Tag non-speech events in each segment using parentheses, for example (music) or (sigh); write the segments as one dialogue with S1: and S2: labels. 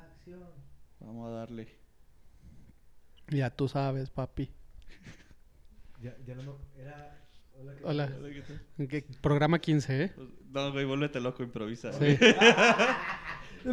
S1: sección.
S2: Vamos a darle.
S3: Ya tú sabes, papi.
S1: Ya, ya no me... Era... Hola. ¿qué
S3: Hola.
S1: tal?
S2: ¿Qué tal?
S3: ¿Qué? Programa 15, ¿eh?
S2: No, güey, vuélvete loco, improvisa.
S3: Sí.
S1: (laughs)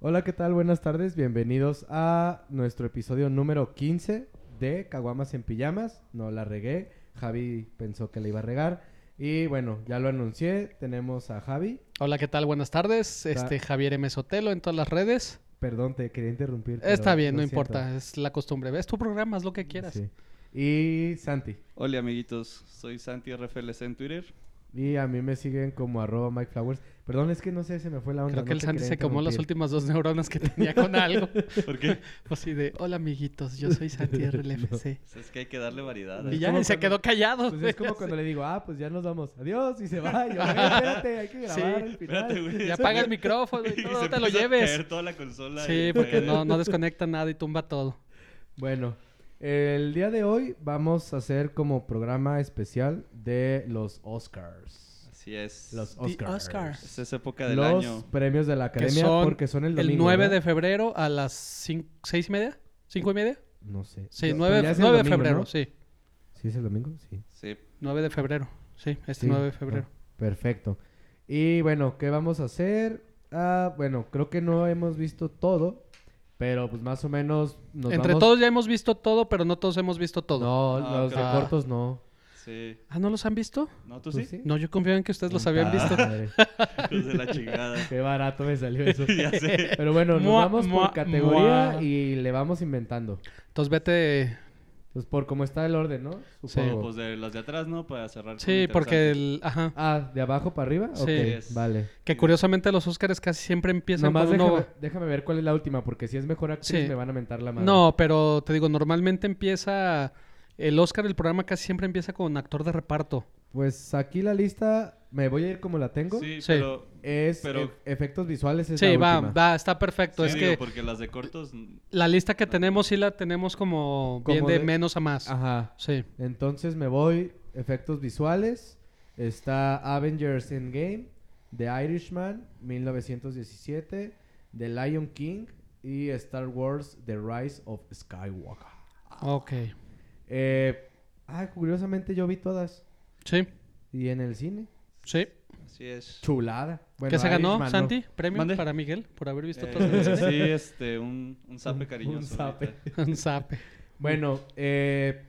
S1: Hola, ¿qué tal? Buenas tardes. Bienvenidos a nuestro episodio número 15 de Caguamas en Pijamas. No la regué. Javi pensó que la iba a regar. Y bueno, ya lo anuncié. Tenemos a Javi.
S3: Hola, ¿qué tal? Buenas tardes.
S1: Ah.
S3: Este Javier M. Sotelo en todas las redes.
S1: Perdón, te quería interrumpir. pero
S3: Está bien, no
S1: lo siento.
S3: importa. Es la costumbre. Ves tu programa, haz lo que quieras.
S1: Sí. Y Santi.
S2: Hola, amiguitos. Soy Santi RFLC en Twitter.
S1: Y a mí me siguen como arroba Mike Flowers. Perdón, es que no sé, se me fue la onda.
S3: Creo que
S1: no
S3: el
S1: te
S3: Santi
S1: quería
S3: se quemó las
S1: interrumpir.
S3: últimas dos neuronas que tenía con
S1: (laughs)
S3: algo.
S2: ¿Por
S3: (laughs)
S2: qué?
S3: Así de, hola amiguitos, yo soy Santi RLFC.
S2: Pues es que hay que darle variedad.
S3: Y
S1: Es
S2: ¿eh?
S3: ya
S1: como
S3: y se
S1: cuando-
S3: quedó callado.
S1: Pues es como cuando le digo, ah, pues ya nos vamos. Adiós,
S3: (laughs)
S1: y se va. Y yo, "Güey, espérate, hay que
S3: Sí.
S1: grabar al final.
S2: Espérate, güey.
S3: (laughs)
S1: (laughs)
S3: Ya apaga el micrófono
S2: (laughs)
S3: y todo, no te
S2: empieza
S3: lo
S2: a
S3: lleves.
S2: caer toda la consola.
S3: Sí,
S2: y fue-
S3: porque
S1: (laughs)
S3: no, no desconecta nada y tumba todo.
S1: Bueno, el día de hoy vamos a hacer como programa especial de los Oscars.
S2: Así es.
S1: Los
S3: The
S1: Oscars.
S3: Oscars.
S2: Es esa época del
S1: Los
S2: año.
S1: premios de la academia
S3: son
S1: porque son el
S3: El,
S1: domingo.
S3: 9
S1: ¿verdad?
S3: de febrero a las 6 y media. ¿Cinco y media?
S1: No sé.
S3: Sí,
S1: Pero
S3: 9,
S1: ya es el
S3: de
S1: domingo,
S3: febrero,
S1: ¿no?
S3: sí.
S1: ¿Sí es el domingo? Sí.
S2: 9
S3: 9 de febrero, sí, este
S1: Sí,
S3: 9 de febrero.
S1: ah, perfecto. Y bueno, ¿qué vamos a hacer? Ah, bueno, creo que no hemos visto todo, pero pues más o menos nos
S3: Entre
S1: vamos-
S3: todos ya hemos visto todo, pero no todos hemos visto todo.
S1: No,
S2: No,
S1: los de
S3: claro.
S1: cortos no.
S2: Sí.
S3: Ah, ¿no los han visto?
S2: ¿No, tú,
S1: ¿Tú
S2: sí?
S1: sí?
S3: No, yo confiaba en que ustedes los habían
S1: Ah,
S3: visto.
S1: (laughs) madre,
S2: (laughs) Hijos de la
S3: (laughs)
S2: chingada.
S1: Qué barato me salió eso.
S2: ya sé.
S1: Pero bueno, nos
S3: Mua,
S1: vamos
S3: mua,
S1: por categoría
S3: mua.
S1: y le vamos inventando.
S3: Entonces vete.
S1: Pues por cómo está el orden, ¿no?
S3: Sí.
S2: Bueno,
S1: Supongo.
S2: pues de los de atrás, ¿no? Para cerrar. con lo
S3: Sí, porque
S2: interesante.
S3: el. Ajá.
S1: Ah, ¿de abajo para arriba?
S3: Sí.
S1: Ok,
S2: Yes.
S1: vale.
S3: Que curiosamente los Óscares casi siempre empiezan
S1: Nomás
S3: con uno.
S1: déjame, déjame ver cuál es la última, porque si es mejor actriz
S3: Sí.
S1: me van a mentar la madre.
S3: No, pero te digo, normalmente empieza. El Óscar, el programa casi siempre empieza con actor de reparto.
S1: Pues aquí la lista, me voy a ir como la tengo.
S2: Sí,
S3: Sí.
S2: pero.
S1: Es
S2: Pero-
S1: ef- efectos visuales es
S3: sí,
S1: la
S3: va,
S1: última.
S3: va, está perfecto.
S2: Sí,
S3: es
S2: digo,
S3: que
S2: porque las de cortos. mm,
S3: la lista que tenemos sí la tenemos como bien
S1: Como
S3: de,
S1: de-
S3: menos a más.
S1: Ajá.
S3: Sí.
S1: Entonces me voy efectos visuales. Está Avengers Endgame, The Irishman 1917, The Lion King y Star Wars The Rise of Skywalker.
S3: Ok.
S1: Eh, ah, curiosamente yo vi todas
S3: Sí,
S1: y en el cine.
S3: sí.
S2: Así es.
S1: Chulada. Bueno,
S3: ¿Qué se ganó,
S1: Irishman no.
S3: Santi? ¿Premio
S2: Mande.
S3: para Miguel por haber visto
S2: Eh,
S3: todo el
S2: sí, este, un, un zape cariñoso.
S1: Un zape.
S2: ahorita.
S3: (laughs) Un zape.
S1: Bueno, eh,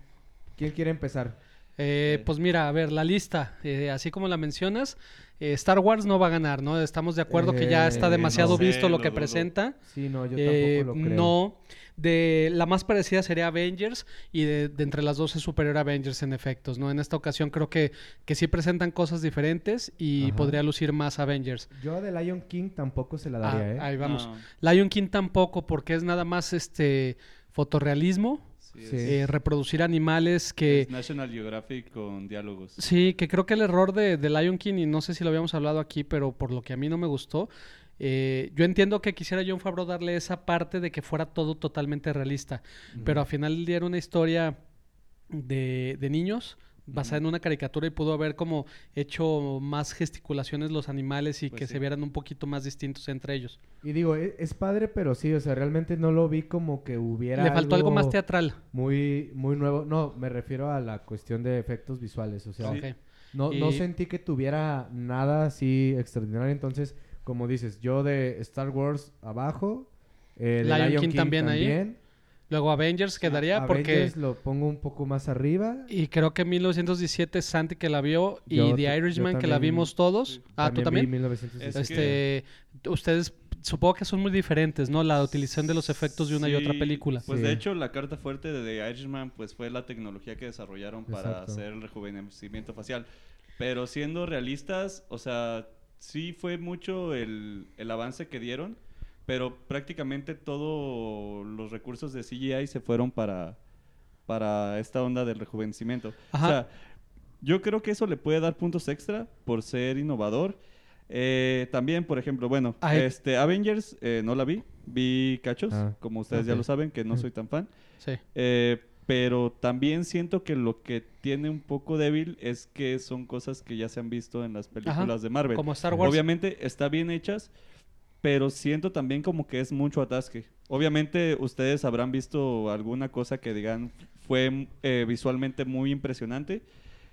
S1: ¿quién quiere empezar?
S3: Eh,
S2: Sí.
S3: Pues mira, a ver, la lista, eh, así como la mencionas, eh, Star Wars no va a ganar, ¿no? Estamos de acuerdo que ya
S1: Eh,
S3: está demasiado
S2: no sé,
S3: visto lo,
S2: lo
S3: que
S2: dudo.
S3: presenta.
S1: Sí, no, yo
S3: Eh,
S1: tampoco lo creo.
S3: No, de la más parecida sería Avengers y de, de entre las dos es superior a Avengers en efectos, ¿no? En esta ocasión creo que, que sí presentan cosas diferentes y
S1: Ajá.
S3: podría lucir más Avengers.
S1: Yo a The Lion King tampoco se la
S3: Ah,
S1: daría, ¿eh?
S3: Ahí vamos.
S2: No,
S3: Lion King tampoco porque es nada más este fotorrealismo,
S2: sí,
S1: Sí.
S2: es-
S3: eh, reproducir animales que...
S2: es National Geographic con diálogos.
S3: Sí, que creo que el error de, de Lion King, y no sé si lo habíamos hablado aquí, pero por lo que a mí no me gustó, eh, yo entiendo que quisiera John Favreau darle esa parte de que fuera todo totalmente realista,
S1: Mm.
S3: pero al final del día era una historia de, de niños basada en una caricatura y pudo haber como hecho más gesticulaciones los animales y
S2: Pues
S3: que
S2: sí.
S3: se vieran un poquito más distintos entre ellos.
S1: Y digo, e- es padre, pero sí, o sea, realmente no lo vi como que hubiera.
S3: Le faltó algo, más teatral.
S1: Muy, muy nuevo. No, me refiero a la cuestión de efectos visuales. O sea,
S3: Ok.
S1: no, no
S3: Y-
S1: sentí que tuviera nada así extraordinario. Entonces, como dices, yo de Star Wars abajo. eh, de
S3: Lion
S1: Lion,
S3: King
S1: King,
S3: también
S1: también,
S3: ahí. Luego Avengers quedaría porque...
S1: Avengers lo pongo un poco más arriba.
S3: Y creo que 1917 Santi que la vio y
S1: Yo ta-
S3: The
S1: yo
S3: Irishman que la
S1: también-
S3: vimos todos.
S2: sí.
S3: Ah, tú
S1: vi
S3: también.
S1: 1917.
S2: Es
S3: Este, ustedes supongo que son muy diferentes, ¿no? La utilización de los efectos de una y otra
S2: Sí,
S3: película.
S2: Pues
S1: Sí.
S2: de hecho, la carta fuerte de The Irishman pues, fue la tecnología que desarrollaron para
S1: Exacto.
S2: hacer el rejuvenecimiento facial. Pero siendo realistas, o sea, sí fue mucho el, el avance que dieron, pero prácticamente todos los recursos de CGI se fueron para, para esta onda del rejuvenecimiento.
S3: Ajá.
S2: O sea, yo creo que eso le puede dar puntos extra por ser innovador. Eh, también, por ejemplo, bueno,
S3: Ay.
S2: este Avengers eh, no la vi, vi cachos,
S1: Ah,
S2: como ustedes ya
S1: ok.
S2: lo saben, que no soy tan fan.
S3: Sí.
S2: Eh, pero también siento que lo que tiene un poco débil es que son cosas que ya se han visto en las películas de Marvel.
S3: Como Star Wars.
S2: Obviamente está bien hechas, pero siento también como que es mucho atasque. Obviamente ustedes habrán visto alguna cosa que digan fue eh, visualmente muy impresionante.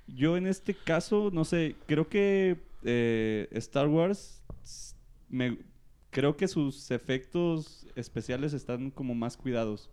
S2: Yo en este caso, no sé, creo que eh, Star Wars, s- me, creo que sus efectos especiales están como más cuidados.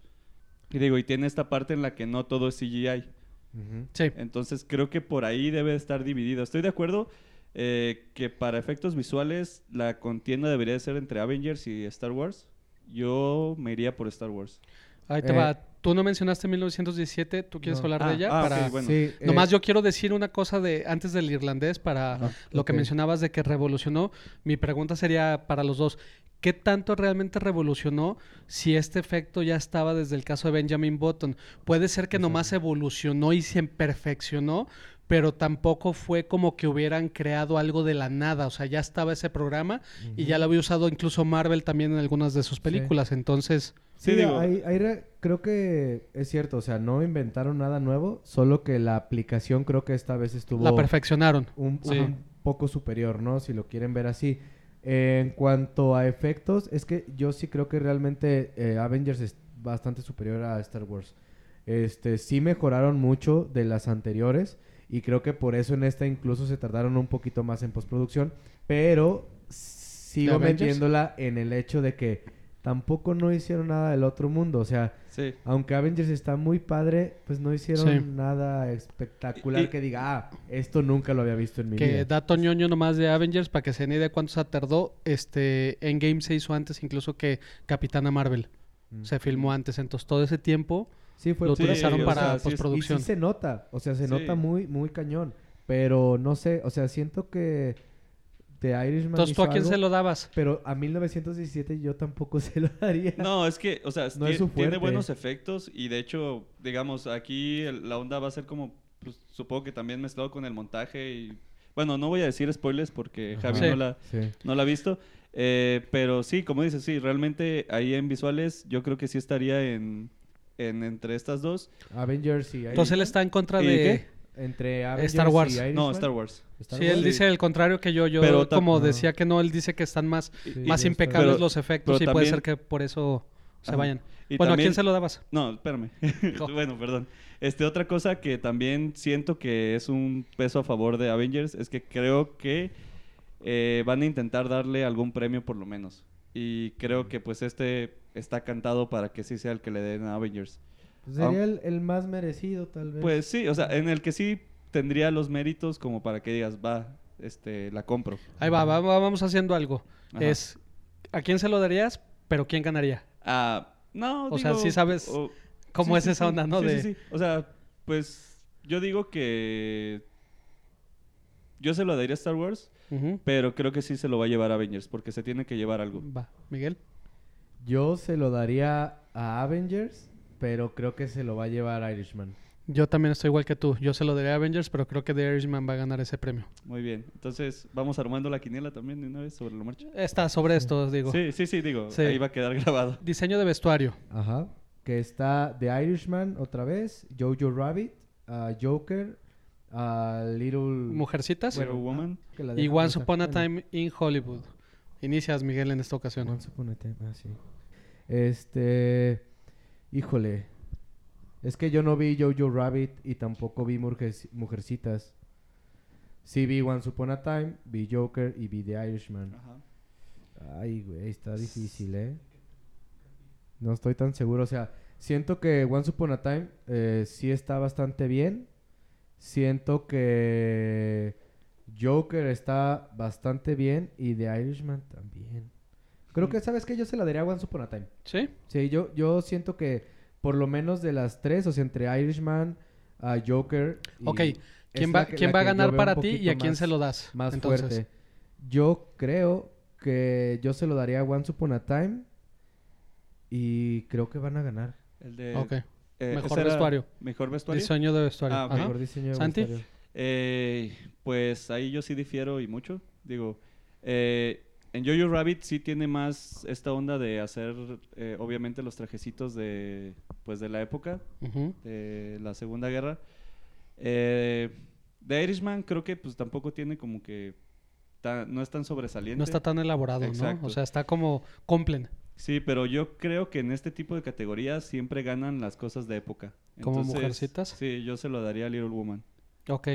S2: Y digo, y tiene esta parte en la que no todo es CGI.
S3: Este,
S1: Ujú.
S3: Sí.
S2: Entonces creo que por ahí debe estar dividido. Estoy de acuerdo eh, que para efectos visuales la contienda debería de ser entre Avengers y Star Wars. Yo me iría por Star Wars.
S3: Ahí te
S1: Eh,
S3: va. Tú no mencionaste 1917, tú quieres
S1: No.
S3: hablar
S2: Ah,
S3: de ella
S2: ah,
S3: para
S2: ok, bueno.
S1: Sí, eh,
S3: Nomás yo quiero decir una cosa de antes del irlandés para
S1: Ajá,
S3: lo que
S1: ok.
S3: mencionabas de que revolucionó. Mi pregunta sería para los dos, ¿qué tanto realmente revolucionó si este efecto ya estaba desde el caso de Benjamin Button? Puede ser que nomás evolucionó y se perfeccionó, pero tampoco fue como que hubieran creado algo de la nada, o sea, ya estaba ese programa y ya lo había usado incluso Marvel también en algunas de sus películas, entonces
S1: Sí,
S2: Sí, digo-
S1: ahí- ahí re- creo que es cierto, o sea, no inventaron nada nuevo, solo que la aplicación creo que esta vez estuvo
S3: la perfeccionaron.
S1: un,
S3: Sí.
S1: un poco superior, ¿no? Si lo quieren ver así. En cuanto a efectos, es que yo sí creo que realmente eh, Avengers es bastante superior a Star Wars. Este, sí mejoraron mucho de las anteriores y creo que por eso en esta incluso se tardaron un poquito más en postproducción, pero sigo
S3: Avengers?
S1: metiéndola en el hecho de que tampoco no hicieron nada del otro mundo, o sea,
S2: Sí.
S1: aunque Avengers está muy padre, pues no hicieron
S3: Sí.
S1: nada espectacular
S2: Y-
S1: que diga, ah, esto nunca lo había visto en mi
S3: Que
S1: vida.
S3: dato ñoño nomás de Avengers para que se den idea cuánto se tardó. Este, Endgame se hizo antes incluso que Capitana Marvel.
S1: Mm.
S3: Se filmó antes, entonces todo ese tiempo
S1: Sí, fue
S3: lo
S1: pura
S3: utilizaron
S1: casualidad.
S2: sea, sí es-
S3: para
S1: Y sí
S3: postproducción.
S1: se nota, o sea, se
S2: Sí.
S1: nota muy, muy cañón. Pero no sé, o sea, siento que de Irishman
S3: entonces tú
S1: hizo
S3: a quién
S1: algo,
S3: se lo dabas.
S1: Pero a 1917 yo tampoco (laughs) se lo daría.
S2: No, es que, o sea,
S1: No
S2: tie-
S1: es su fuerte.
S2: tiene buenos efectos y de hecho, digamos, aquí el- la onda va a ser como, pues, supongo que también mezclado con el montaje y... Bueno, no voy a decir spoilers porque
S1: Ajá.
S2: Javi
S3: Sí.
S2: no, la,
S1: Sí.
S2: no la ha visto. eh, pero sí, como dices, sí, realmente ahí en visuales yo creo que sí estaría en, en entre estas dos.
S1: Avengers y Irishman.
S3: Entonces él está en contra
S2: ¿Y
S3: de...
S2: qué?
S1: Entre Avengers
S3: Star Wars.
S1: y
S2: No,
S1: Irishman.
S2: Star Wars.
S1: Star
S3: sí,
S1: Wars.
S3: él dice el contrario que yo. Yo
S2: Pero ta-
S3: como
S1: Ajá.
S3: decía que no, él dice que están más,
S1: Sí,
S3: más
S1: ya está.
S3: impecables
S2: Pero-
S3: los efectos
S2: pero
S3: y puede
S2: también-
S3: ser que por eso se
S2: Ajá.
S3: vayan.
S2: Y
S3: bueno, ¿a
S2: también-
S3: quién se lo dabas?
S2: No, espérame. (laughs)
S3: Jo.
S2: bueno, perdón. Este, otra cosa que también siento que es un peso a favor de Avengers es que creo que eh, van a intentar darle algún premio por lo menos. Y creo que pues este está cantado para que sí sea el que le den a Avengers.
S1: Pues Sería el, el más merecido, tal vez.
S2: ah. Pues sí, o sea, en el que sí tendría los méritos como para que digas, va, este, la compro.
S3: Ahí va, va- va- vamos haciendo algo.
S2: Ajá.
S3: Es, ¿a quién se lo darías? Pero ¿quién ganaría?
S2: Ah, no,
S3: O sea,
S2: digo,
S3: sí sabes
S2: o-
S3: ¿Cómo
S2: Sí,
S3: es
S2: sí,
S3: esa
S2: sí.
S3: onda, no?
S2: Sí,
S3: de...
S2: sí, sí. O sea, pues yo digo que yo se lo daría a Star Wars,
S3: Ujú.
S2: pero creo que sí se lo va a llevar a Avengers porque se tiene que llevar algo.
S3: Va, Miguel.
S1: Yo se lo daría a Avengers, pero creo que se lo va a llevar Irishman.
S3: Yo también estoy igual que tú. Yo se lo daré a Avengers, pero creo que The Irishman va a ganar ese premio.
S2: Muy bien. Entonces, vamos armando la quiniela también de una vez sobre la marcha.
S3: Está sobre esto, digo.
S2: Sí, sí, sí, digo,
S3: Sí.
S2: ahí va a quedar grabado.
S3: Diseño de vestuario.
S1: Ajá. Que está The Irishman otra vez, Jojo Rabbit, a Joker, a Little...
S3: Mujercitas.
S2: Little Woman.
S1: que Mm. la
S3: y
S1: dejo
S3: Once
S1: pasar.
S3: Upon a
S1: Bueno,
S3: Time in Hollywood. Inicias, Miguel, en esta ocasión.
S1: Once Upon a Time, ah, sí. Este... Híjole. Es que yo no vi Jojo Rabbit y tampoco vi Mujerci- Mujercitas. Sí vi Once Upon a Time, vi Joker y vi The
S3: ah.
S1: Irishman.
S2: Ajá.
S1: Ay, güey, está difícil, ¿eh? No estoy tan seguro. O sea, siento que Once Upon a Time eh, sí está bastante bien. Siento que Joker está bastante bien y The Irishman también. Creo que, ¿sabes qué? Yo se la daría a Once Upon a Time.
S3: ¿Sí?
S1: Sí, yo, yo siento que por lo menos de las tres, o sea, entre Irishman, a Joker... y-
S3: Ok.
S1: es
S3: ¿Quién
S1: la
S3: va,
S1: que-
S3: ¿quién
S1: la
S3: va a
S1: que yo
S3: ganar
S1: veo
S3: para
S1: un
S3: ti y
S1: poquito
S3: a quién
S1: más-
S3: se lo das?
S1: más fuerte. Yo creo que yo se lo daría a Once Upon a Time y creo que van a ganar.
S2: El de
S3: Ok.
S2: eh,
S3: Mejor
S2: ese era
S3: vestuario.
S2: Mejor vestuario.
S3: Diseño de vestuario.
S2: Ah, ok.
S3: Ajá.
S1: Mejor diseño de
S3: ¿Santi?
S1: vestuario.
S2: Eh, pues ahí yo sí difiero y mucho. Digo, eh, en Jojo Rabbit sí tiene más esta onda de hacer, eh, obviamente, los trajecitos de, pues, de la época,
S3: Ujú.
S2: de la Segunda Guerra. Eh, The Irishman creo que pues tampoco tiene como que... ta- no es tan sobresaliente.
S3: No está tan elaborado, ¿no?
S2: Exacto.
S3: O sea, está como cumplen.
S2: Sí, pero yo creo que en este tipo de categorías siempre ganan las cosas de época.
S3: ¿Como Mujercitas?
S2: Sí, yo se lo daría a Little Woman.
S3: Ok.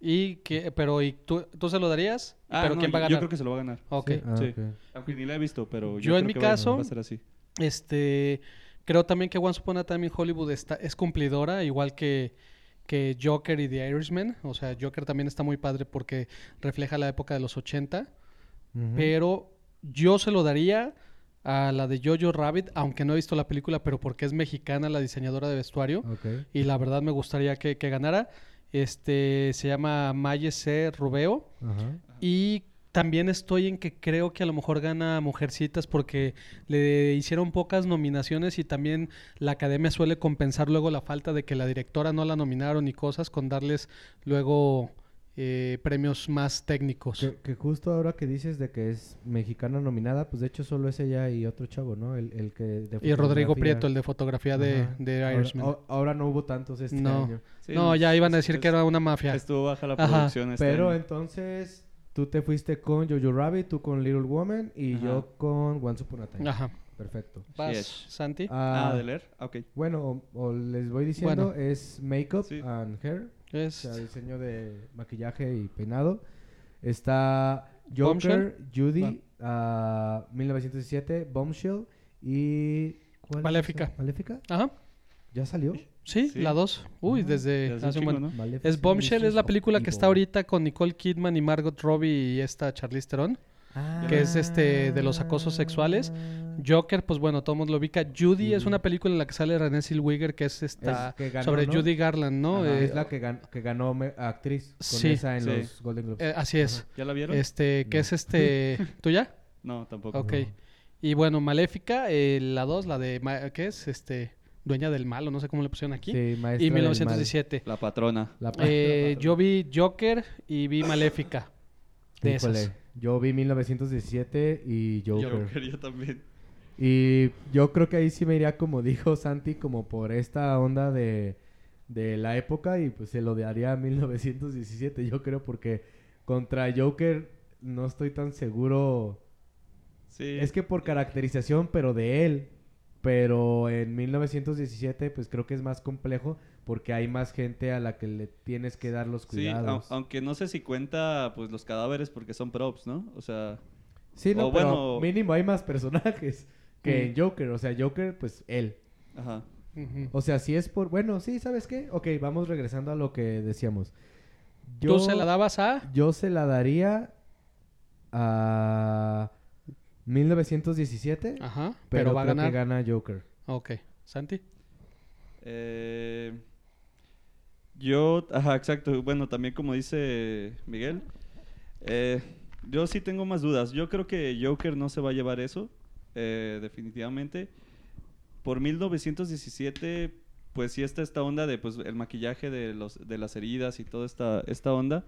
S3: ¿Y qué? Pero ¿y tú, tú se lo darías?
S2: Ah,
S3: ¿Pero
S2: no,
S3: quién va a
S2: Yo
S3: ganar?
S2: creo que se lo va a ganar.
S3: Ok.
S1: Sí, ah,
S2: Sí.
S1: ok.
S2: Aunque ni la he visto, pero yo,
S3: Yo en
S2: creo
S3: mi
S2: que va-
S3: caso-
S2: va a ser así.
S3: Este, creo también que Once Upon a Time in Hollywood está, es cumplidora, igual que, que Joker y The Irishman. O sea, Joker también está muy padre porque refleja la época de los 80.
S1: Ujú.
S3: Pero yo se lo daría a la de Jojo Rabbit, aunque no he visto la película, pero porque es mexicana la diseñadora de vestuario.
S1: Ok.
S3: Y la verdad me gustaría que, que ganara. Este, se llama Maye C. Rubeo.
S1: Ajá.
S3: Y también estoy en que creo que a lo mejor gana Mujercitas porque le hicieron pocas nominaciones y también la academia suele compensar luego la falta de que la directora no la nominaron y cosas con darles luego eh, premios más técnicos.
S1: Que, que justo ahora que dices de que es mexicana nominada, pues de hecho solo es ella y otro chavo, ¿no? El, el que... de
S3: Y Rodrigo
S1: fotografía.
S3: Prieto, el de fotografía de,
S1: Ajá.
S3: de
S1: Ahora- oh,
S3: Irishman.
S1: ahora, ahora no hubo tantos este
S3: No.
S1: año.
S2: Sí,
S3: no, ya iban a
S2: es-
S3: decir
S2: es-
S3: que era una mafia.
S2: Estuvo baja la
S3: Ajá.
S2: producción este
S1: Pero
S2: año.
S1: entonces tú te fuiste con Jojo Rabbit, tú con Little Woman y
S2: Ajá.
S1: yo con Once Upon a Time.
S3: Ajá.
S1: Perfecto.
S3: Vas,
S2: es.
S3: Santi.
S1: Ah,
S2: Ah, de leer. Ah, Ok.
S1: Bueno, o, o les voy diciendo, es Makeup
S2: Sí.
S1: and Hair, o
S3: Es-
S1: sea, diseño de maquillaje y peinado. Está Joker,
S3: Bombshell.
S1: Judy, ah, 1917, Bombshell y... ¿cuál es
S3: Maléfica.
S1: esa? ¿Maléfica?
S3: Ajá.
S1: ¿Ya salió?
S3: Sí,
S2: Sí.
S3: la 2. Uy,
S1: Ajá.
S3: desde
S2: Desde
S3: hace un buen-
S2: chingo, ¿no?
S1: Maléfica,
S3: Es Bombshell, es
S1: Mistress
S3: la
S1: of
S3: película que está
S1: Evil.
S3: ahorita con Nicole Kidman y Margot Robbie y esta Charlize Theron.
S2: que es,
S3: este, de los acosos sexuales.
S1: Ah.
S3: Joker, pues bueno, todo el mundo lo ubica. Judy es
S1: Ujú.
S3: una película en la que sale René Zellweger, que es esta...
S1: Es que ganó,
S3: sobre
S1: ¿no?
S3: Judy Garland, ¿no?
S1: Ajá,
S3: Eh,
S1: es la que, gan- que ganó me- actriz con
S3: Sí.
S1: esa en
S2: Sí.
S1: los Golden Globes.
S3: eh, así es.
S2: ¿Ya la vieron?
S3: Este, que
S1: No.
S3: es
S1: (laughs)
S3: este... ¿Tú ya?
S2: No, tampoco.
S3: Ok. Y bueno, Maléfica, eh, la 2, la de... ma- ¿Qué es? Este... Dueña del Mal, o no sé cómo le pusieron aquí.
S1: Sí, Maestra
S3: y
S1: del
S3: 1917.
S2: La patrona.
S1: Mal. La pa- (laughs)
S3: Eh, yo vi Joker y vi Maléfica. De
S1: Híjole,
S3: esas.
S1: Yo vi 1917 y
S2: Yo
S1: Joker.
S2: quería también.
S1: Y yo creo que ahí sí me iría, como dijo Santi, como por esta onda de, de la época y pues se lo daría a 1917, yo creo, porque contra Joker no estoy tan seguro.
S2: Sí.
S1: Es que por caracterización, pero de él. Pero en 1917, pues creo que es más complejo porque hay más gente a la que le tienes que dar los
S2: Sí, au-
S1: cuidados. Sí,
S2: aunque no sé si cuenta pues los cadáveres porque son props, ¿no? O sea,
S1: no,
S2: o
S1: pero
S2: bueno-
S1: mínimo hay
S3: (laughs)
S1: más personajes que
S3: Mm.
S1: en Joker. O sea, Joker, pues él.
S2: ajá.
S3: Ujú.
S1: O sea, si es por... Bueno, sí, ¿sabes qué? Ok, vamos regresando a lo que decíamos.
S3: ¿Tú se la dabas a...?
S1: Yo se la daría a 1917,
S3: Ajá. Pero,
S1: pero,
S3: va a
S1: creo
S3: ganar.
S1: que gana Joker.
S3: Ok. Santi.
S2: Eh, yo, ajá, exacto. Bueno, también como dice Miguel, eh, yo sí tengo más dudas. Yo creo que Joker no se va a llevar eso, eh, definitivamente. Por 1917, pues sí está esta onda de, pues, el maquillaje de, los, de las heridas y toda esta, esta onda.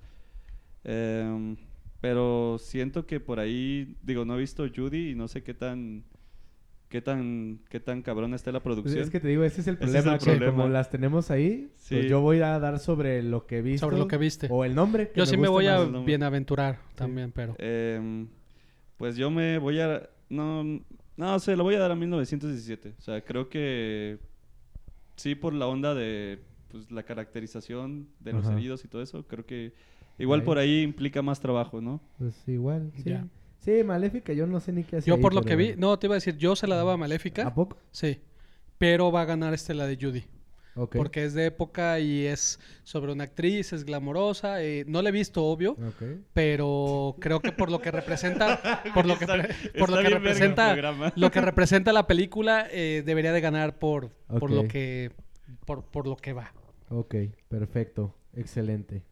S2: Em, pero siento que por ahí, digo, no he visto Judy y no sé qué tan... Qué tan, qué tan cabrona está la
S1: Pues
S2: producción.
S1: es que te digo, ese es el
S2: Ese es
S1: problema,
S2: el
S1: que
S2: problema.
S1: como las tenemos ahí,
S2: Sí.
S1: pues yo voy a dar sobre lo que viste.
S3: Sobre lo que viste.
S1: O el nombre. que
S3: Yo sí me
S1: gusta
S3: voy a
S1: más.
S2: ¿no?
S3: bienaventurar también, pero.
S2: Em, pues yo me voy a... No, no sé, lo voy a dar a 1917. O sea, creo que sí por la onda de pues, la caracterización de los
S1: Ajá.
S2: heridos y todo eso. Creo que igual
S1: Ahí.
S2: por ahí implica más trabajo, ¿no?
S1: Pues igual, sí.
S3: Ya.
S1: Sí, Maléfica, yo no sé ni qué hacer.
S3: Yo por lo que vi, no, te iba a decir, yo se la daba a Maléfica.
S1: ¿A poco?
S3: Sí. Pero va a ganar este la de Judy.
S1: Ok.
S3: Porque es de época y es sobre una actriz, es glamorosa. eh, no la he visto, obvio.
S1: Ok.
S3: Pero creo que por lo
S2: (laughs)
S3: que representa, por lo que,
S2: Está-
S3: pre- por lo
S2: está bien verga
S3: que
S2: el
S3: representa,
S2: programa.
S3: lo que representa la película, eh, debería de ganar por, por lo
S1: Ok.
S3: que, por, por lo que va.
S1: Ok, perfecto. Excelente.
S2: Eh,
S1: (laughs)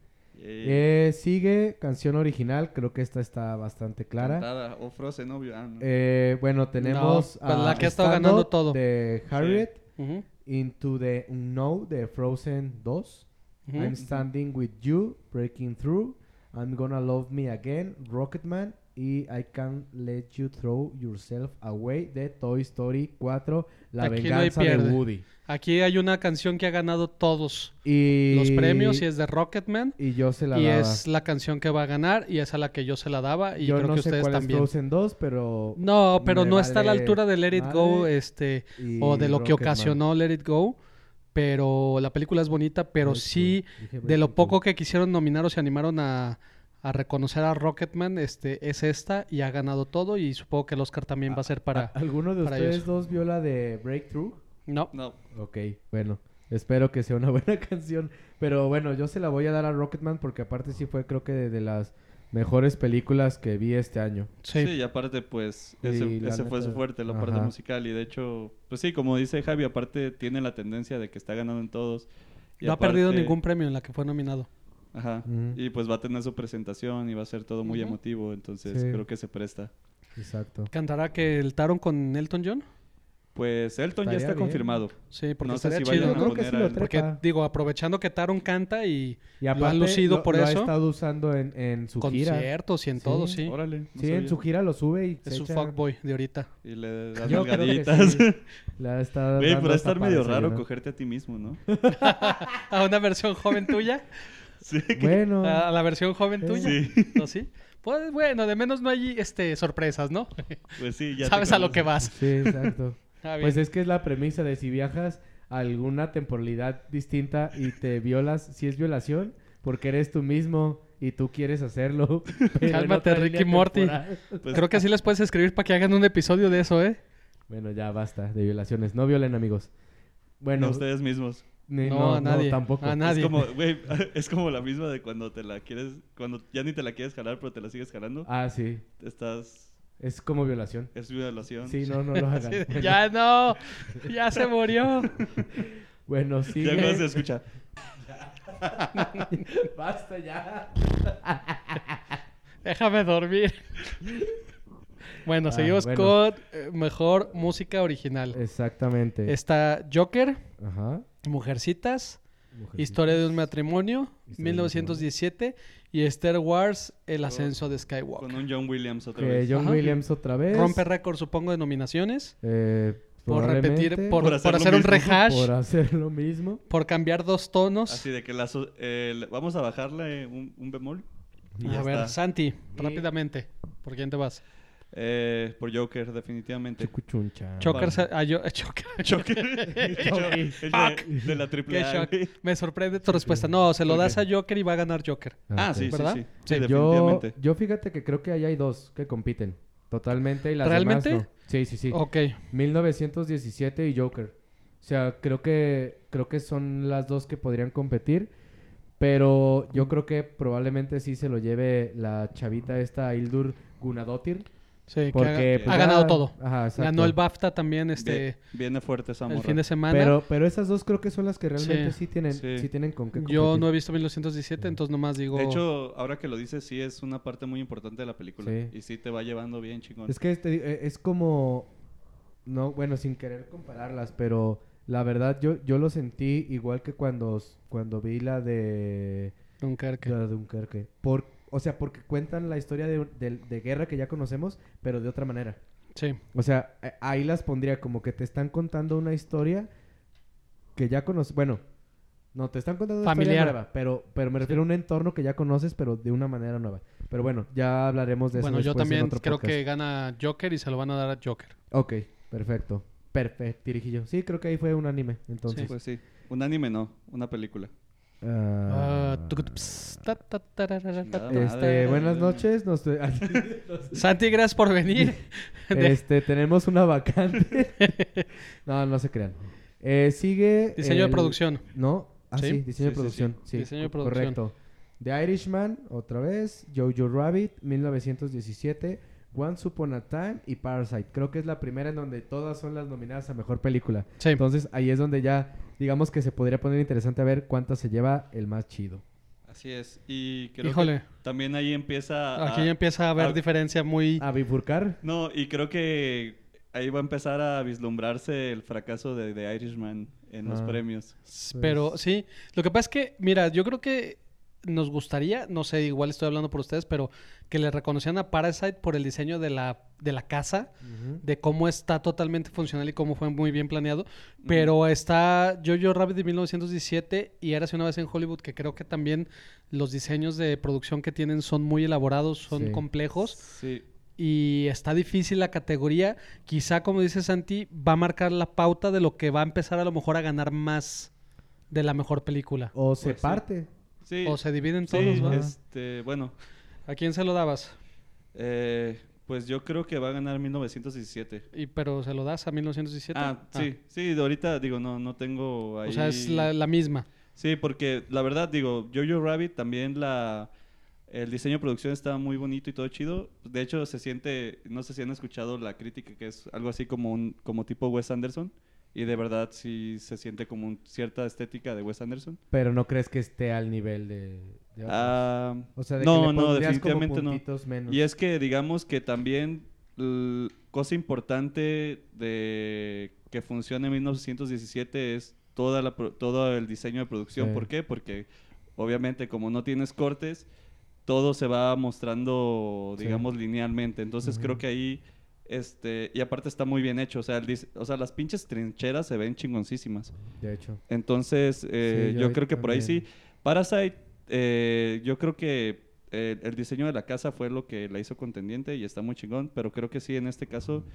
S1: Eh, sigue canción original, creo que esta está bastante clara.
S2: cantada, O Frozen, obvio. Ah, no.
S1: Eh, bueno, tenemos
S3: No, pues la que ha estado
S1: Stand
S3: ganando
S1: Up
S3: todo.
S1: de Harriet,
S3: Ujú,
S1: Into the Unknown de Frozen 2,
S3: ujú.
S1: I'm Standing With You, Breaking Through, I'm Gonna Love Me Again, Rocketman y I Can't Let You Throw Yourself Away de Toy Story 4, La
S3: Aquí no hay
S1: Venganza de
S3: pierde.
S1: Woody.
S3: Aquí hay una canción que ha ganado todos
S1: Y...
S3: los premios y es de Rocketman.
S1: y yo se la
S3: y
S1: daba.
S3: es la canción que va a ganar y es a la que yo se la daba y
S1: yo
S3: creo
S1: no
S3: que
S1: sé
S3: ustedes
S1: cuál es
S3: también.
S1: Frozen 2, pero...
S3: No, pero
S1: Me
S3: no está a la
S1: vale
S3: altura de Let It Go,
S1: madre.
S3: este,
S1: y
S3: o de lo que
S1: Rocketman.
S3: ocasionó Let It Go. Pero la película es bonita, pero
S1: Breakthrough.
S3: sí, de
S1: Dije
S3: lo
S1: Breakthrough.
S3: poco que quisieron nominar o se animaron a, a reconocer a Rocketman, este, es esta y ha ganado todo y supongo que el Oscar también
S1: Ah,
S3: va a ser para...
S1: ¿Alguno de
S3: para
S1: ustedes
S3: ellos.
S1: dos vio la de Breakthrough?
S3: No,
S2: No,
S1: Ok, bueno. Espero que sea una (laughs) buena canción. Pero bueno, yo se la voy a dar a Rocketman porque aparte sí fue creo que de, de las mejores películas que vi este año.
S2: Sí,
S3: sí.
S2: y aparte, pues,
S1: Sí,
S2: ese,
S1: la
S2: ese fue su
S1: neta.
S2: fuerte, la parte
S1: Ajá.
S2: musical. Y de hecho, pues sí, como dice Javi, aparte tiene la tendencia de que está ganando en todos. y
S3: no ha perdido
S2: aparte-
S3: ningún premio en la que fue nominado.
S2: Ajá.
S1: Ujú.
S2: Y pues va a tener su presentación y va a ser todo muy
S3: Ujú.
S2: emotivo. Entonces,
S1: Sí.
S2: creo que se presta.
S1: Exacto.
S3: ¿Cantará que el Taron con Elton John?
S2: Pues Elton ya
S1: Estaría
S2: está
S1: bien.
S2: confirmado.
S3: Sí, porque
S2: No sé
S3: estaría
S2: si
S3: chido,
S2: vayan a
S3: ¿no?
S1: Yo creo que
S2: poner
S1: sí lo
S2: a él.
S1: trae.
S3: Porque,
S1: Trepa.
S3: digo, aprovechando que Taron canta y
S1: Y
S3: Lo han
S1: aparte
S3: lucido
S1: lo-
S3: por
S1: lo ha
S3: eso.
S1: estado usando en, en su gira.
S3: conciertos y en
S1: Sí.
S3: todo, sí.
S2: Órale. no
S1: Sí, en
S2: sabía.
S1: su gira lo sube y
S3: Es
S1: se
S3: un
S1: echa-
S3: fuckboy de ahorita. (laughs)
S2: Y le das
S1: Yo creo que
S2: (laughs) nalgaditas.
S1: sí. (laughs) La está
S2: Güey, pero
S1: dando
S2: va a
S1: hasta
S2: estar
S1: para
S2: medio raro
S1: desayunar.
S2: cogerte a ti mismo,
S3: (laughs)
S2: ¿no?
S3: ¿A Ah, una versión joven tuya?
S1: (laughs)
S2: sí, que-
S1: Bueno,
S3: ¿A la versión joven tuya?
S2: Sí.
S3: ¿No sí? Pues bueno, de menos no hay este, sorpresas, ¿no?
S2: pues sí, (laughs) ya te
S3: Sabes a lo
S2: conoces.
S3: que vas.
S1: sí, exacto.
S3: Ah, bien.
S1: Pues es que es la premisa de si viajas a alguna temporalidad distinta y te violas, si es violación, porque eres tú mismo y tú
S3: (laughs)
S1: quieres hacerlo. pero en
S3: Cálmate,
S1: otra
S3: Ricky
S1: línea
S3: Morty.
S1: temporal.
S2: Pues,
S3: Creo que sí les puedes escribir para que hagan un episodio de eso, ¿eh?
S1: Bueno, ya basta de violaciones. No violen, amigos. Bueno,
S2: a ustedes mismos.
S1: ni-
S3: No,
S1: no,
S3: a nadie.
S1: tampoco.
S3: A nadie.
S2: Es como, güey, (laughs) es como la misma de cuando te la quieres, cuando ya ni te la quieres jalar, pero te la sigues jalando.
S1: Ah, sí.
S2: Estás,
S1: Es como violación.
S2: es violación.
S1: Sí, no, no
S3: (laughs)
S1: lo hagan.
S3: Así de,
S1: Bueno,
S3: ya no, ya se
S1: (laughs)
S3: murió.
S1: Bueno, sí.
S2: Ya no se
S3: (laughs)
S2: escucha.
S3: (laughs)
S1: Basta ya.
S3: Déjame dormir. (laughs) Bueno,
S1: Ah,
S3: seguimos
S1: bueno.
S3: con eh, mejor música original.
S1: Exactamente.
S3: Está Joker,
S1: Ajá.
S3: Mujercitas,
S1: Mujercitas.
S3: Historia de un matrimonio,
S1: Historia de un
S3: 1917 y Star Wars, El ascenso de Skywalker.
S2: Con un John Williams otra
S1: Que
S2: vez.
S1: John
S3: Ajá.
S1: Williams otra vez.
S3: Rompe récord, supongo, de nominaciones.
S1: Eh,
S3: Por repetir,
S1: probablemente.
S3: por, por
S2: Por
S3: hacer,
S2: hacer lo
S3: un
S2: mismo.
S3: rehash,
S1: por
S3: por...
S1: hacer lo mismo.
S3: cambiar dos tonos.
S2: Así de que la, so- el- vamos a bajarle un, un bemol. y
S3: A
S2: ya
S3: ver,
S2: está.
S3: Santi, rápidamente. ¿Por quién te vas?
S1: Ah,
S2: Eh, por Joker, (laughs) definitivamente.
S1: Chucuchuncha.
S3: Choker,
S2: vale.
S3: se- ah, yo- (laughs) Joker.
S2: Joker.
S3: (laughs)
S2: Es de, de la triple
S3: Qué
S2: A,
S3: shock.
S2: güey.
S3: Me sorprende tu respuesta. No, se lo
S2: ¿Por
S3: das
S2: qué?
S3: a Joker y va a ganar Joker.
S2: (laughs) Ah, sí, sí,
S3: ¿Verdad?
S2: sí.
S3: Sí.
S2: Sí,
S1: Yo,
S2: definitivamente.
S1: yo fíjate que creo que ahí hay dos que compiten. Totalmente. Y las
S3: ¿Realmente?
S1: demás no. Sí, sí, sí.
S3: Ok.
S1: 1917 y Joker. O sea, creo que, creo que son las dos que podrían competir. Pero yo creo que probablemente sí se lo lleve la chavita esta Hildur Gunadotir.
S3: Sí, que haga-
S1: Porque
S2: haga-
S1: pues,
S3: ha
S1: ya-
S3: ganado todo.
S1: Ajá, exacto.
S3: Ganó el BAFTA también este
S2: Ve- Viene fuerte esa
S3: el
S2: morra.
S3: fin de semana.
S1: Pero, pero esas dos creo que son las que realmente
S3: Sí.
S1: sí, tienen,
S2: Sí.
S1: sí tienen con qué
S3: Yo
S1: competir.
S3: no he visto 1917, entonces nomás digo...
S2: De hecho, ahora que lo dices, sí es una parte muy importante de la película.
S1: Sí.
S2: Y sí te va llevando bien, chingón.
S1: Es que este, eh, es como... No, bueno, sin querer compararlas, pero la verdad yo, yo lo sentí igual que cuando, cuando vi la de...
S3: Dunkerque.
S1: La de Dunkerque. Por, o sea, porque cuentan la historia de, de- de guerra que ya conocemos, pero de otra manera.
S3: Sí.
S1: O sea, eh, ahí las pondría como que te están contando una historia que ya conoces. Bueno, no, te están contando una
S3: Familiar.
S1: historia nueva, pero, pero me refiero a un entorno que ya conoces, pero de una manera nueva. Pero bueno, ya hablaremos de eso.
S3: Bueno, yo
S1: después en
S3: también
S1: otro
S3: creo que
S1: podcast.
S3: gana Joker y se lo van a dar a Joker.
S1: Ok, perfecto. Perfecto, dirijillo. Sí, creo que ahí fue un anime. Entonces.
S2: Pues sí. Un anime no, una película.
S1: ah,
S3: Ah, tucu- ps, ta- ta- tararara, ta-
S2: Chingada
S1: este,
S2: madre.
S1: buenas noches. Nos, (laughs)
S3: Santi, gracias por venir. (laughs) De-
S1: Este, tenemos una vacante. (laughs) no, no se crean. Eh, sigue.
S3: Diseño de
S1: el-
S3: producción.
S1: No, ah,
S3: Sí.
S1: sí, diseño
S2: Sí, sí,
S1: de
S2: sí.
S1: producción. Sí,
S3: Diseño de
S1: co-
S3: producción.
S1: Correcto. The Irishman, otra vez. Jojo Rabbit, 1917. Once Upon a Time y Parasite. Creo que es la primera en donde todas son las nominadas a mejor película.
S3: Sí.
S1: Entonces ahí es donde ya, digamos que se podría poner interesante a ver cuántas se lleva el más chido.
S2: Así es. Y creo
S3: Híjole.
S2: que también ahí empieza a-
S3: Aquí
S1: ah,
S3: ya empieza a haber
S2: a-
S3: diferencia muy...
S1: A bifurcar.
S2: No, y creo que ahí va a empezar a vislumbrarse el fracaso de The Irishman en los
S1: Ah.
S2: premios.
S3: Pero sí, lo que pasa es que, mira, yo creo que nos gustaría, no sé, igual estoy hablando por ustedes, pero que le reconocieran a Parasite por el diseño de la, de la casa,
S1: Ujú.
S3: de cómo está totalmente funcional y cómo fue muy bien planeado. Pero está Jojo Rabbit de 1917 y Érase una vez en Hollywood, que creo que también los diseños de producción que tienen son muy elaborados, son
S1: Sí.
S3: complejos
S2: Sí.
S3: y está difícil la categoría. Quizá, como dice Santi, va a marcar la pauta de lo que va a empezar a lo mejor a ganar más de la mejor película.
S1: O se
S2: Pues sí.
S1: parte.
S2: Sí.
S3: O se dividen
S2: sí,
S3: todos, ¿va?
S2: este, bueno,
S3: ¿A quién se lo dabas?
S2: eh, pues yo creo que va a ganar 1917.
S3: Y, pero se lo das a 1917.
S2: Ah, sí, sí, de ahorita digo, no, no tengo ahí.
S3: Ah. O sea, es la, la misma.
S2: Sí, porque la verdad, digo, Jojo Rabbit también la... El diseño de producción está muy bonito y todo chido. De hecho, se siente, no sé si han escuchado la crítica que es algo así como un, como tipo Wes Anderson. Y de verdad sí se siente como un- cierta estética de Wes Anderson.
S1: Pero no crees que esté al nivel de. de otros?
S2: Ah,
S1: pues. o sea, de
S2: no,
S1: que le
S2: no,
S1: pondrías
S2: definitivamente
S1: como
S2: no.
S1: puntitos menos.
S2: Y es que digamos que también l- cosa importante de que funcione en 1917 es toda la pro- todo el diseño de producción.
S1: Sí.
S2: ¿Por qué? Porque obviamente como no tienes cortes, todo se va mostrando,
S1: Sí.
S2: digamos, linealmente. Entonces creo
S1: Ujú.
S2: que ahí, este, y aparte está muy bien hecho. O sea, el dis- o sea las pinches trincheras se ven chingoncísimas.
S1: De hecho.
S2: Entonces, eh,
S1: yo
S2: yo
S1: ahí
S2: creo que por ahí sí.
S1: también.
S2: Parasite, eh, yo creo que eh, el diseño de la casa fue lo que la hizo contendiente y está muy chingón, pero creo que sí, en este caso,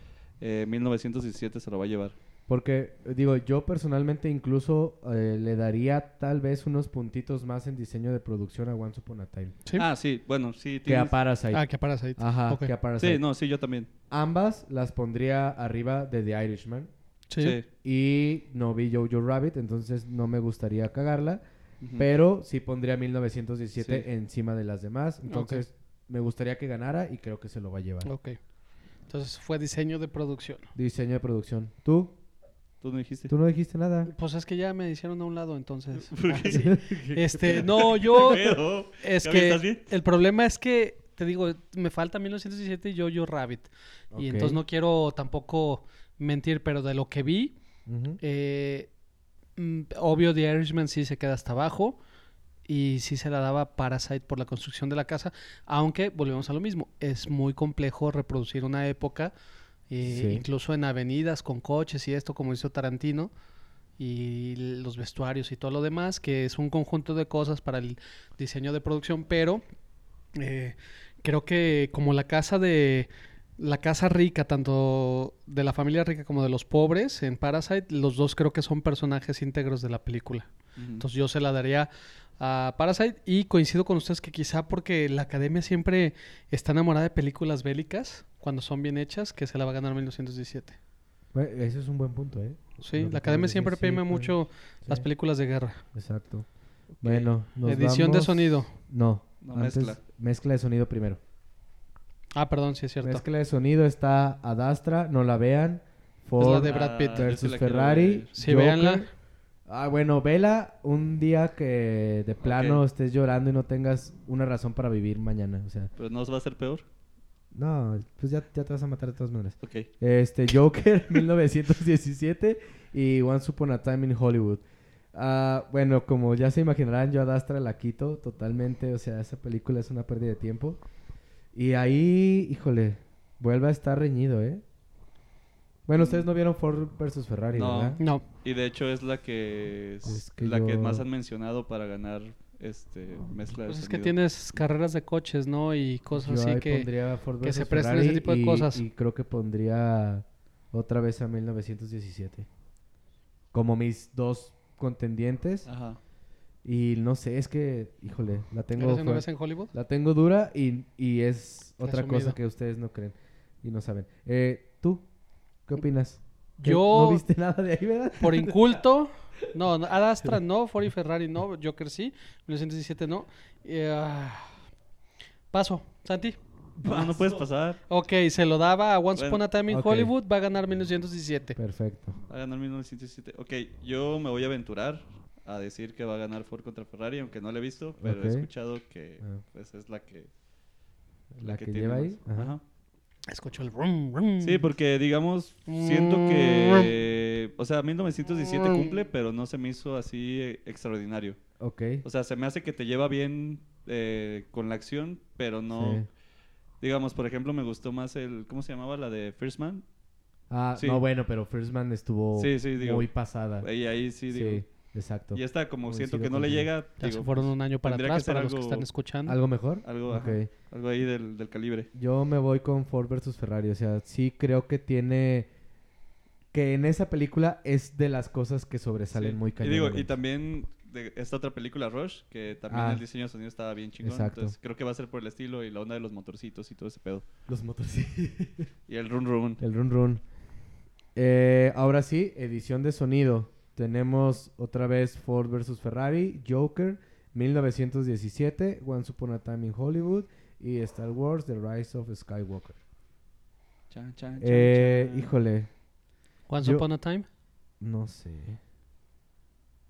S2: eh, 1917 se lo va a llevar.
S1: Porque, digo, yo personalmente incluso eh, le daría tal vez unos puntitos más en diseño de producción a Once Upon a Time.
S3: ¿Sí?
S2: Ah, sí, bueno, sí.
S1: Que a
S2: Tienes...
S1: Parasite.
S3: Ah, que Parasite.
S1: Ajá,
S3: Ok.
S1: que a Parasite.
S2: Sí, no, sí, yo también.
S1: Ambas las pondría arriba de The Irishman.
S3: Sí.
S2: Sí.
S1: Y no vi Jojo Rabbit, entonces no me gustaría cagarla.
S2: Ujú.
S1: Pero sí pondría 1917
S2: Sí.
S1: encima de las demás. Entonces me gustaría que ganara y creo que se lo va a llevar.
S3: Ok. Entonces fue diseño de producción.
S1: Diseño de producción. ¿Tú?
S2: Tú no dijiste.
S1: Tú no dijiste nada.
S3: Pues es que ya me hicieron a un lado, entonces.
S2: (laughs) ¿Por qué? (laughs)
S3: Este, no, yo.
S2: Pero,
S3: Es
S2: Gaby,
S3: que
S2: ¿estás bien?
S3: el problema es que, te digo, me falta 1917 y yo, yo Rabbit.
S1: Ok.
S3: Y entonces no quiero tampoco mentir, pero de lo que vi,
S1: Ujú.
S3: eh, mm, obvio The Irishman sí se queda hasta abajo y sí se la daba Parasite por la construcción de la casa, aunque volvemos a lo mismo, es muy complejo reproducir una época, eh,
S1: Sí.
S3: incluso en avenidas con coches y esto como hizo Tarantino y los vestuarios y todo lo demás, que es un conjunto de cosas para el diseño de producción, pero eh, creo que como la casa de la casa rica, tanto de la familia rica como de los pobres en Parasite, los dos creo que son personajes íntegros de la película.
S2: Ujú.
S3: Entonces yo se la daría a Parasite y coincido con ustedes que quizá porque la academia siempre está enamorada de películas bélicas cuando son bien hechas, que se la va a ganar 1917.
S1: Bueno, eso es un buen punto, ¿eh?
S3: Sí,
S1: Lo que
S3: la academia
S1: acabas de
S3: siempre
S1: decir,
S3: premia
S1: pues,
S3: mucho las
S1: sí,
S3: películas de guerra.
S1: Exacto. Bueno, nos
S3: Edición de
S1: vamos-
S3: sonido.
S1: No,
S2: No,
S1: antes-
S2: mezcla.
S1: mezcla. de sonido primero.
S3: Ah, perdón, sí es cierto.
S1: Mezcla de sonido está Adastra, no la vean. Ford
S3: la de Brad Pitt.
S2: Ah, yo sí
S1: versus
S2: la quiero
S1: Ferrari.
S2: ver.
S3: Sí,
S1: Joker.
S3: véanla.
S1: Ah, bueno, vela un día que de plano estés llorando y no tengas una razón para vivir mañana. O sea,
S2: Pero no va a ser peor.
S1: no, pues ya, ya te vas a matar de todas maneras.
S2: Ok.
S1: Este, Joker (laughs) 1917 y Once Upon a Time in Hollywood. Ah, bueno, como ya se imaginarán, yo a Dastra la quito totalmente. O sea, esa película es una pérdida de tiempo. Y ahí, híjole, vuelve a estar reñido, ¿eh? Bueno, ustedes no vieron Ford versus Ferrari,
S2: No.
S1: ¿verdad?
S3: No,
S2: Y de hecho es la que, es
S1: Es que
S2: la que
S1: yo-
S2: más han mencionado para ganar este mezcla de
S3: pues es que
S2: sonido.
S3: tienes carreras de coches, ¿no? Y
S1: Yo
S3: cosas así
S1: ahí
S3: que...
S1: pondría Ford
S3: que se
S1: versus
S3: prestan
S1: Ferrari
S3: ese tipo de
S1: y-
S3: cosas.
S1: Y creo que pondría otra vez a 1917. Como mis dos contendientes.
S2: Ajá.
S1: Y no sé, es que, híjole, la tengo,
S3: ¿Eres una
S1: fue-
S3: vez en Hollywood?
S1: la tengo dura y, y es otra
S3: Presumido.
S1: cosa que ustedes no creen y no saben. Eh, ¿Tú qué opinas? ¿Qué-
S3: Yo-
S1: No viste nada de ahí, ¿verdad?
S3: Por inculto. No, no, Ad Astra no, Ford y Ferrari no, Joker sí, 1917 no. Eh, ah, paso, Santi.
S2: No, no puedes pasar.
S3: Ok, se lo daba a Once
S2: Bueno,
S3: Upon a Time in
S1: ok.
S3: Hollywood, va a ganar 1917.
S1: Perfecto.
S2: Va a ganar 1917. Ok, yo me voy a aventurar a decir que va a ganar Ford contra Ferrari, aunque no lo he visto, pero
S1: Ok.
S2: he escuchado que
S1: Ah.
S2: pues, es la que,
S1: La, que,
S2: tiene
S1: lleva
S2: más.
S1: ahí. ajá.
S2: Ajá.
S3: Escucho el rum, rum.
S2: Sí, porque digamos, siento que. O sea, 1917 cumple, pero no se me hizo así eh, extraordinario.
S1: Ok.
S2: O sea, se me hace que te lleva bien eh, con la acción, pero no.
S1: Sí.
S2: Digamos, por ejemplo, me gustó más el. ¿Cómo se llamaba? La de First Man.
S1: Ah,
S2: Sí.
S1: no, bueno, pero First Man estuvo
S2: Sí, sí, digo.
S1: muy pasada.
S2: Y ahí sí,
S1: Ah. Sí,
S2: digo.
S1: exacto.
S2: Y este? esta, como siento
S1: Coincido
S2: que no le
S1: contigo.
S2: llega.
S3: Ya
S2: digo, pues,
S3: se fueron un año para
S2: tendría que
S3: atrás
S2: ser
S3: para los que
S2: algo-
S3: están escuchando.
S1: ¿Algo mejor?
S2: Algo, ajá,
S1: Ok.
S2: algo ahí del, del calibre.
S1: Yo me voy con Ford versus Ferrari. O sea, sí creo que tiene. Que en esa película es de las cosas que sobresalen
S2: Sí.
S1: muy
S2: Y digo, y
S1: cañonamente.
S2: también de esta otra película, Rush, que también
S1: Ah.
S2: el diseño de sonido estaba bien chingón.
S1: Exacto.
S2: Entonces creo que va a ser por el estilo y la onda de los motorcitos y todo ese pedo.
S1: Los
S2: (laughs)
S1: motos, sí.
S2: Y el run run.
S1: El run run. Eh, ahora sí, edición de sonido. Tenemos otra vez Ford vs. Ferrari, Joker, 1917, Once Upon a Time in Hollywood y Star Wars, The Rise of Skywalker.
S2: Chan, chan, chan,
S1: Eh,
S2: chan.
S1: híjole,
S3: Once
S1: Yo-
S3: Upon a Time,
S1: no sé.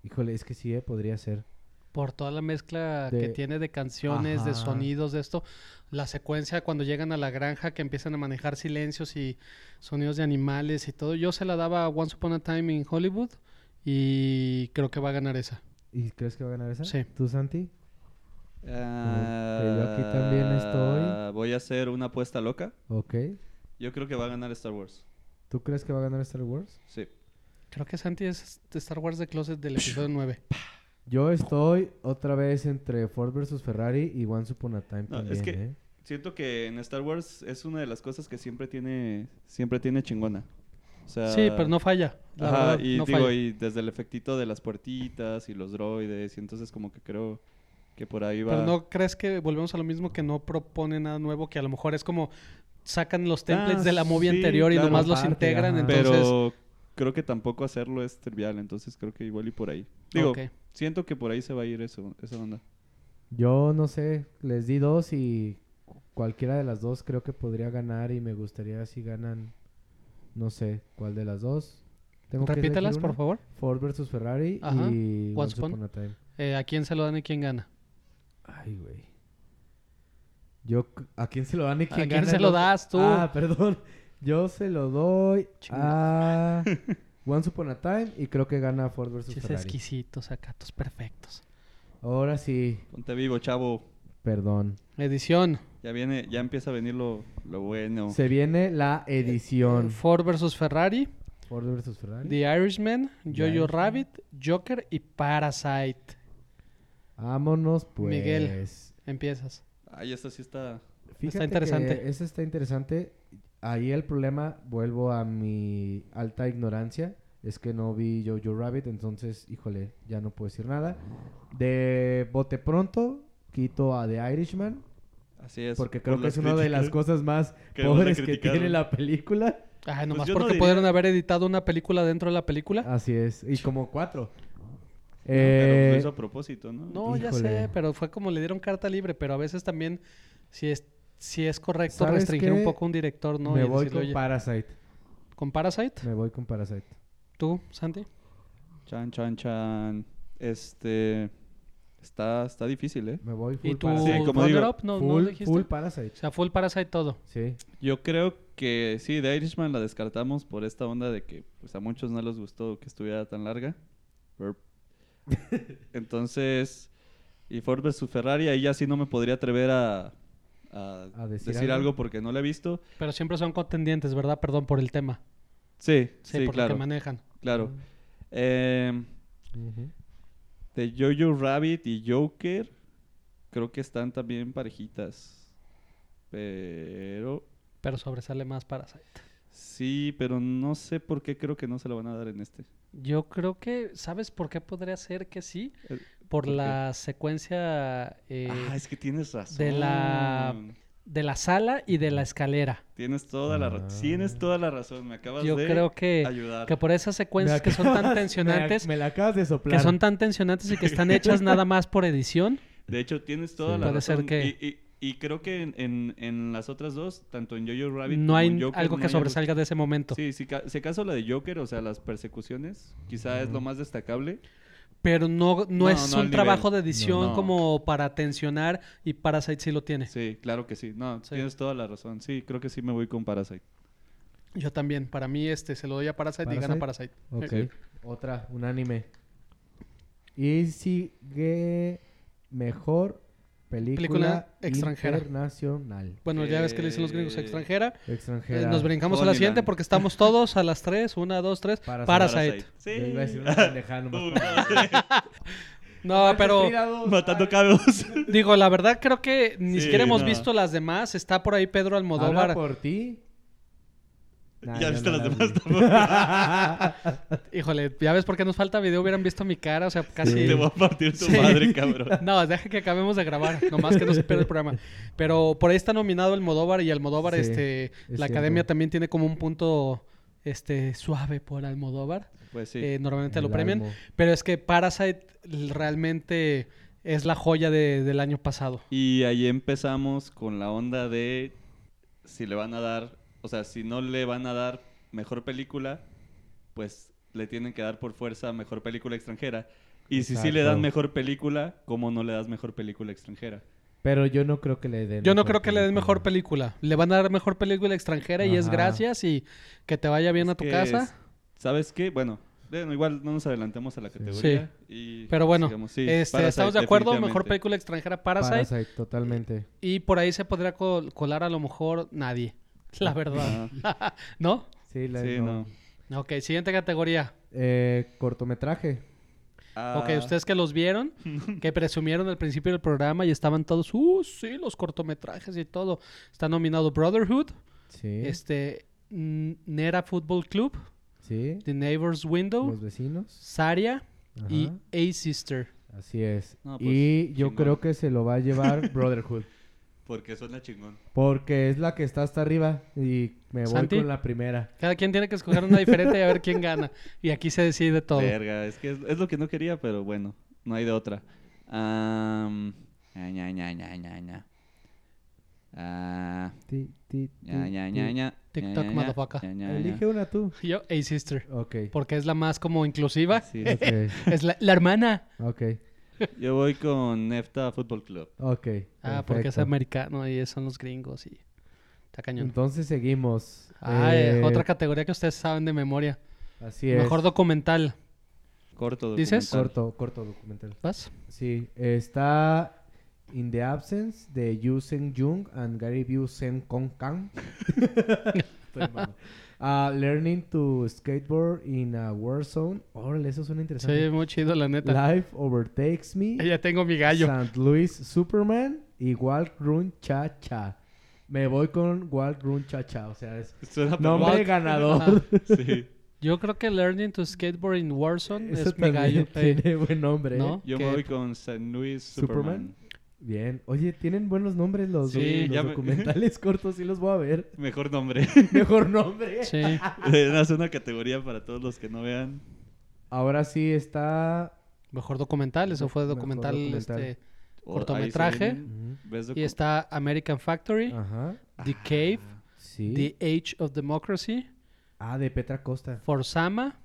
S1: Híjole, es que sí, eh, podría ser.
S3: por toda la mezcla que
S1: De-
S3: tiene de canciones, de
S1: Ajá.
S3: sonidos, de esto. La secuencia cuando llegan a la granja, que empiezan a manejar silencios y sonidos de animales y todo. Yo se la daba a Once Upon a Time in Hollywood y creo que va a ganar esa.
S1: ¿Y crees que va a ganar esa?
S3: Sí.
S1: ¿Tú, Santi?
S2: Ah,
S1: que yo aquí también estoy.
S2: Voy a hacer una apuesta loca.
S1: Ok.
S2: Yo creo que va a ganar Star Wars.
S1: ¿Tú crees que va a ganar Star Wars?
S2: Sí.
S3: Creo que Santi es de Star Wars The Closet del
S1: (laughs)
S3: episodio 9.
S1: Yo estoy otra vez entre Ford vs. Ferrari y Once Upon a Time
S2: No,
S1: también,
S2: es que-
S1: ¿eh?
S2: Siento que en Star Wars es una de las cosas que siempre tiene, siempre tiene chingona. O sea,
S3: Sí, pero no falla. La
S2: Ah. ajá,
S3: verdad,
S2: y
S3: no
S2: digo,
S3: falla.
S2: y desde el efectito de las puertitas y los droides, y entonces como que creo que por ahí va.
S3: Pero no crees que volvemos a lo mismo que no propone nada nuevo, que a lo mejor es como sacan los templates
S2: Ah,
S3: de la movie
S2: sí,
S3: anterior y
S2: claro.
S3: nomás los
S1: Aparte,
S3: integran,
S1: ajá.
S3: entonces
S2: pero creo que tampoco hacerlo es trivial, entonces creo que igual y por ahí. Digo,
S3: Ok.
S2: siento que por ahí se va a ir eso, esa onda.
S1: Yo no sé, les di dos y cu- cualquiera de las dos creo que podría ganar y me gustaría si ganan, no sé, cuál de las dos. Tengo que
S3: repítelas
S1: elegir
S3: por
S1: una.
S3: favor.
S1: Ford versus Ferrari
S3: Ajá.
S1: y
S3: Once
S1: Once
S3: Upon-
S1: Upon a Time.
S3: Eh, ¿A quién se lo dan y quién gana?
S1: Ay, güey. Yo, c- ¿a quién se lo dan y quién
S3: quién
S1: gana
S3: se
S1: es
S3: lo
S1: que-
S3: das tú?
S1: Ah, (laughs) perdón. Yo se lo doy
S3: (laughs)
S1: a Once Upon a Time y creo que gana Ford versus
S3: Chis
S1: Ferrari.
S3: exquisitos, acatos perfectos.
S1: Ahora sí,
S2: Ponte vivo, chavo.
S1: perdón.
S3: Edición.
S2: Ya viene, ya empieza a venir lo, lo bueno.
S1: Se viene la edición
S3: Ford versus Ferrari,
S1: Ford versus Ferrari.
S3: The Irishman, Jojo
S1: Irishman.
S3: Rabbit, Joker y Parasite.
S1: Vámonos, pues.
S3: Miguel. Empiezas.
S2: Ay, esta sí está.
S1: Fíjate
S3: interesante.
S1: Que ese está interesante. Ahí el problema, vuelvo a mi alta ignorancia, es que no vi Jojo Rabbit, entonces, híjole, ya no puedo decir nada. De bote pronto, quito a The Irishman,
S2: Así es.
S1: porque
S2: por
S1: creo que
S2: las
S1: es una de
S2: críticas.
S1: las cosas más
S2: (laughs) que van a
S1: pobres que
S2: criticar,
S1: tiene
S2: ¿no?
S3: (laughs)
S1: la película.
S3: Ay,
S1: Pues
S3: nomás
S2: yo no
S3: porque
S2: diría-
S3: pudieron haber editado una película dentro de la película.
S1: Así es, y como cuatro.
S2: No, pero
S1: Eh,
S3: pues
S2: lo hizo a propósito, ¿no?
S3: No, ya
S1: Híjole.
S3: sé, pero fue como le dieron carta libre, pero a veces también si es, si es correcto
S1: ¿Sabes
S3: restringir un
S1: qué?
S3: poco un director, ¿no?
S1: me
S3: Y
S1: voy
S3: decirle,
S1: con
S3: "Oye,
S1: Parasite.
S3: ¿con Parasite?
S1: Me voy con Parasite.
S3: ¿Tú, Santi?
S2: Chan, chan, chan. Este. Está, está difícil, ¿eh?
S1: Me voy full
S3: ¿Y tu
S1: Parasite.
S2: Sí, como digo,
S3: runner-up? No, no
S1: full,
S3: dijiste.
S1: full
S3: O
S1: Parasite.
S3: sea, full Parasite todo.
S1: Sí.
S2: Yo creo que sí, The Irishman la descartamos por esta onda de que pues, a muchos no les gustó que estuviera tan larga. Burp. Entonces, y Ford vs Ferrari, ahí ya sí no me podría atrever a, a
S1: A decir
S2: decir,
S1: algo.
S2: algo. porque no la he visto.
S3: Pero siempre son contendientes, ¿verdad? Perdón por el tema.
S2: Sí,
S3: Sí,
S2: sí,
S3: por lo
S2: claro.
S3: que manejan.
S2: Claro. Eh, de Jojo Rabbit y Joker, creo que están también parejitas. Pero
S3: Pero sobresale más Parasite.
S2: sí, pero no sé por qué creo que no se la van a dar en este.
S3: Yo creo que, ¿sabes por qué podría ser que sí?
S2: Eh,
S3: Por
S2: ¿por qué?
S3: la secuencia eh,
S2: ah, es que tienes razón.
S3: de la- de la sala y de la escalera.
S2: Tienes toda la
S1: Ah.
S2: razón. Tienes toda la razón. Me acabas
S3: Yo
S2: de
S3: creo que,
S2: ayudar.
S3: que por esas secuencias pues, que son tan tensionantes,
S1: (laughs) Me, la acabas de
S3: que
S1: soplar.
S3: son tan tensionantes y que están
S2: (laughs)
S3: hechas nada más por edición.
S2: De hecho, tienes
S1: Sí.
S2: toda la
S3: Puede ser
S2: razón.
S3: que-
S2: Y, y- y creo que en, en- en las otras dos, tanto en Jojo Rabbit
S3: No
S2: como
S3: hay
S2: en Joker,
S3: algo
S2: no
S3: que
S2: hay
S3: sobresalga de ese momento.
S2: Sí, si, ca- si acaso la de Joker, o sea, las persecuciones, quizá es lo más destacable.
S3: pero no, no,
S2: No,
S3: es
S2: no
S3: un
S2: al
S3: trabajo de
S2: nivel.
S3: edición
S2: No, no.
S3: como para tensionar y Parasite sí lo tiene.
S2: Sí, claro que sí. No,
S3: Sí.
S2: tienes toda la razón. Sí, creo que sí me voy con Parasite.
S3: Yo también, para mí este se lo doy a Parasite, y gana Parasite.
S1: Ok. Otra, un anime. Y sigue mejor película,
S3: Película extranjera.
S1: internacional.
S3: Bueno, ya ves que le dicen los gringos
S2: Eh,
S3: extranjera. Eh,
S1: Extranjera.
S3: nos brincamos a la
S2: Homeland.
S3: siguiente porque estamos todos a las 3, 1, 2, 3.
S1: Parasite.
S3: Parasite.
S1: Yo iba a decir
S2: (laughs)
S1: una pendejada nomás
S2: Uy,
S1: para-
S3: (laughs) No, pero
S1: Respira dos,
S2: (laughs) Matando
S1: ay.
S2: cabos.
S3: digo, la verdad creo que ni
S2: Sí,
S3: siquiera hemos
S2: no.
S3: visto las demás. Está por ahí Pedro
S1: Habla
S3: Almodóvar.
S1: por ti. Nah,
S2: Ya
S1: yo
S2: viste
S1: no
S2: las
S1: la
S2: demás
S1: vi.
S3: (laughs) Híjole, ya ves por qué nos falta video, hubieran visto mi cara, o sea, casi...
S2: Te voy a partir tu
S3: Sí.
S2: madre, cabrón.
S3: No, deja que acabemos de grabar, nomás que no se pierda el programa. Pero por ahí está nominado Almodóvar y Almodóvar,
S1: Sí,
S3: este, la
S1: cierto.
S3: academia también tiene como un punto este suave por Almodóvar.
S2: Pues sí.
S3: Eh, normalmente lo
S1: El
S3: premian.
S1: Almo.
S3: Pero es que Parasite l- realmente es la joya de- del año pasado.
S2: Y ahí empezamos con la onda de si le van a dar, o sea, si no le van a dar mejor película, pues le tienen que dar por fuerza mejor película extranjera. Y si sí le
S1: Exacto.
S2: dan mejor película, ¿cómo no le das mejor película extranjera?
S1: Pero yo no creo que le den.
S3: Yo no
S1: mejor
S3: creo que le den mejor película. Le van a dar mejor película extranjera y es
S1: Ajá.
S3: gracias y que te vaya bien a tu
S2: Que
S3: casa.
S2: es- ¿Sabes qué? Bueno, bueno, igual no nos adelantemos a la categoría. y
S3: Pero bueno,
S2: sigamos. Sí,
S3: este,
S2: Parasite,
S3: estamos de acuerdo, mejor
S2: definitivamente.
S3: película extranjera Parasite,
S1: Parasite, totalmente.
S3: y por ahí se podría col- colar a lo mejor nadie, (laughs) la verdad. ¿No?
S1: Sí, la
S2: Ah, Sí,
S1: no.
S2: no.
S3: Ok, siguiente categoría.
S1: Eh, cortometraje.
S2: Ah,
S3: Ok, ustedes que los
S1: (laughs)
S3: vieron, que presumieron al principio del programa y estaban todos, uh, sí, los cortometrajes y todo. Está nominado Brotherhood,
S1: Sí.
S3: este, N- Nera Football Club,
S1: Sí.
S3: The Neighbor's Window,
S1: Los vecinos.
S3: Saria y
S1: Ajá.
S3: A Sister.
S1: Así es.
S2: No, pues,
S1: y yo
S2: chingón.
S1: creo que se lo va
S3: (laughs)
S1: a llevar Brotherhood.
S2: Porque suena chingón.
S1: Porque es la que está hasta arriba. Y me voy
S3: Santi.
S1: con la primera.
S3: Cada quien tiene que escoger una diferente y a ver quién gana. Y aquí se decide todo.
S2: Verga, es que es, es lo que no quería, pero bueno, no hay de otra. Am, ña, ña, ña, ña, ña, ña. Ah,
S1: Ti, ti, ti,
S2: ña, ña,
S1: ti.
S2: ña, ña,
S3: Mm, TikTok,
S2: ña, ña, ña,
S3: motherfucker.
S2: ña, ña, ña.
S1: Elige una tú.
S3: Yo, A Sister,
S1: Ok.
S3: porque es la más como inclusiva.
S2: Sí,
S1: Ok.
S3: Es la, la hermana.
S1: Ok.
S2: yo voy con Nefta Fútbol Club.
S1: Ok.
S3: Ah, porque es
S1: perfecto.
S3: americano y son los gringos y está cañón.
S1: Entonces seguimos.
S3: Ah, eh,
S1: Eh,
S3: otra categoría que ustedes saben de memoria.
S1: Así es.
S3: Mejor documental.
S2: Corto
S3: ¿Dices?
S2: documental.
S1: corto, corto documental.
S3: ¿Vas?
S1: Sí, está In the Absence de Yu Sen Jung and Gary View Sen Kong Kang. (laughs) Estoy mamando. Ah, learning to skateboard in a war zone. Órale, eso suena
S3: Se
S1: interesante.
S3: oye muy chido, la neta.
S1: Life overtakes me.
S3: Ya tengo mi gallo.
S1: St. Louis Superman y Walt Run Cha Cha. Me voy con Walt Run Cha Cha. O sea,
S3: (laughs)
S1: es
S2: Suena
S1: nombre
S3: Walt-
S1: ganador.
S3: Ajá.
S2: perfecto. Sí.
S3: Yo creo que Learning to Skateboard in Warzone
S1: (laughs) Eso
S3: es mi
S1: también
S3: gallo. Eh,
S1: tiene buen nombre. ¿eh?
S3: ¿No?
S2: Yo
S3: ¿Qué?
S2: me voy con San Luis Superman.
S1: Bien. Oye, tienen buenos nombres los,
S2: Sí,
S1: los
S2: ya me- (laughs)
S1: documentales cortos. Sí los voy a ver. (laughs)
S2: Mejor
S3: (laughs)
S2: nombre.
S1: Mejor nombre.
S3: Sí.
S2: es una categoría para todos los que no vean.
S1: Ahora sí está.
S3: Mejor documental, eso fue
S1: Mejor
S3: documental.
S1: documental.
S3: Este,
S2: O- ahí
S3: Cortometraje.
S2: se vienen. ¿Ves docu-
S3: y está American Factory,
S1: Ajá.
S3: The Cave,
S1: Ah. Sí.
S3: The Age of Democracy,
S1: Ah, de Petra Costa.
S3: Forzama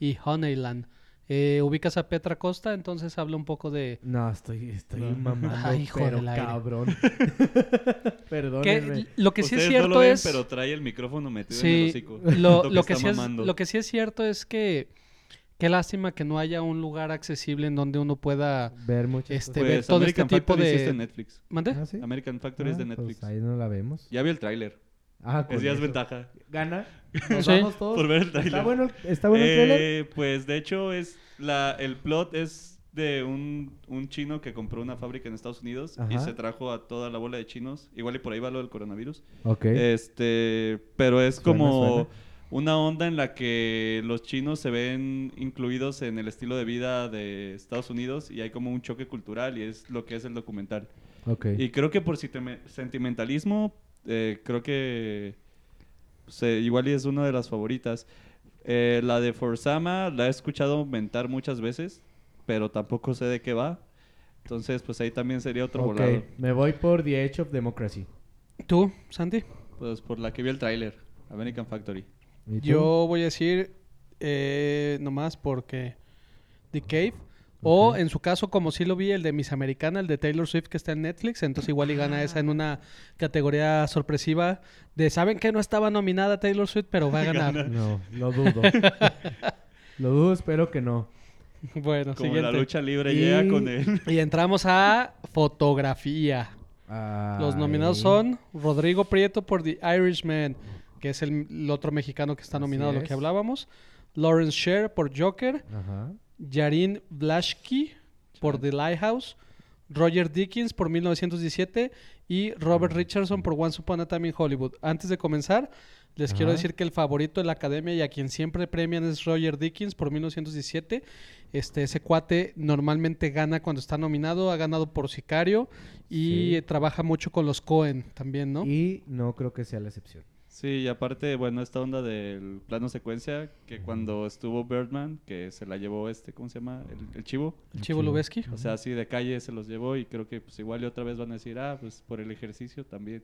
S3: y Honeyland. Eh, ubicas a Petra Costa, entonces habla un poco de...
S1: No, estoy, estoy mamando.
S3: Ay, hijo
S1: pero
S3: del aire. (laughs)
S1: cabrón. (laughs) Perdónenme.
S3: Que, lo que sí es
S2: Ustedes
S3: cierto
S2: no lo ven,
S3: es...
S2: pero trae el micrófono metido en el
S3: Sí,
S2: hocico. (laughs)
S3: lo, lo que
S2: está
S3: sí es,
S2: mamando.
S3: lo que sí es cierto es que qué lástima que no haya un lugar accesible en donde uno pueda...
S1: Ver muchas
S3: Este, ¿eh?
S1: cosas.
S3: ver todo
S2: American
S3: este tipo
S2: Factory sí
S3: de-
S2: está en Netflix.
S3: ¿Mande?
S1: Ah, ¿sí?
S2: American Factory es
S1: Ah,
S2: de
S1: pues
S2: Netflix.
S1: ahí no la vemos.
S2: Ya vi el tráiler.
S1: Ah, con
S2: Es ya es
S1: eso.
S2: ventaja. (laughs)
S1: Gana.
S3: (laughs)
S1: Nos
S3: Sí.
S1: vamos todos.
S2: Por ver el tráiler.
S1: Está bueno, el- está bueno el trailer.
S2: Eh, pues de hecho es la el plot es de un, un chino que compró una fábrica en Estados Unidos y
S1: Ajá.
S2: se trajo a toda la bola de chinos. Igual y por ahí va lo del coronavirus.
S1: Ok.
S2: Este, pero es
S1: Suena,
S2: como
S1: suena.
S2: una onda en la que los chinos se ven incluidos en el estilo de vida de Estados Unidos y hay como un choque cultural y es lo que es el documental.
S1: ok.
S2: Y creo que por siteme- sentimentalismo, eh, creo que se- igual y es una de las favoritas. Eh, la de Forzama la he escuchado aumentar muchas veces, pero tampoco sé de qué va. Entonces, pues ahí también sería otro
S1: Ok,
S2: volado.
S1: Me voy por The Age of Democracy.
S3: ¿Tú, Santi?
S2: Pues por la que vi el tráiler, American Factory.
S1: ¿Y tú?
S3: Yo voy a decir, eh, nomás porque The Cave, O
S1: Ok.
S3: en su caso, como sí lo vi, el de Miss Americana, el de Taylor Swift que está en Netflix, entonces igual y gana esa en una categoría sorpresiva de, ¿saben que no estaba nominada Taylor Swift, pero
S2: (laughs)
S3: va a ganar?
S1: No,
S3: (laughs)
S1: lo dudo. lo dudo, espero que no.
S3: bueno,
S2: Como
S3: siguiente.
S2: la lucha libre
S1: Y-
S2: llega con él. (laughs)
S3: Y entramos a fotografía. Los nominados
S1: Ay,
S3: son Rodrigo Prieto por The Irishman, que es el, el otro mexicano que está
S1: Así
S3: nominado, lo
S1: es.
S3: que hablábamos. Lawrence Sher por Joker.
S1: Ajá.
S3: Yarin Blaschke por The Lighthouse. Roger Dickens por 1917 y Robert Richardson por Once Upon a Time in Hollywood. Antes de comenzar, les quiero
S1: Ajá.
S3: decir que el favorito de la academia y a quien siempre premian es Roger Dickens por 1917. Este, ese cuate normalmente gana cuando está nominado, ha ganado por Sicario y
S1: Sí.
S3: eh, trabaja mucho con los Cohen también, ¿no?
S1: Y no creo que sea la excepción.
S2: Sí, y aparte, bueno, esta onda del plano secuencia, que cuando estuvo Birdman, que se la llevó este, ¿cómo se llama? El, el chivo.
S3: El Chivo Lubeski.
S2: O sea, así de calle se los llevó y creo que pues igual y otra vez van a decir, ah, pues por el ejercicio también.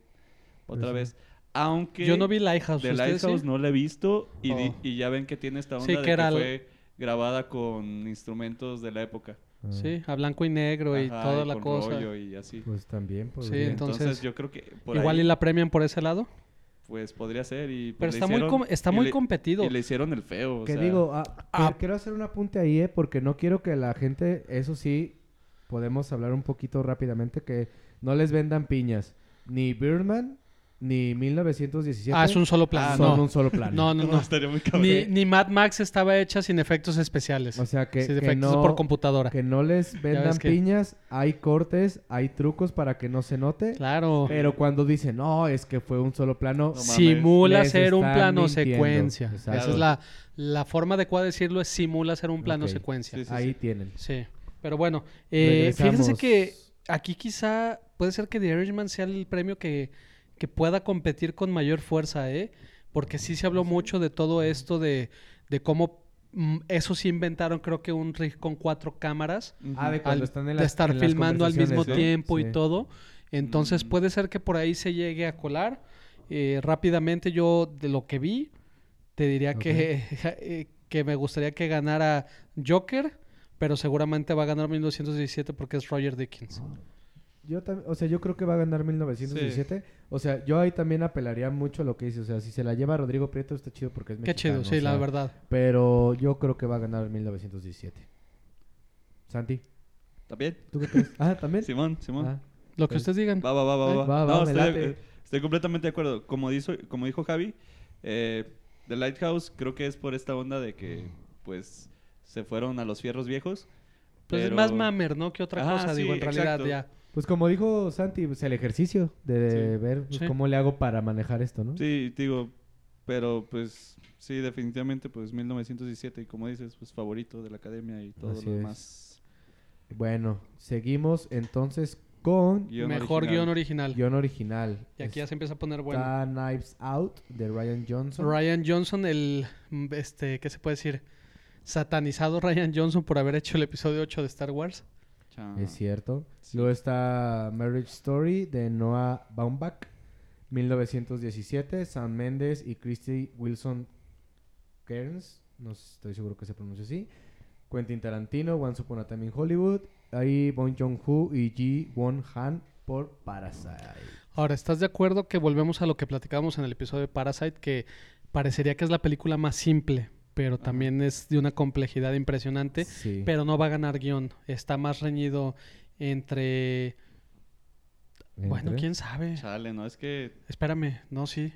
S2: Otra
S1: Pues sí.
S2: vez. Aunque...
S3: Yo no vi Lighthouse.
S2: The
S3: ¿ustedes sí?
S2: Lighthouse no la he visto y, di-
S3: Oh.
S2: y ya ven que tiene esta onda
S3: Sí,
S2: de
S3: que
S2: que
S3: era-
S2: fue grabada con instrumentos de la época.
S1: Ah,
S3: Sí, a blanco y negro y
S2: Ajá,
S3: toda
S2: y
S3: la
S2: con
S3: cosa.
S2: rollo y así.
S1: Pues también.
S3: Sí,
S1: podría.
S3: entonces-
S2: Entonces, yo creo que por
S3: Igual
S2: ahí,
S3: y la premian por ese lado.
S2: pues podría ser y pues,
S3: Pero
S2: le
S3: está muy,
S2: hicieron-
S3: com- está
S2: y
S3: muy
S2: le-
S3: competido.
S2: Y le hicieron el feo, o
S1: Que
S2: sea,
S1: digo, ah, que-
S3: Ah.
S1: quiero hacer un apunte ahí, eh, porque no quiero que la gente, eso sí, podemos hablar un poquito rápidamente, que no les vendan piñas. Ni Birdman, ni 1917
S3: Ah, es un solo plan.
S1: son
S3: no.
S1: un solo plan.
S3: no,
S2: (laughs)
S3: no,
S2: no,
S1: (laughs)
S3: no.
S2: estaría muy cabrón.
S3: Ni, ni Mad Max estaba hecha sin efectos especiales.
S1: O sea, que,
S3: sin
S1: que
S3: efectos
S1: no,
S3: por computadora.
S1: que no les vendan
S3: ves que-
S1: piñas. Hay cortes, hay trucos para que no se note.
S3: Claro. (laughs)
S1: Pero cuando dicen, no, es que fue un solo plano.
S2: No
S3: simula
S1: mames.
S3: ser un
S1: Les están
S3: plano
S1: mintiendo.
S3: secuencia.
S1: Exacto.
S3: Esa es la, la forma adecuada de decirlo, es simula ser un plano
S1: Ok.
S3: secuencia.
S2: Sí,
S3: Sí.
S2: sí.
S1: Ahí tienen.
S3: Pero bueno, eh, fíjense
S1: Regresamos.
S3: que aquí quizá puede ser que The Irishman sea el premio que, que pueda competir con mayor fuerza, ¿eh? Porque sí se habló mucho de todo esto, de, de cómo mm, eso sí inventaron, creo que un rig con cuatro cámaras.
S2: Ujú.
S1: Ah, de cuando
S3: al-
S1: están en
S3: de
S1: las-
S3: estar
S1: en las
S3: filmando al mismo
S1: conversaciones, ¿no?
S3: tiempo
S1: Sí.
S3: y todo. Entonces
S2: Mm.
S3: puede ser que por ahí se llegue a colar. Eh, rápidamente yo de lo que vi, te diría (laughs) que, eh, que me gustaría que ganara Joker, pero seguramente va a ganar 1917 porque es Roger Dickens.
S1: Yo tam- o sea, yo creo que va a ganar 1917. O sea, yo ahí también apelaría mucho a lo que dice. O sea, si se la lleva Rodrigo Prieto está chido porque es
S3: Qué
S1: mexicano.
S3: chido, sí,
S1: o sea,
S3: la verdad.
S1: Pero yo creo que va a ganar 1917. Santi,
S2: ¿También?
S1: ¿tú qué
S3: (laughs)
S1: crees? Ah, también.
S2: Simón, Simón.
S1: Ah,
S3: Lo que
S1: pues,
S3: ustedes digan.
S2: Va, va, va, va.
S3: Ay,
S2: va.
S1: va, va,
S2: No,
S1: me
S2: estoy, eh,
S1: late.
S2: estoy completamente de acuerdo. Como, dijo, como dijo Javi, eh, The Lighthouse creo que es por esta onda de que, pues, se fueron a los fierros viejos.
S3: Pues es
S2: pero-
S3: más mamer, ¿no? Que otra
S2: Ajá,
S3: cosa,
S2: sí,
S3: digo, en realidad
S2: exacto.
S3: ya.
S1: pues como dijo Santi, pues el ejercicio de
S2: Sí.
S1: ver pues,
S3: Sí.
S1: cómo le hago para manejar esto, ¿no?
S2: Sí, digo, pero pues, sí, definitivamente, pues 1917, y como dices, pues favorito de la academia y todo
S1: Así
S2: lo
S1: es.
S2: demás.
S1: Bueno, seguimos entonces con
S2: Guión
S3: mejor
S2: original. pues,
S3: guión original.
S1: guión original.
S3: Y aquí ya
S1: Está
S3: se empieza a poner bueno.
S1: Knives Out de Ryan Johnson.
S3: Ryan Johnson, el, mm, este, ¿qué se puede decir? Satanizado Ryan Johnson por haber hecho el episodio 8 de Star Wars.
S2: Cha.
S1: Es cierto.
S2: Sí.
S1: Luego está Marriage Story de Noah Baumbach, 1917, Sam Mendes y Christy Wilson Kearns, no sé, estoy seguro que se pronuncia así. Quentin Tarantino, Once Upon a Time in Hollywood, ahí Bong Joon-ho y Ji Won Han por Parasite.
S3: Ahora, ¿estás de acuerdo que volvemos a lo que platicábamos en el episodio de Parasite? Que parecería que es la película más simple, pero
S2: Ajá.
S3: también es de una complejidad impresionante.
S1: Sí.
S3: Pero no va a ganar guión. Está más reñido entre... Bueno,
S1: Entre-
S3: quién sabe.
S2: Chale, no, es que,
S3: Espérame, no, sí.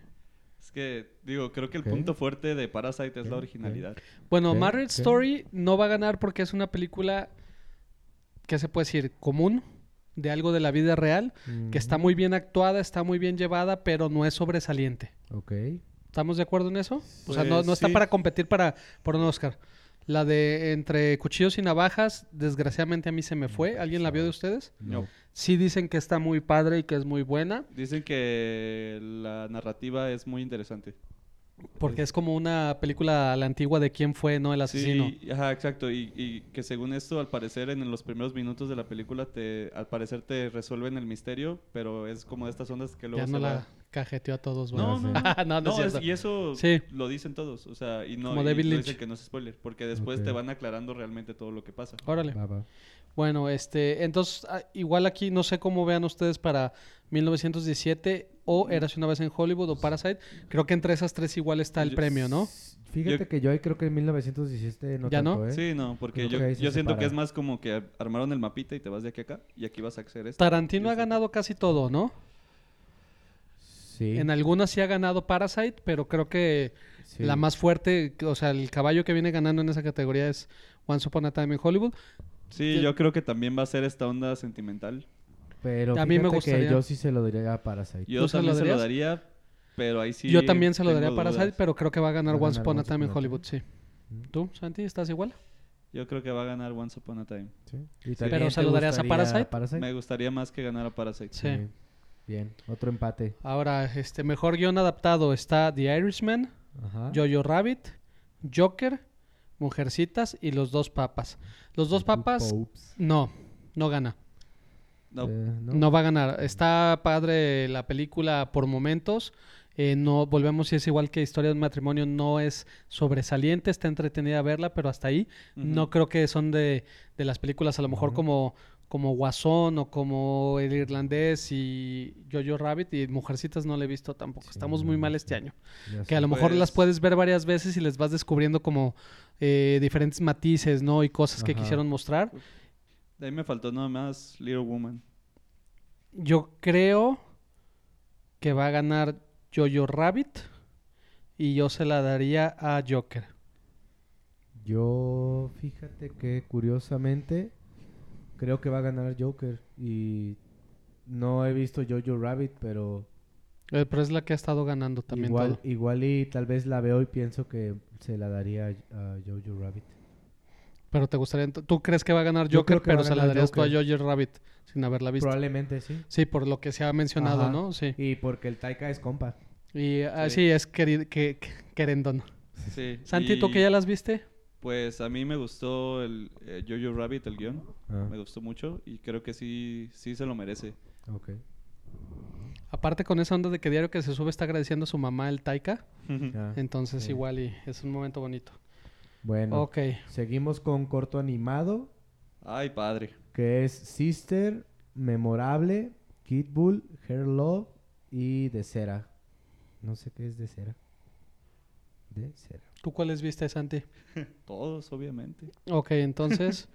S2: es que, digo, creo que el
S1: Ok.
S2: punto fuerte de Parasite es la
S1: Ok,
S2: originalidad.
S3: Bueno,
S1: Ok,
S3: Marriage
S1: ok.
S3: Story no va a ganar porque es una película, ¿qué se puede decir? Común, de algo de la vida real, que está muy bien actuada, está muy bien llevada, pero no es sobresaliente.
S1: Ok.
S3: ¿Estamos de acuerdo en eso? o sea, no,
S2: Pues,
S3: no está
S2: sí.
S3: para competir para, por un Oscar. La de Entre Cuchillos y Navajas, desgraciadamente a mí se me
S1: Mm,
S3: fue. ¿Alguien la vio de ustedes?
S2: No.
S3: Sí dicen que está muy padre y que es muy buena.
S2: Dicen que la narrativa es muy interesante.
S3: Porque es como una película a la antigua de quién fue, ¿no? El asesino.
S2: Sí, ajá, exacto. Y, y que según esto, al parecer, en los primeros minutos de la película, te, al parecer te resuelven el misterio, pero es como de estas ondas que luego
S3: ya no
S2: se
S3: la
S2: va-
S3: cajeteó a todos, güey.
S2: No, no, no.
S3: (laughs) no,
S2: No,
S3: no, es
S2: es-
S3: cierto.
S2: y eso
S3: Sí.
S2: lo dicen todos. O sea, y no,
S3: Como
S2: y
S3: David
S2: no
S3: Lynch.
S2: dicen que no es spoiler, porque después
S1: Ok.
S2: te van aclarando realmente todo lo que pasa.
S3: Órale.
S1: Va, va.
S3: Bueno, este, entonces, ah, igual aquí, no sé cómo vean ustedes para 1917 o Érase una vez en Hollywood o Parasite. Creo que entre esas tres igual está el
S2: Yo-
S3: premio, ¿no?
S1: Fíjate
S2: Yo-
S1: que yo ahí creo que en 1917 no
S3: ¿Ya no?
S1: tanto, ¿eh?
S2: Sí, no, porque
S1: Creo
S2: yo,
S1: que ahí se
S2: yo siento
S1: separa.
S2: que es más como que armaron el mapita y te vas de aquí a acá y aquí vas a hacer esto.
S3: Tarantino
S2: Y
S3: ha
S2: esto.
S3: ganado casi todo, ¿no?
S1: Sí.
S3: En algunas sí ha ganado Parasite, pero creo que
S1: sí.
S3: la más fuerte, o sea, el caballo que viene ganando en esa categoría es Once Upon a Time in Hollywood.
S2: Sí, yo creo que también va a ser esta onda sentimental.
S1: Pero
S3: a mí me
S1: fíjate
S3: gustaría-
S1: que yo sí se lo diría a Parasite.
S2: Yo
S3: ¿Tú se lo
S2: también se lo
S3: darías?
S2: daría, pero ahí sí.
S3: Yo también se lo
S2: tengo
S3: daría a Parasite,
S2: dudas.
S3: pero creo que va a ganar
S1: Va a
S3: Once
S1: ganar
S3: Upon a
S1: Once
S3: Time in
S1: Upon a
S3: Hollywood, sí. ¿Tú, Santi, estás igual?
S2: Yo creo que va a ganar Once Upon a Time.
S1: Sí. ¿Y
S3: Pero
S1: también te
S3: ¿saludarías a
S1: gustaría
S3: Parasite?
S2: Me gustaría más que ganara Parasite.
S3: Sí.
S1: Sí. Bien, otro empate.
S3: Ahora, este mejor guión adaptado está The Irishman,
S1: Ajá.
S3: Jojo Rabbit, Joker, Mujercitas y Los Dos Papas. Los Dos
S1: Two
S3: Papas,
S1: Popes.
S3: no, no gana.
S2: No,
S1: Eh, no.
S3: No. va a ganar. Está padre la película por momentos. Eh, no volvemos y es igual que Historia de un matrimonio no es sobresaliente, está entretenida verla, pero hasta ahí
S2: Ujú.
S3: no creo que son de, de las películas a lo mejor
S1: No.
S3: como como Guasón o como El irlandés y Jojo Rabbit y Mujercitas no la he visto tampoco.
S1: Sí,
S3: Estamos
S1: no,
S3: muy
S1: no
S3: mal
S1: sé.
S3: este año.
S1: Ya
S3: Que a
S1: sé.
S3: lo mejor las
S2: Pues-
S3: puedes ver varias veces y les vas descubriendo como eh, diferentes matices, ¿no? Y cosas que
S1: Ajá.
S3: quisieron mostrar.
S2: de ahí me faltó nada más Little Woman.
S3: Yo creo que va a ganar Jojo Rabbit y yo se la daría a Joker.
S1: Yo, fíjate que curiosamente creo que va a ganar Joker y no he visto Jojo Rabbit, pero
S3: Eh, pero es la que ha estado ganando también
S1: igual,
S3: todo.
S1: igual y tal vez la veo y pienso que se la daría a, a Jojo Rabbit.
S3: Pero te gustaría... ent- ¿Tú crees que va a ganar
S1: Yo
S3: Joker,
S1: creo que va
S3: pero
S1: a
S3: se la
S1: ganar
S3: darías tú a
S1: Joker.
S3: Jojo Rabbit sin haberla visto?
S1: Probablemente sí.
S3: Sí, por lo que se ha mencionado,
S1: Ajá.
S3: ¿no? Sí.
S1: Y porque el Taika es compa.
S3: Y ah, sí,
S2: Sí.
S3: es queri- que, que- querendón.
S2: Sí.
S3: Santi, ¿tú
S2: y,
S3: que ya las viste?
S2: Pues a mí me gustó el eh, Jojo Rabbit, el guión.
S1: Ah,
S2: Me gustó mucho y creo que sí, sí se lo
S3: (laughs)
S2: merece.
S1: ok.
S3: Aparte con esa onda de que diario que se sube está agradeciendo a su mamá el Taika.
S1: Ah,
S3: Entonces
S1: sí.
S3: igual y es un momento bonito.
S1: Bueno,
S3: Ok.
S1: seguimos con corto animado,
S2: Ay, padre.
S1: que es Sister, Memorable, Kid Bull, Hair Love y De Cera. No sé qué es De Cera. De Cera.
S3: ¿Tú cuáles viste, Santi?
S2: Todos, obviamente.
S3: Ok, entonces.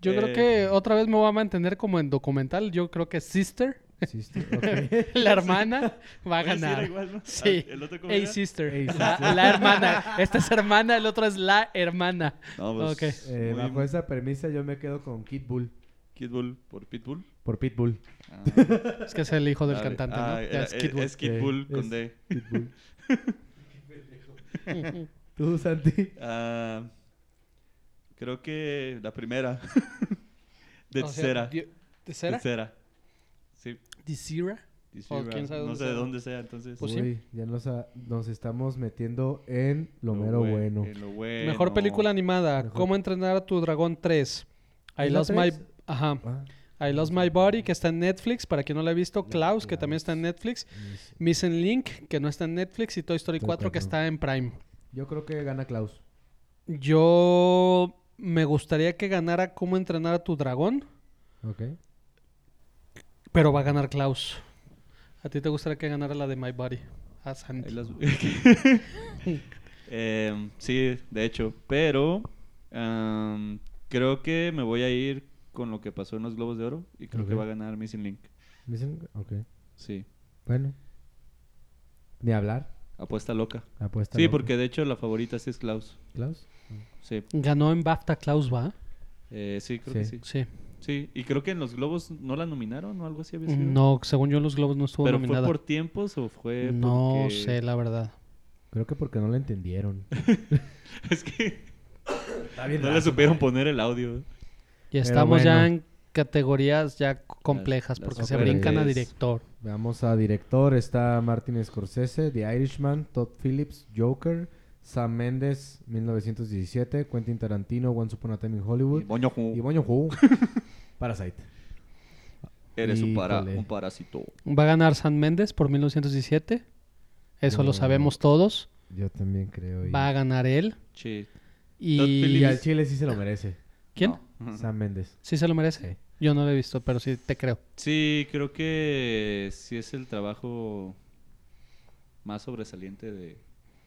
S3: Yo creo
S2: Eh.
S3: que otra vez me voy a mantener como en documental. Yo creo que Sister,
S1: Sister, ok. (laughs)
S3: la hermana, va a
S2: Oye, sí era
S3: ganar.
S2: igual, ¿no?
S3: Sí.
S2: Ah, ¿El otro cómo
S3: Hey,
S2: era?
S3: Sister.
S1: Hey,
S3: La,
S1: sister.
S3: la hermana. Esta es hermana, el otro es la hermana.
S2: No, pues,
S3: Ok.
S1: Eh,
S2: muy-
S1: bajo esa premisa yo me quedo con Kid Bull.
S2: Kid Bull por Pitbull. (laughs)
S1: Por Pitbull.
S2: Ah,
S3: (laughs) Es que es el hijo del
S2: ah,
S3: cantante, ¿no?
S2: ah,
S3: Ya
S2: era-
S3: es Kid Bull.
S2: es Kid Bull
S1: Sí,
S2: con
S1: es-
S2: D.
S1: Pitbull. (laughs) Tú, Santi.
S2: Ah, creo que la primera. (laughs) de
S3: O sea,
S2: tercera.
S3: Dio- ¿Tercera?
S2: Tercera. Sí.
S3: ¿Dicera? O quién sabe
S2: no
S3: dónde
S2: sé de
S3: sea.
S2: dónde sea, entonces.
S3: Pues sí.
S1: Uy, ya nos, a- nos estamos metiendo en lo
S2: Lo
S1: mero
S2: bue-
S1: bueno.
S2: en lo bueno.
S3: Mejor película animada.
S1: Mejor.
S3: ¿Cómo entrenar a tu dragón 3? I
S1: ¿Es la
S3: lost my...
S1: tres?
S3: Ajá.
S1: Ah,
S3: I Lost My Body, que está en Netflix, para quien no la ha visto, Klaus, que también está en Netflix,
S1: mis-
S3: Missing Link, que no está en Netflix, y Toy Story
S1: Toy
S3: 4, que
S1: Story.
S3: está en Prime.
S1: yo creo que gana Klaus.
S3: Yo me gustaría que ganara Cómo entrenar a tu dragón,
S1: Ok.
S3: pero va a ganar Klaus. ¿A ti te gustaría que ganara la de My Body? A Sandy.
S2: Ahí las- (laughs) Em, sí, de hecho. Pero am, creo que me voy a ir con lo que pasó en los Globos de Oro y creo que
S1: Ok.
S2: va a ganar Missing Link.
S1: Dicen- ok.
S2: Sí,
S1: Bueno. Ni hablar.
S2: apuesta loca.
S1: Apuesta.
S2: sí,
S1: loca.
S2: porque de hecho la favorita sí es Klaus.
S1: Klaus.
S2: Sí,
S3: Ganó en BAFTA Klaus, ¿va?
S2: Eh, sí, creo
S1: Sí.
S2: que sí.
S3: Sí.
S2: Sí, y creo que en los Globos no la nominaron o algo así había sido.
S3: No, según yo en los globos no estuvo
S2: ¿Pero
S3: nominada.
S2: fue por tiempos o fue
S3: No
S2: porque-
S3: sé, la verdad.
S1: Creo que porque no la entendieron.
S2: (laughs) Es que
S1: Está bien
S2: no le
S1: raro,
S2: supieron
S1: madre.
S2: poner el audio.
S3: Y
S1: Pero
S3: estamos ya
S1: bueno.
S3: en categorías ya complejas,
S2: las
S3: porque se
S1: superhéroes.
S3: brincan a director.
S1: Veamos a director, está Martin Scorsese, The Irishman, Todd Phillips, Joker, Sam Mendes, 1917, Quentin Tarantino, Once Upon a Time in Hollywood,
S2: Boño,
S1: y Boño
S2: (laughs)
S1: Hu, Parasite.
S2: eres un, para,
S1: Híjole.
S2: un parásito.
S3: Va a ganar San Méndez por 1917. Eso
S1: No.
S3: lo sabemos todos.
S1: Yo también creo. Y,
S3: Va a ganar él.
S2: Che. Todd
S3: Y...
S1: y al Chile sí se lo merece,
S3: ¿Quién?
S2: no.
S1: Sam Mendes.
S3: ¿Sí se lo merece?
S1: Sí.
S3: Yo no lo he visto, pero sí te creo.
S2: Sí, creo que sí es el trabajo más sobresaliente de,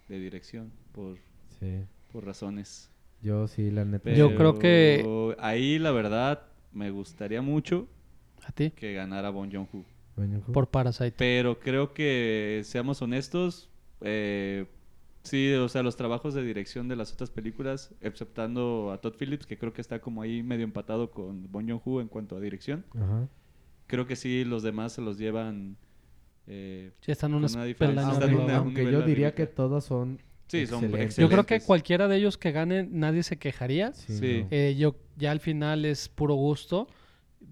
S2: de dirección por,
S1: Sí.
S2: por razones.
S1: Yo sí, la neta.
S3: Yo creo- que-
S2: Pero Ahí, la verdad, me gustaría mucho
S3: ¿A ti?
S2: que ganara Bon Joon-ho.
S1: Boño Hu.
S3: Por Parasite.
S2: Pero creo que, seamos honestos, eh, sí, o sea, los trabajos de dirección de las otras películas, exceptando a Todd Phillips, que creo que está como ahí medio empatado con Bon Joon-ho en cuanto a dirección,
S1: Ajá.
S2: creo que sí, los demás se los llevan... eh,
S3: Sí, están unas
S2: Con una diferencia.
S3: peldaños
S2: Están
S1: Aunque,
S2: en
S3: arriba,
S2: una-
S3: ¿no?
S2: un
S1: aunque
S2: nivel
S1: yo
S2: arriba.
S1: diría que todas son.
S2: Sí, son
S1: excelentes.
S3: Yo creo que
S2: excelentes.
S3: cualquiera de ellos que gane, nadie se quejaría.
S2: Sí.
S1: no.
S3: Eh, yo ya al final es puro gusto.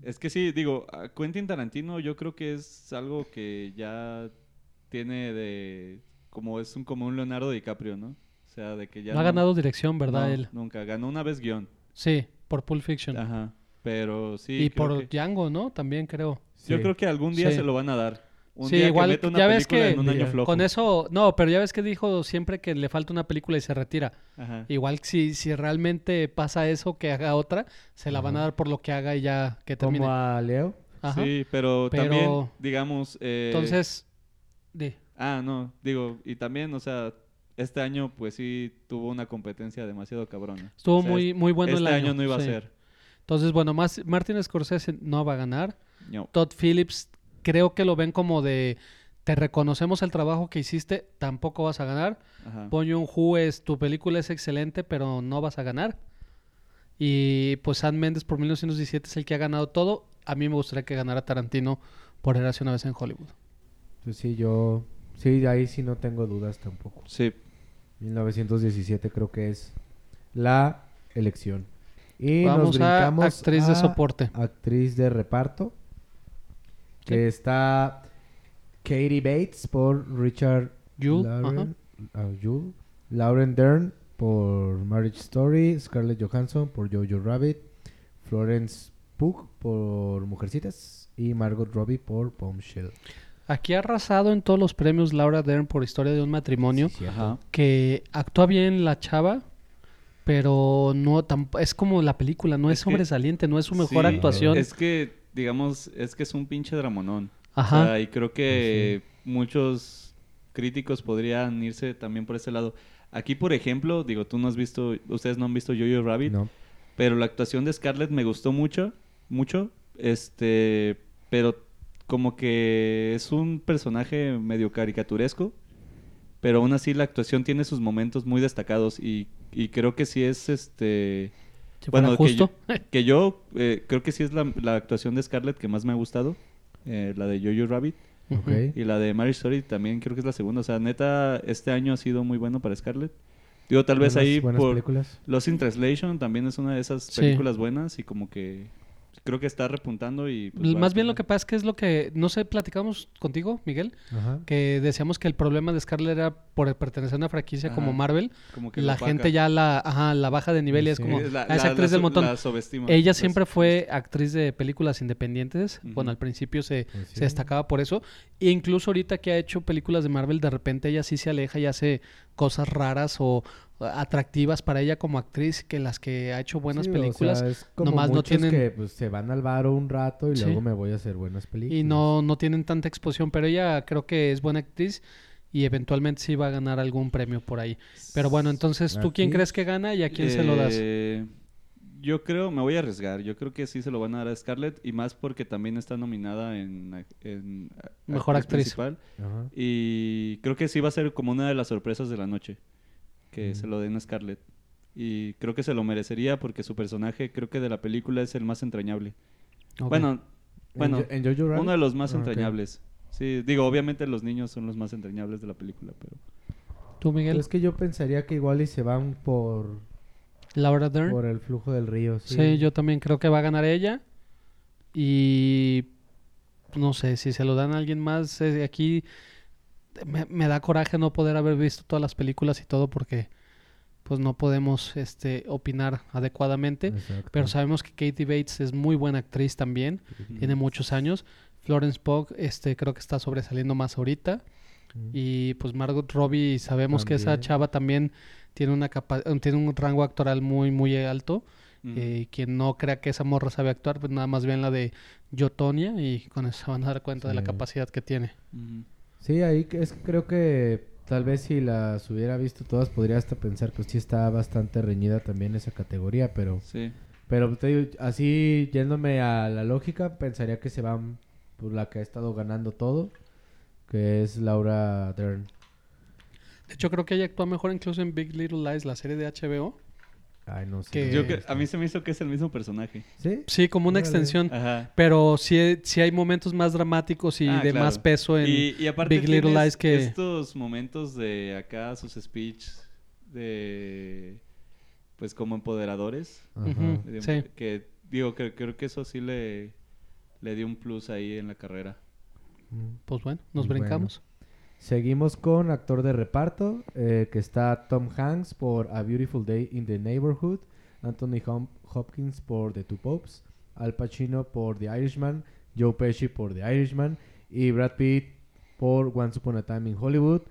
S2: Es que sí, digo, a Quentin Tarantino yo creo que es algo que ya tiene de... Como es un, como un Leonardo DiCaprio, ¿no? O sea, de que ya...
S3: no ha ganado dirección, ¿verdad?
S2: no,
S3: él.
S2: Nunca, ganó una vez guión.
S3: Sí, por Pulp Fiction.
S2: Ajá. Pero sí...
S3: y
S2: creo
S3: por
S2: que-
S3: Django, ¿no? También creo.
S1: Sí.
S2: Yo creo que algún día
S3: Sí.
S2: se lo van a dar. Un
S3: Sí,
S2: día
S3: igual,
S2: que meta una
S3: ya ves
S2: película
S3: que-
S2: en un año
S1: Mira,
S2: flojo.
S3: Con eso, no, pero ya ves que dijo siempre que le falta una película y se retira.
S2: Ajá.
S3: Igual si, si realmente pasa eso, que haga otra, se la van a
S1: Ajá.
S3: dar por lo que haga y ya que termine.
S1: Como a Leo.
S3: Ajá.
S2: Sí, eh, pero,
S3: Pero-
S2: también, digamos... eh,
S3: Entonces, di.
S2: Ah, no, digo, y también, o sea, este año pues sí tuvo una competencia demasiado cabrona.
S3: estuvo
S2: O sea,
S3: muy, muy bueno
S2: este
S3: el año.
S2: año, no iba
S3: sí.
S2: a ser.
S3: Entonces, bueno, más, Martin Scorsese no va a ganar.
S2: No.
S3: Todd Phillips creo que lo ven como de te reconocemos el trabajo que hiciste, tampoco vas a ganar.
S2: Ajá.
S3: Bong Joon-ho es tu película es excelente, pero no vas a ganar. Y pues Sam Mendes por 1917 es el que ha ganado todo. A mí me gustaría que ganara Tarantino por Érase una vez en Hollywood.
S1: Pues sí, yo. Sí, de ahí sí no tengo dudas tampoco.
S2: Sí.
S1: 1917 creo que es la elección. Y nos
S3: Vamos a
S1: brincamos
S3: actriz de
S1: a
S3: soporte.
S1: Actriz de reparto. Que
S3: Sí.
S1: está Katie Bates por Richard
S3: Yule,
S1: Lauren, ah, Yule. Lauren Dern por Marriage Story. Scarlett Johansson por Jojo Rabbit. Florence Pugh por Mujercitas. Y Margot Robbie por Bombshell.
S3: Aquí ha arrasado en todos los premios Laura Dern por Historia de un matrimonio,
S1: Sí, cierto.
S2: Ajá.
S3: que actúa bien la chava, pero no tamp- es como la película, no es,
S2: Es que-
S3: sobresaliente, no es su mejor
S2: Sí,
S3: actuación.
S2: Es que, digamos, es que es un pinche dramonón.
S3: Ajá. Pues
S2: O sea, y creo que muchos críticos podrían irse también por ese lado. Aquí, por ejemplo, digo, tú no has visto, ustedes no han visto Jojo Rabbit,
S1: No.
S2: pero la actuación de Scarlett me gustó mucho, mucho. Este, pero como que es un personaje medio caricaturesco, pero aún así la actuación tiene sus momentos muy destacados y, y creo que sí es este
S3: Si fuera
S2: que
S3: justo.
S2: yo, que yo, eh, creo que sí es la, la actuación de Scarlett que más me ha gustado. eh, la de Jojo Rabbit
S3: (laughs)
S1: Ok.
S2: y la de Marriage Story también creo que es la segunda. O sea, neta, este año ha sido muy bueno para Scarlett. Digo, tal vez
S1: Buenas-
S2: ahí
S1: buenas
S2: por
S1: películas.
S2: Lost in Translation también es una de esas
S3: Sí.
S2: películas buenas y como que creo que está repuntando y... pues,
S3: L-
S2: va
S3: Más bien lo que
S2: haciendo.
S3: pasa es que es lo que, no sé, platicamos contigo, Miguel,
S1: Ajá.
S3: que decíamos que el problema de Scarlett era por pertenecer a una franquicia como
S2: Ajá.
S3: Marvel,
S2: Como que
S3: la
S2: opaca.
S3: gente ya la, ajá, la baja de nivel y es
S1: Sí.
S3: como,
S2: Es (laughs) la-
S3: "Ah, es
S2: la- la
S3: actriz del
S2: so-
S3: montón.
S2: la subestima. Pues,
S3: Ella
S2: La
S3: siempre
S2: subestima.
S3: fue actriz de películas independientes.
S2: Ujú.
S3: Bueno, al principio se,
S1: Pues sí.
S3: se destacaba por eso. E incluso ahorita que ha hecho películas de Marvel, de repente ella sí se aleja y hace cosas raras o eh, atractivas para ella como actriz que las que ha hecho buenas
S1: Sí, o
S3: películas.
S1: sea, es como
S3: nomás no
S1: muchos
S3: tienen-
S1: que pues, se van al bar un rato y
S3: Sí.
S1: luego me voy a hacer buenas películas.
S3: y no, no tienen tanta exposición, pero ella creo que es buena actriz y eventualmente sí va a ganar algún premio por ahí. Pero bueno, entonces, ¿tú quién
S1: Aquí.
S3: crees que gana y a quién se lo das?
S2: Eh, Yo creo, me voy a arriesgar. Yo creo que sí se lo van a dar a Scarlett y más porque también está nominada en... ac- en a-
S3: Mejor actriz.
S2: principal.
S1: Ajá.
S2: Y creo que sí va a ser como una de las sorpresas de la noche. Que
S1: Ujú.
S2: se lo den a Scarlett. Y creo que se lo merecería porque su personaje, creo que de la película, es el más entrañable.
S3: Ok.
S2: Bueno, bueno
S1: en, Jo- en Jojo Rabbit?
S2: uno de los más
S1: Ah, ok.
S2: entrañables. Sí, digo, obviamente los niños son los más entrañables de la película, pero...
S3: ¿Tú,
S1: Pero
S3: Miguel?
S1: es que yo pensaría que igual y se van por,
S3: ¿Laura Dern?
S1: por el flujo del río. Sí,
S3: Sí, yo también creo que va a ganar ella. Y no sé, si se lo dan a alguien más, eh, aquí me, me da coraje no poder haber visto todas las películas y todo porque pues no podemos este opinar adecuadamente.
S1: Exacto.
S3: Pero sabemos que Katie Bates es muy buena actriz también, tiene muchos años. Florence Pugh, este, creo que está sobresaliendo más ahorita.
S1: Mm.
S3: Y pues Margot Robbie, sabemos que esa
S1: También.
S3: chava también tiene una capa- eh, tiene un rango actoral muy, muy alto.
S2: Ujú.
S3: Eh, quien no crea que esa morra sabe actuar, pues nada más vean la de Yotonia y con eso se van a dar cuenta de la
S1: Sí.
S3: capacidad que tiene.
S2: Ujú.
S1: Sí, ahí que- es que creo que tal vez si las hubiera visto todas podría hasta pensar que sí está bastante reñida también esa categoría, pero
S2: Sí.
S1: pero te digo, así yéndome a la lógica pensaría que se van por la que ha estado ganando todo, que es Laura Dern.
S3: De hecho, creo que ella actúa mejor incluso en Big Little Lies, la serie de HBO.
S1: Ay, no sé.
S3: Que-
S1: no
S2: Yo
S1: me
S2: que-
S1: gusta.
S2: a mí se me hizo que es el mismo personaje.
S1: ¿Sí?
S3: Sí, como una
S1: Órale.
S3: extensión.
S2: Ajá.
S3: Pero sí, sí hay momentos más dramáticos y
S2: Ah,
S3: de
S2: claro.
S3: más peso en...
S2: y, y aparte
S3: Big Little
S2: tienes
S3: Lies que-
S2: estos momentos de acá sus speech de pues como empoderadores
S1: Ajá.
S3: Ujú.
S2: de-
S3: Sí.
S2: que digo que creo que eso sí le le dio un plus ahí en la carrera.
S1: Mm.
S3: Pues bueno, nos
S1: Bueno.
S3: brincamos.
S1: Seguimos con actor de reparto, eh, que está Tom Hanks por A Beautiful Day in the Neighborhood, Anthony Hom- Hopkins por The Two Popes, Al Pacino por The Irishman, Joe Pesci por The Irishman y Brad Pitt por Once Upon a Time in Hollywood.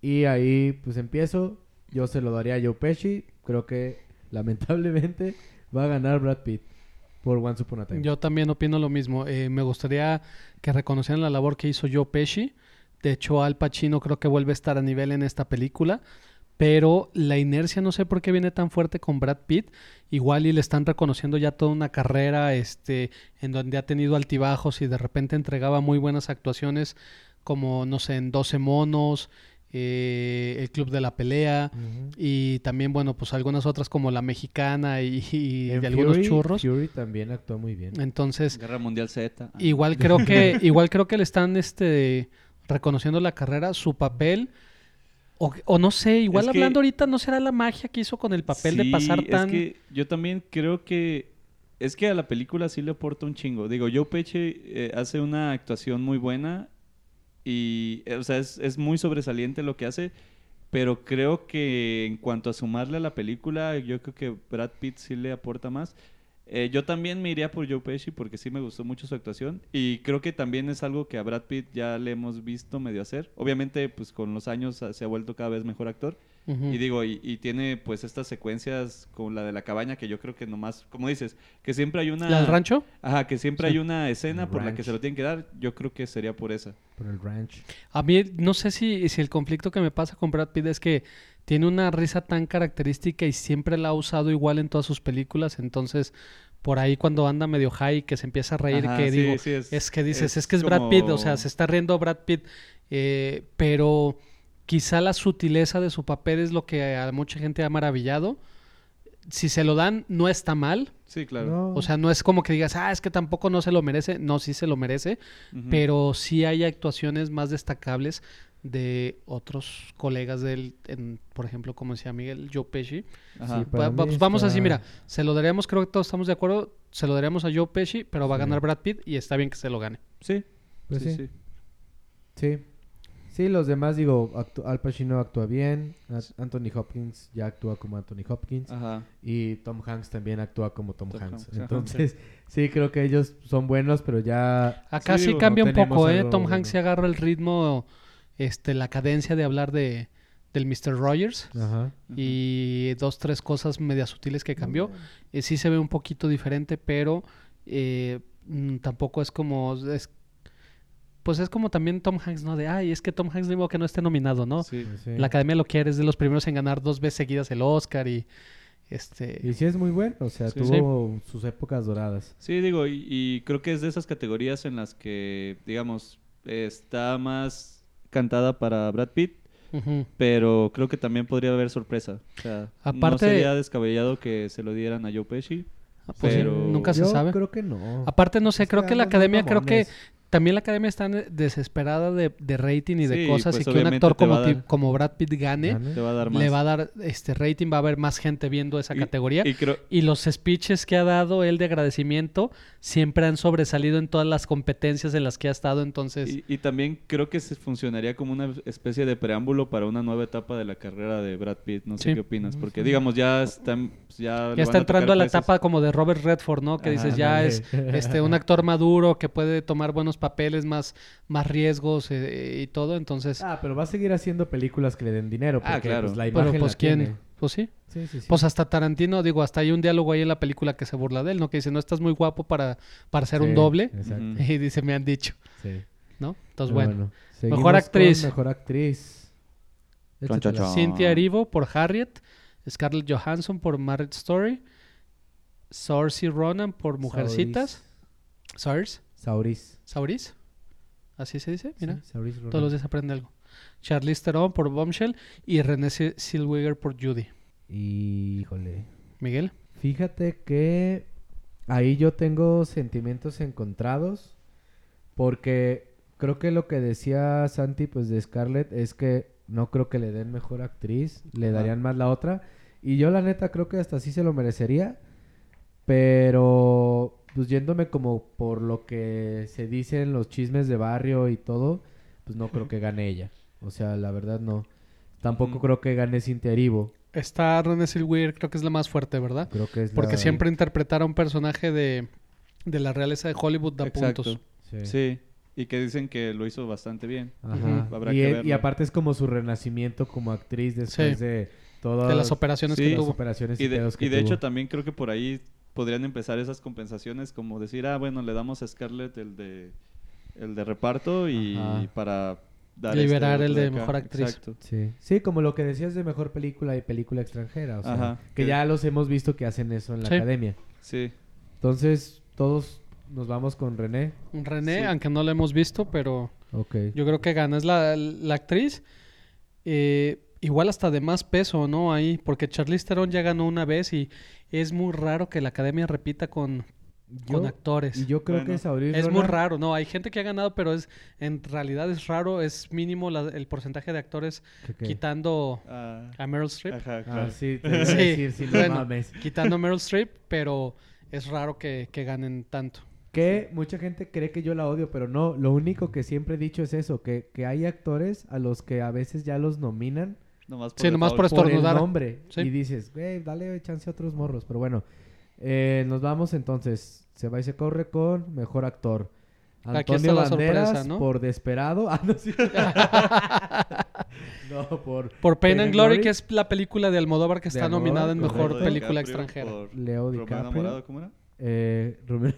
S1: Y ahí pues empiezo, yo se lo daría a Joe Pesci, creo que (laughs) lamentablemente va a ganar Brad Pitt por Once Upon a Time.
S3: Yo también opino lo mismo. Eh, me gustaría que reconocieran la labor que hizo Joe Pesci. De hecho, Al Pacino creo que vuelve a estar a nivel en esta película. Pero la inercia no sé por qué viene tan fuerte con Brad Pitt. Igual y le están reconociendo ya toda una carrera este, en donde ha tenido altibajos y de repente entregaba muy buenas actuaciones como, no sé, en 12 monos, eh, El Club de la Pelea.
S1: Ujú.
S3: Y también, bueno, pues algunas otras como La Mexicana y, y
S1: En
S3: de algunos
S1: Fury,
S3: churros. Eh.
S1: Fury también actuó muy bien.
S3: Entonces,
S2: Guerra Mundial Z. Ah,
S3: igual creo
S2: (laughs)
S3: que, igual creo que le están este reconociendo la carrera, su papel. O, o no sé, igual
S2: Es que-
S3: hablando ahorita, ¿no será la magia que hizo con el papel de
S2: sí,
S3: pasar
S2: es
S3: tan.
S2: que yo también creo que es que a la película sí le aporta un chingo. Digo, Joe Pesci eh, hace una actuación muy buena y eh, o sea, es, es muy sobresaliente lo que hace, pero creo que en cuanto a sumarle a la película, yo creo que Brad Pitt sí le aporta más. Eh, yo también me iría por Joe Pesci porque sí me gustó mucho su actuación y creo que también es algo que a Brad Pitt ya le hemos visto medio hacer. Obviamente, pues con los años ah, se ha vuelto cada vez mejor actor,
S3: Ujú.
S2: y digo, y, y tiene pues estas secuencias como la de la cabaña que yo creo que nomás, como dices, que siempre hay una...
S3: ¿La del rancho?
S2: Ajá, que siempre
S3: Sí.
S2: hay una escena
S1: El
S2: por la
S1: ranch.
S2: que se lo tienen que dar. Yo creo que sería por esa.
S1: Por el ranch.
S3: A mí, no sé si, si el conflicto que me pasa con Brad Pitt es que tiene una risa tan característica y siempre la ha usado igual en todas sus películas. Entonces, por ahí cuando anda medio high, que se empieza a reír,
S2: Ajá,
S3: Pues, que
S2: sí,
S3: digo,
S2: sí,
S3: es, que dices, es, que es Brad
S2: como-
S3: Pitt, o sea, se está riendo Brad Pitt, eh, pero quizá la sutileza de su papel es lo que a mucha gente ha maravillado. Si se lo dan, no está mal.
S2: Sí, claro.
S1: No.
S3: O sea, no es como que digas, ah, es que tampoco no se lo merece. No, sí se lo merece
S2: Ujú.
S3: pero sí hay actuaciones más destacables de otros colegas del, en, por ejemplo, como decía Miguel, Joe Pesci.
S2: Ajá.
S1: sí,
S3: Va-
S1: Ah, Para
S3: va-
S1: mí
S3: pues vamos
S1: está-
S3: así, mira, se lo daríamos, creo que todos estamos de acuerdo, se lo daríamos a Joe Pesci, pero va a
S1: Sí.
S3: ganar Brad Pitt y está bien que se lo gane.
S2: Sí,
S1: Pues
S2: sí,
S1: sí.
S2: sí.
S1: Sí. Sí, los demás, digo, actu- Al Pacino actúa bien, A- Anthony Hopkins ya actúa como Anthony Hopkins
S3: Ah.
S2: Ajá.
S1: y Tom Hanks también actúa como Tom,
S2: Tom
S1: Hanks.
S2: Hanks, ajá,
S1: Entonces, (laughs) sí, creo que ellos son buenos, pero ya...
S3: Acá
S2: Sí,
S3: sí,
S2: digo,
S3: cambia
S1: no
S3: un poco,
S1: tenemos
S3: ¿eh?
S1: algo
S3: Tom
S1: bueno.
S3: Hanks se agarra el ritmo, este, la cadencia de hablar de, del Mr. Rogers.
S1: Ajá.
S3: y dos, tres cosas medias sutiles que cambió. Eh, sí se ve un poquito diferente, pero eh, mm, tampoco es como... es- pues es como también Tom Hanks, ¿no? De, ay, es que Tom Hanks digo que no esté nominado, ¿no?
S2: Sí.
S1: Pues sí.
S3: La academia lo quiere, es de los primeros en ganar dos veces seguidas el Oscar y...
S1: Y
S3: Este,
S1: sí es muy bueno, o sea,
S2: Sí.
S1: tuvo sus épocas doradas.
S2: Sí, digo, y, y creo que es de esas categorías en las que, digamos, está más cantada para Brad Pitt,
S3: ujú.
S2: pero creo que también podría haber sorpresa. O sea, no
S3: Aparte-
S2: sería descabellado que se lo dieran a Joe Pesci.
S3: Pues sí,
S2: Pero-
S3: nunca se
S1: Yo
S3: sabe.
S1: creo que no.
S3: Aparte, no sé,
S1: Es
S3: creo que la
S1: andan muy
S3: academia, creo que
S1: mamones.
S3: También la academia está desesperada de, de rating y de
S2: Sí,
S3: cosas
S2: pues,
S3: y que un
S2: obviamente
S3: actor
S2: te va
S3: como,
S2: a
S3: ti-
S2: dar-
S3: como Brad Pitt gane,
S1: Gane.
S2: Te va a dar más.
S3: le va a dar este rating, va a haber más gente viendo esa
S2: Y-
S3: categoría.
S2: Y creo,
S3: Y los speeches que ha dado él de agradecimiento siempre han sobresalido en todas las competencias en las que ha estado. Entonces,
S2: Y, y también creo que se funcionaría como una especie de preámbulo para una nueva etapa de la carrera de Brad Pitt. No sé
S3: Sí.
S2: qué opinas, porque digamos, ya están. Ya, le
S3: ya
S2: van
S3: está
S2: tocar
S3: entrando a la
S2: peces.
S3: etapa como de Robert Redford, ¿no? Que
S2: Ajá,
S3: dices, ya
S1: ándale.
S3: es este, un actor maduro que puede tomar buenos papeles, más, más riesgos eh, y todo. Entonces,
S1: Ah, pero va a seguir haciendo películas que le den dinero.
S2: Ah,
S1: Porque,
S2: claro.
S1: Pues, la imagen
S3: pero pues
S1: la
S3: quién,
S1: tiene.
S3: pues sí.
S1: Sí, sí, sí.
S3: Pues hasta Tarantino, digo, hasta hay un diálogo ahí en la película que se burla de él, ¿no? Que dice, no estás muy guapo para, para ser un
S1: Sí,
S3: doble.
S1: Exacto.
S2: Ujú.
S3: (laughs) Y dice, me han dicho,
S1: Sí.
S3: ¿no? Entonces,
S1: Pero
S3: bueno.
S1: seguimos
S3: Mejor
S1: con
S3: actriz.
S1: Mejor actriz.
S2: Chon,
S1: Échatela.
S2: chon, chon.
S3: Cynthia Erivo por Harriet, Scarlett Johansson por Marriage Story, Saoirse Ronan por Mujercitas, Saoirse,
S1: Sauris.
S3: Sauris, así se dice, mira,
S1: Sauris Ronan.
S3: todos los días aprende algo. Charlize Theron por Bombshell y Renée Zell- Zellweger por Judy.
S1: Híjole.
S3: Miguel,
S1: Fíjate que ahí yo tengo sentimientos encontrados porque creo que lo que decía Santi pues de Scarlett es que no creo que le den mejor actriz, le
S2: Ajá.
S1: darían más la otra y yo la neta creo que hasta sí se lo merecería, pero pues yéndome como por lo que se dicen los chismes de barrio y todo, pues no creo que gane ella. O sea, la verdad no. Tampoco
S2: Ujú.
S1: creo que gane Cintia Erivo.
S3: está Renée Zellweger, creo que es la más fuerte, ¿verdad?
S1: Creo que es la-
S3: Porque siempre interpretar a un personaje de, de la realeza de Hollywood da
S2: Exacto.
S3: puntos.
S2: Sí, y que dicen que lo hizo bastante bien.
S1: Ajá.
S2: Ujú. Habrá
S1: y,
S2: que
S1: e- y
S2: verlo.
S1: aparte es como su renacimiento como actriz después
S3: Sí.
S1: de todas
S3: De las operaciones
S2: Sí.
S3: que
S1: las
S3: tuvo.
S1: operaciones y,
S2: Y de,
S1: pedos que
S2: y de
S1: tuvo.
S2: hecho, también creo que por ahí podrían empezar esas compensaciones, como decir, ah, bueno, le damos a Scarlett el de, el de reparto y
S1: Ajá.
S2: para dar este
S3: Liberar
S2: otro
S3: el de
S2: acá.
S3: mejor actriz.
S2: Exacto.
S1: Sí. Sí, como lo que decías de mejor película y película extranjera. O sea,
S2: Ajá.
S1: que ya los hemos visto que hacen eso en la
S3: Sí.
S1: academia.
S2: Sí.
S1: Entonces, todos nos vamos con René.
S3: René,
S2: Sí.
S3: aunque no la hemos visto, pero...
S1: Ok.
S3: Yo creo que ganas la, la actriz. eh, igual hasta de más peso, ¿no? Ahí, porque Charlize Theron ya ganó una vez y es muy raro que la academia repita con, con
S1: Yo-
S3: actores.
S1: y yo creo que
S2: Bueno,
S1: Sauris
S3: es muy
S1: Ronan-
S3: raro, ¿no? Hay gente que ha ganado, pero es en realidad es raro, es mínimo la- el porcentaje de actores
S1: ¿Qué, qué?
S3: quitando
S2: Ah,
S3: a Meryl Streep.
S2: ajá,
S1: Ah,
S2: claro. (laughs)
S1: sí, te iba a
S3: Sí,
S1: decir, sí, no
S3: bueno.
S1: mames.
S3: Quitando a Meryl Streep, pero es raro que, que ganen tanto.
S1: Que mucha gente cree que yo la odio, pero no, lo único que siempre he dicho es eso, que, que hay actores a los que a veces ya los nominan
S2: Nomás por
S3: Sí, nomás
S2: default.
S3: por
S1: por el
S3: Estornudar.
S1: nombre.
S3: Sí.
S1: Y dices, güey, dale chance a otros morros. Pero bueno, eh, nos vamos entonces. Se va y se corre con mejor actor. Antonio
S3: Aquí está la
S1: Banderas
S3: sorpresa, ¿no?
S1: por Desperado. (laughs) Ah, no, sí. no, por
S3: Por Pain,
S1: Pain
S3: and
S1: and
S3: Glory,
S1: Glory.
S3: que es la película de Almodóvar que
S1: De
S3: está nominada en
S1: Almodóvar,
S3: mejor
S1: correcto.
S3: película
S2: DiCaprio
S3: extranjera.
S2: por
S1: Leo
S2: Romeo
S1: DiCaprio.
S2: Enamorado, ¿cómo era?
S1: Eh, (laughs) Romeo-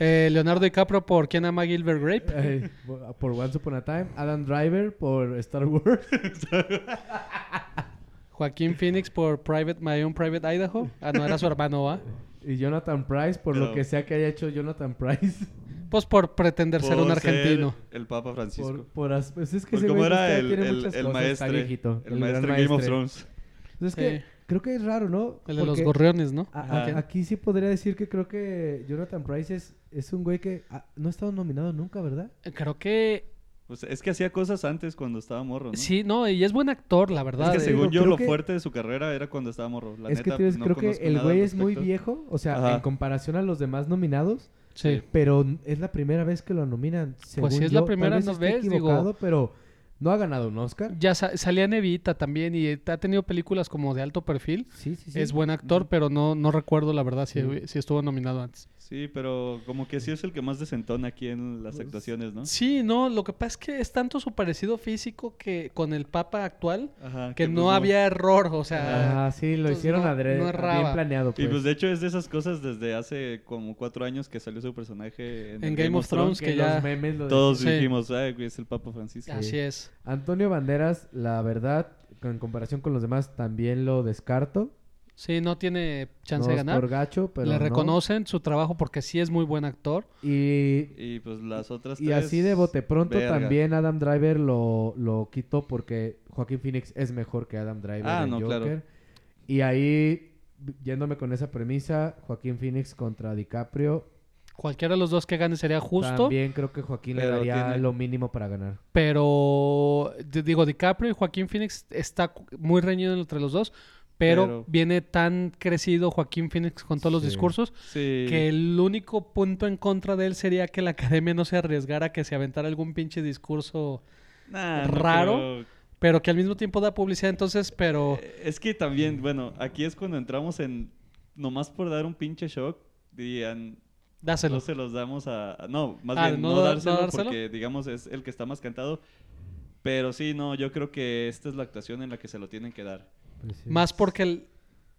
S3: Eh, Leonardo DiCaprio por ¿Quién ama a Gilbert Grape?
S1: eh, por Once Upon a Time. Adam Driver por Star Wars.
S3: Joaquín Phoenix por Private My Own Private Idaho. Ah, no, era su hermano, ¿ah?
S1: Y Jonathan Price por lo
S2: Pero-
S1: que sea que haya hecho Jonathan Price.
S3: Pues por pretender ser un
S2: Por
S3: argentino.
S2: el Papa Francisco.
S1: Por, por as- pues es que
S2: Por
S1: ese
S2: cómo
S1: güey
S2: era
S1: está-
S2: el,
S1: tiene
S2: el,
S1: muchas
S2: el
S1: cosas, está
S2: maestre.
S1: viejito,
S2: el
S1: gran
S2: maestro Game of
S1: maestre.
S2: Thrones.
S1: Entonces Pues es
S3: Sí.
S1: que creo que es raro, ¿no?
S3: El de los
S1: Porque Ah,
S3: gorriones, ¿no?
S1: a- a-
S2: Ajá.
S1: aquí sí podría decir que creo que Jonathan Price es, es un güey que ah, no ha estado nominado nunca, ¿verdad?
S3: Creo que
S2: O sea, es que hacía cosas antes cuando estaba morro, ¿no?
S3: sí, no, y es buen actor, la
S2: Es
S3: verdad.
S2: que
S3: eh.
S2: según
S1: digo,
S2: yo,
S1: creo
S2: lo
S1: que-
S2: fuerte de su carrera era cuando estaba morro. La
S1: es
S2: neta,
S1: que te digo,
S2: no
S1: creo que
S2: conozco
S1: el
S2: nada
S1: güey
S2: al
S1: es muy
S2: respecto.
S1: viejo, o sea,
S2: Ajá.
S1: en comparación a los demás nominados,
S3: Sí. Pues
S1: pero es la primera vez que lo nominan. Según
S3: sí, es la
S1: yo. Tal
S3: primera
S1: vez
S3: no
S1: esté
S3: vez, digo.
S1: equivocado, pero no ha ganado un Oscar.
S3: Ya sa- salía en Evita también y eh, ha tenido películas como de alto perfil.
S1: Sí, sí, sí.
S3: Es buen actor,
S2: Ujú.
S3: pero no, no recuerdo la verdad si,
S1: Sí.
S3: si estuvo nominado antes.
S2: Sí, pero como que sí es el que más desentona aquí en
S1: Pues,
S2: las actuaciones,
S1: Ah.
S2: ¿no?
S3: Sí, no, lo que pasa es que es tanto su parecido físico que con el Papa actual
S1: Ah,
S2: Ajá,
S3: que
S2: pues
S3: no había error, o sea,
S1: Ajá, Ah, sí, lo
S3: entonces
S1: hicieron
S3: no-
S1: adrede,
S3: no erraba.
S1: bien planeado. Pues.
S2: Y pues de hecho es de esas cosas desde hace como cuatro años que salió su personaje en,
S3: En
S2: el
S3: Game of Thrones, que ya-
S1: los memes lo
S2: Todos
S3: Sí.
S2: dijimos, ay, güey, es el Papa Francisco.
S3: así es.
S1: Antonio Banderas, la verdad, en comparación con los demás, también lo descarto.
S3: Sí, no tiene chance
S1: No
S3: de
S1: es
S3: ganar.
S1: por gacho, pero
S3: Le
S1: no.
S3: reconocen su trabajo porque sí es muy buen actor.
S1: Y,
S2: Y pues las otras
S1: y
S2: tres,
S1: así de bote pronto
S2: verga.
S1: también Adam Driver lo, lo quitó porque Joaquín Phoenix es mejor que Adam Driver
S2: Ah,
S1: en
S2: no,
S1: Joker.
S2: claro.
S1: Y ahí, yéndome con esa premisa, Joaquín Phoenix contra DiCaprio,
S3: Cualquiera de los dos que gane sería justo.
S1: También creo que Joaquín le
S2: Pero
S1: daría
S2: tiene-
S1: lo mínimo para ganar.
S3: Pero di- digo, DiCaprio y Joaquín Phoenix está cu- muy reñido entre los dos. Pero,
S2: Pero-
S3: viene tan crecido Joaquín Phoenix con todos los
S1: Sí.
S3: discursos
S2: Sí.
S3: que el único punto en contra de él sería que la (laughs) academia no se arriesgara a que se aventara algún pinche discurso,
S2: Nah, no
S3: raro.
S2: creo.
S3: pero que al mismo tiempo da publicidad. Entonces, pero
S2: Eh, Es que también, bueno, aquí es cuando entramos en. Nomás por dar un pinche shock, dirían.
S3: dáselo.
S2: No se los damos a. a- No, más
S3: Ah,
S2: bien,
S3: ¿no
S2: no,
S3: da- no
S2: dárselo,
S3: dárselo?
S2: porque, digamos, es el que está más cantado. Pero sí, no, yo creo que esta es la actuación en la que se lo tienen que dar.
S1: Pues sí.
S3: Más porque el-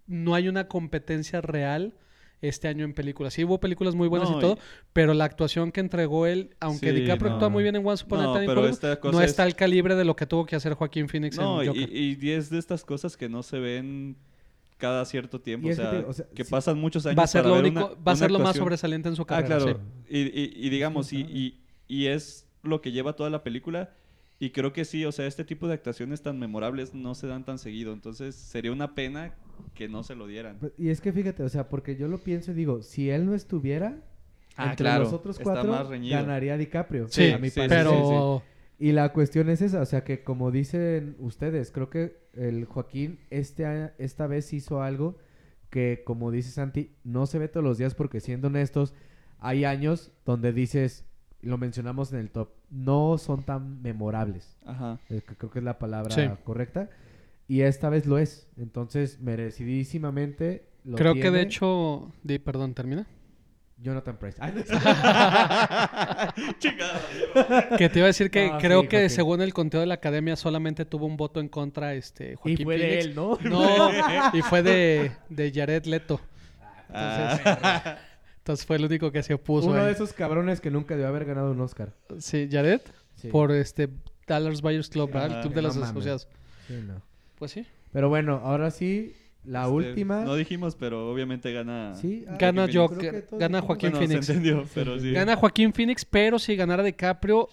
S3: no hay una competencia real este año en películas. Sí hubo películas muy buenas
S2: No,
S3: y
S2: y-
S3: todo, pero la actuación que entregó él, aunque
S2: Sí,
S3: DiCaprio
S1: no.
S3: actúa muy bien en Once Upon
S2: No,
S3: a Time in
S2: pero
S3: Hollywood,
S2: esta cosa
S3: no
S2: es-
S3: está al calibre de lo que tuvo que hacer Joaquín Phoenix
S2: No,
S3: en
S2: y,
S3: Joker.
S2: y es de estas cosas que no se ven cada cierto tiempo.
S1: Y
S2: O
S1: es que
S2: sea,
S1: te
S2: que,
S1: digo, o sea, sí.
S2: pasan muchos años.
S3: va a ser
S2: para
S3: lo
S2: ver
S3: único,
S2: una-
S3: va a ser
S2: una
S3: lo más
S2: actuación.
S3: sobresaliente en su
S2: Ah,
S3: carrera.
S2: claro.
S3: sí.
S2: Y, y- y digamos, y,
S1: quién sabe.
S2: y- y es lo que lleva toda la película. Y creo que sí, o sea, este tipo de actuaciones tan memorables no se dan tan seguido. Entonces sería una pena que no se lo dieran.
S1: Pues, Y es que fíjate, o sea, porque yo lo pienso y digo, si él no estuviera,
S2: Ah,
S1: entre
S2: claro,
S1: los otros
S2: está
S1: cuatro
S2: más reñido.
S1: ganaría DiCaprio.
S3: Sí,
S1: a mi
S2: sí,
S1: parecer.
S3: pero
S1: Y la cuestión es esa, o sea, que como dicen ustedes, creo que el Joaquín este a- esta vez hizo algo que, como dice Santi, no se ve todos los días porque, siendo honestos, hay años donde dices, lo mencionamos en el top, no son tan memorables.
S2: Ajá.
S1: eh, que Creo que es la palabra
S3: Sí.
S1: correcta. Y esta vez lo es. Entonces, merecidísimamente lo
S3: creo que
S1: tiene
S3: de hecho, di, perdón, termina.
S1: Jonathan Price. (laughs)
S2: Chingada.
S3: Que te iba a decir
S1: (laughs)
S3: que
S1: Ah,
S3: creo
S1: sí,
S3: que
S1: Joaquín.
S3: según el conteo de la academia solamente tuvo un voto en contra este Joaquín
S1: y fue de
S3: Phoenix.
S1: él, ¿no?
S3: (laughs) No, y fue de, de Jared Leto.
S2: Ah.
S3: Entonces fue el único que se opuso.
S1: Uno
S3: ahí.
S1: de esos cabrones que nunca debió haber ganado un Oscar.
S3: Sí, Jared,
S1: Sí. Ah,
S3: por este Dollars Buyers Club, ¿verdad?
S2: Ajá.
S3: el Club de
S1: No
S3: las
S1: mames.
S3: Asociadas.
S1: Sí, no.
S3: Pues sí.
S1: Pero bueno, ahora sí,
S2: (laughs)
S1: la
S2: Este,
S1: última.
S2: No dijimos, pero obviamente gana.
S1: Sí, ah,
S3: Gana
S1: creo
S3: Joker,
S1: que todos
S3: gana
S1: dijimos-
S3: Joaquín
S2: Bueno,
S3: Phoenix.
S2: se entendió, pero sí.
S3: Gana Joaquín Phoenix, pero si ganara DiCaprio,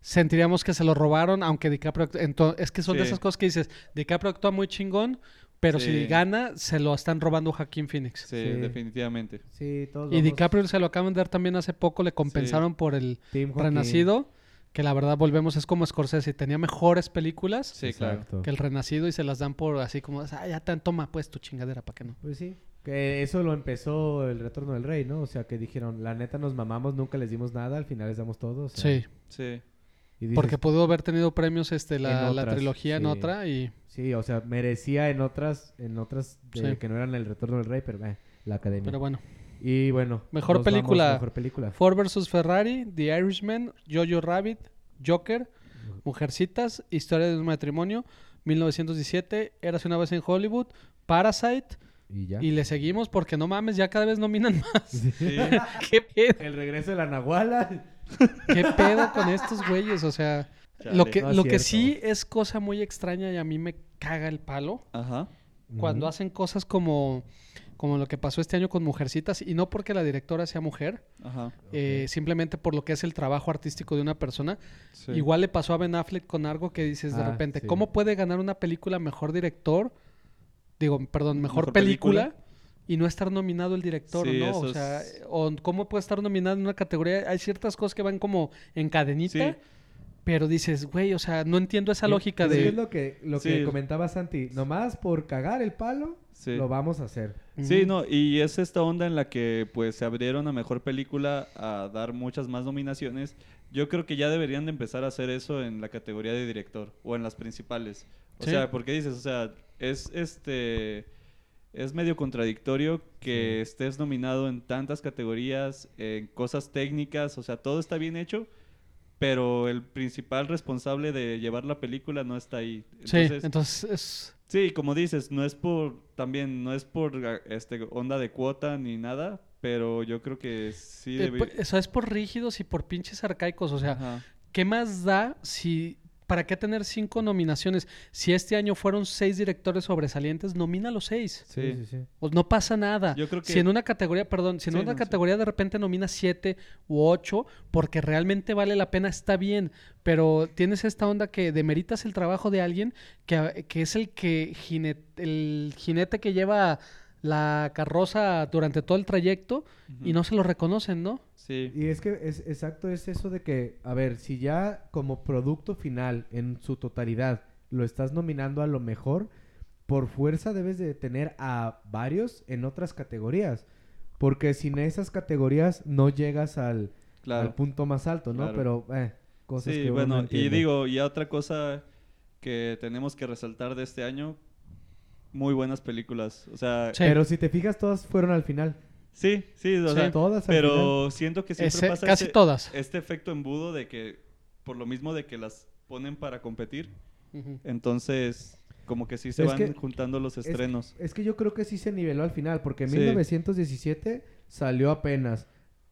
S3: sentiríamos que se lo robaron, aunque DiCaprio... act- ento- es que son de
S2: Sí.
S3: esas cosas que dices, DiCaprio actúa muy chingón, pero si
S2: Sí.
S3: gana, se lo están robando a Joaquín Phoenix.
S2: Sí,
S1: Sí.
S2: definitivamente.
S1: Sí, todos.
S3: Y
S1: vamos
S3: DiCaprio se lo acaban de dar también hace poco, le compensaron por el
S1: Team Joaquín.
S3: Renacido, que la verdad, volvemos, es como Scorsese, tenía mejores películas.
S2: Sí, claro.
S1: Exacto.
S3: que el renacido y se las dan por así como, ah, ya tan toma pues tu chingadera, ¿para qué no?
S1: Pues sí. Que eso lo empezó el retorno del rey, ¿no? O sea, que dijeron, la neta nos mamamos, nunca les dimos nada, al final les damos todo. o sea,
S3: Sí,
S2: Sí.
S1: y dices,
S3: porque pudo haber tenido premios este la,
S1: En
S3: la
S1: otras,
S3: trilogía en
S1: sí.
S3: otra y
S1: Sí, o sea, merecía en otras, en otras de-
S3: Sí.
S1: que no eran el retorno del rey, pero eh, la academia.
S3: pero bueno.
S1: Y bueno.
S3: Mejor
S1: nos vamos,
S3: película.
S1: Mejor película.
S3: Ford vs Ferrari, The Irishman, Jojo Rabbit, Joker, Mujercitas, Historia de un matrimonio, 1917, Érase una vez en Hollywood, Parasite
S1: Y ya.
S3: y le seguimos porque no mames, ya cada vez nominan (laughs) más.
S2: Sí.
S3: ¿Qué pedo?
S1: (laughs) El regreso de la Nahuala.
S3: ¿Qué pedo con estos güeyes? O sea,
S2: Chale.
S3: lo que
S1: No es
S3: lo que
S1: cierto.
S3: sí es cosa muy extraña y a mí me caga el palo.
S2: Ajá.
S3: cuando
S1: Ujú.
S3: hacen cosas como, como lo que pasó este año con Mujercitas, y no porque la directora sea mujer,
S2: Ajá.
S3: eh, simplemente por lo que es el trabajo artístico de una persona.
S2: Sí.
S3: Igual le pasó a Ben Affleck con algo que dices de
S1: Ah,
S3: repente,
S1: sí.
S3: ¿cómo puede ganar una película mejor director? Digo, perdón, mejor,
S2: Mejor
S3: película.
S2: película.
S3: Y no estar nominado el director,
S2: Sí,
S3: ¿no? O
S2: eso
S3: sea,
S2: es-
S3: o ¿cómo puede estar nominado en una categoría? Hay ciertas cosas que van como en cadenita,
S2: Sí.
S3: pero dices, güey, o sea, no entiendo esa
S1: Y-
S3: lógica
S1: pues
S3: de...
S1: Es lo que, lo
S2: Sí.
S1: que comentaba Santi. Nomás por cagar el palo,
S2: Sí.
S1: lo vamos a hacer.
S2: Sí,
S3: Mm.
S2: no, y es esta onda en la que pues se abrieron a mejor película a dar muchas más nominaciones. Yo creo que ya deberían de empezar a hacer eso en la categoría de director o en las principales. O
S3: Sí.
S2: sea, porque dices, o sea, es este es medio contradictorio que estés nominado en tantas categorías, en cosas técnicas, o sea, todo está bien hecho, pero el principal responsable de llevar la película no está ahí. Entonces,
S3: sí, entonces es...
S2: Sí, como dices, no es por también no es por ah, este onda de cuota ni nada, pero yo creo que sí
S3: Eh,
S2: debe-
S3: por- Eso es por rígidos y por pinches arcaicos. O sea,
S2: Ajá.
S3: ¿qué más da si... ¿Para qué tener cinco nominaciones? Si este año fueron seis directores sobresalientes, nomina los seis.
S2: Sí.
S3: O no pasa nada.
S2: Yo creo que-
S3: Si en una categoría, perdón, si en
S2: Sí,
S3: una
S2: no, sí.
S3: categoría de repente nomina siete u ocho, porque realmente vale la pena, está bien. Pero tienes esta onda que demeritas el trabajo de alguien que, que es el que jine- el jinete que lleva la carroza durante todo el trayecto y no se lo reconocen, ¿no?
S2: Sí.
S1: Y es que es exacto es eso de que, a ver, si ya como producto final en su totalidad lo estás nominando a lo mejor, por fuerza debes de tener a varios en otras categorías, porque sin esas categorías no llegas al,
S2: Claro.
S1: al punto más alto, ¿no?
S2: Claro.
S1: Pero eh, cosas
S2: sí,
S1: que uno no
S2: bueno, y
S1: entiende.
S2: digo, ya otra cosa que tenemos que resaltar de este año, muy buenas películas. O sea,
S3: Sí.
S2: sí,
S1: Pero si te fijas todas fueron al final,
S2: sí, o
S3: Sí.
S2: sea,
S1: todas al final.
S2: pero siento que siempre
S3: Ese-
S2: pasa
S3: casi
S2: este,
S3: todas.
S2: este efecto embudo de que, por lo mismo de que las ponen para competir, entonces como que sí se
S1: Es
S2: van
S1: que-
S2: juntando los
S1: que-
S2: estrenos.
S1: Es que yo creo que sí se niveló al final, porque en
S2: Sí.
S1: 1917 salió apenas.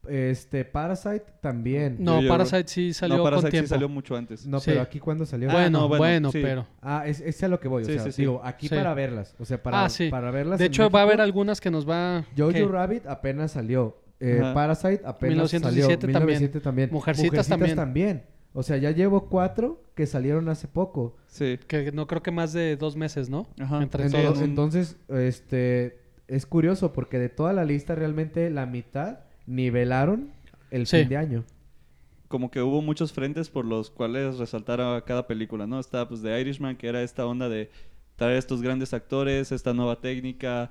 S1: Este, Parasite también.
S3: No,
S2: Yo- yo-
S3: Parasite sí salió
S2: no,
S3: con
S2: Parasite sí
S3: tiempo.
S2: salió mucho antes.
S1: No,
S3: Sí.
S1: pero aquí cuando salió.
S2: Ah,
S3: Bueno,
S2: no,
S3: bueno,
S2: bueno, sí.
S3: pero.
S1: Ah, es, es a lo que voy.
S2: Sí,
S1: o sea,
S2: sí, sí.
S1: digo, aquí
S3: Sí.
S1: para verlas. O sea, para,
S3: Ah, sí.
S1: para verlas.
S3: De
S1: en
S3: hecho, va a haber
S1: México,
S3: algut- algunas que nos va.
S1: Jojo
S3: que-
S1: Rabbit apenas salió. eh,
S2: Ajá.
S1: Parasite apenas
S3: 1917
S1: salió.
S3: también.
S1: 1917 también.
S3: Mujercitas también.
S1: O sea, ya llevo cuatro que salieron hace poco.
S2: Sí.
S3: que no creo que más de dos meses, ¿no?
S2: Ajá.
S3: Entre
S1: Ento-
S3: todos.
S1: Entonces, este, es curioso porque de toda la lista realmente la mitad nivelaron el
S3: Sí.
S1: fin de año.
S2: como que hubo muchos frentes por los cuales resaltar a cada película, ¿no? Estaba pues The Irishman, que era esta onda de traer a estos grandes actores, esta nueva técnica,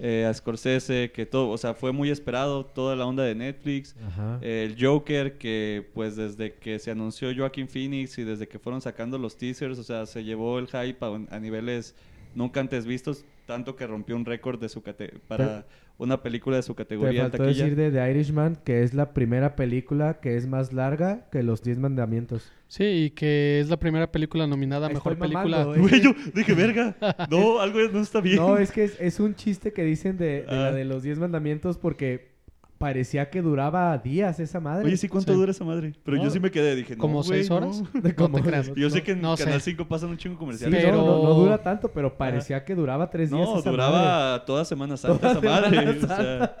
S2: eh, a Scorsese, que todo, o sea, fue muy esperado, toda la onda de Netflix,
S1: Ajá.
S2: el Joker, que pues desde que se anunció Joaquin Phoenix y desde que fueron sacando los teasers, o sea, se llevó el hype a, a niveles nunca antes vistos, tanto que rompió un récord de su cate- para una película de su
S1: Te
S2: categoría en
S1: faltó
S2: taquilla.
S1: decir de The Irishman que es la primera película que es más larga que Los Diez Mandamientos.
S3: Sí, y que es la primera película nominada a
S1: Estoy
S3: mejor película.
S1: mamando,
S2: eh. Güey, yo dije, verga, no, algo no está bien.
S1: No, es que es, es un chiste que dicen de, de la
S2: Ah.
S1: de los Diez Mandamientos porque parecía que duraba días esa madre.
S2: Oye, sí, ¿cuánto
S3: Sí.
S2: dura esa madre? Pero
S1: No.
S2: yo sí me quedé, dije, no,
S3: como
S2: güey,
S3: seis horas.
S2: no.
S1: (laughs)
S3: No
S1: De
S3: te
S1: como-
S3: creas.
S2: Yo sé que en
S3: No sé.
S2: Canal 5 pasan un chingo
S1: Sí,
S2: comercial.
S1: no,
S3: Pero-
S1: no, no dura tanto, pero parecía que duraba tres días.
S2: No,
S1: esa madre.
S2: duraba toda Semana Santa
S1: Toda
S2: esa madre.
S1: Semana
S2: o sea,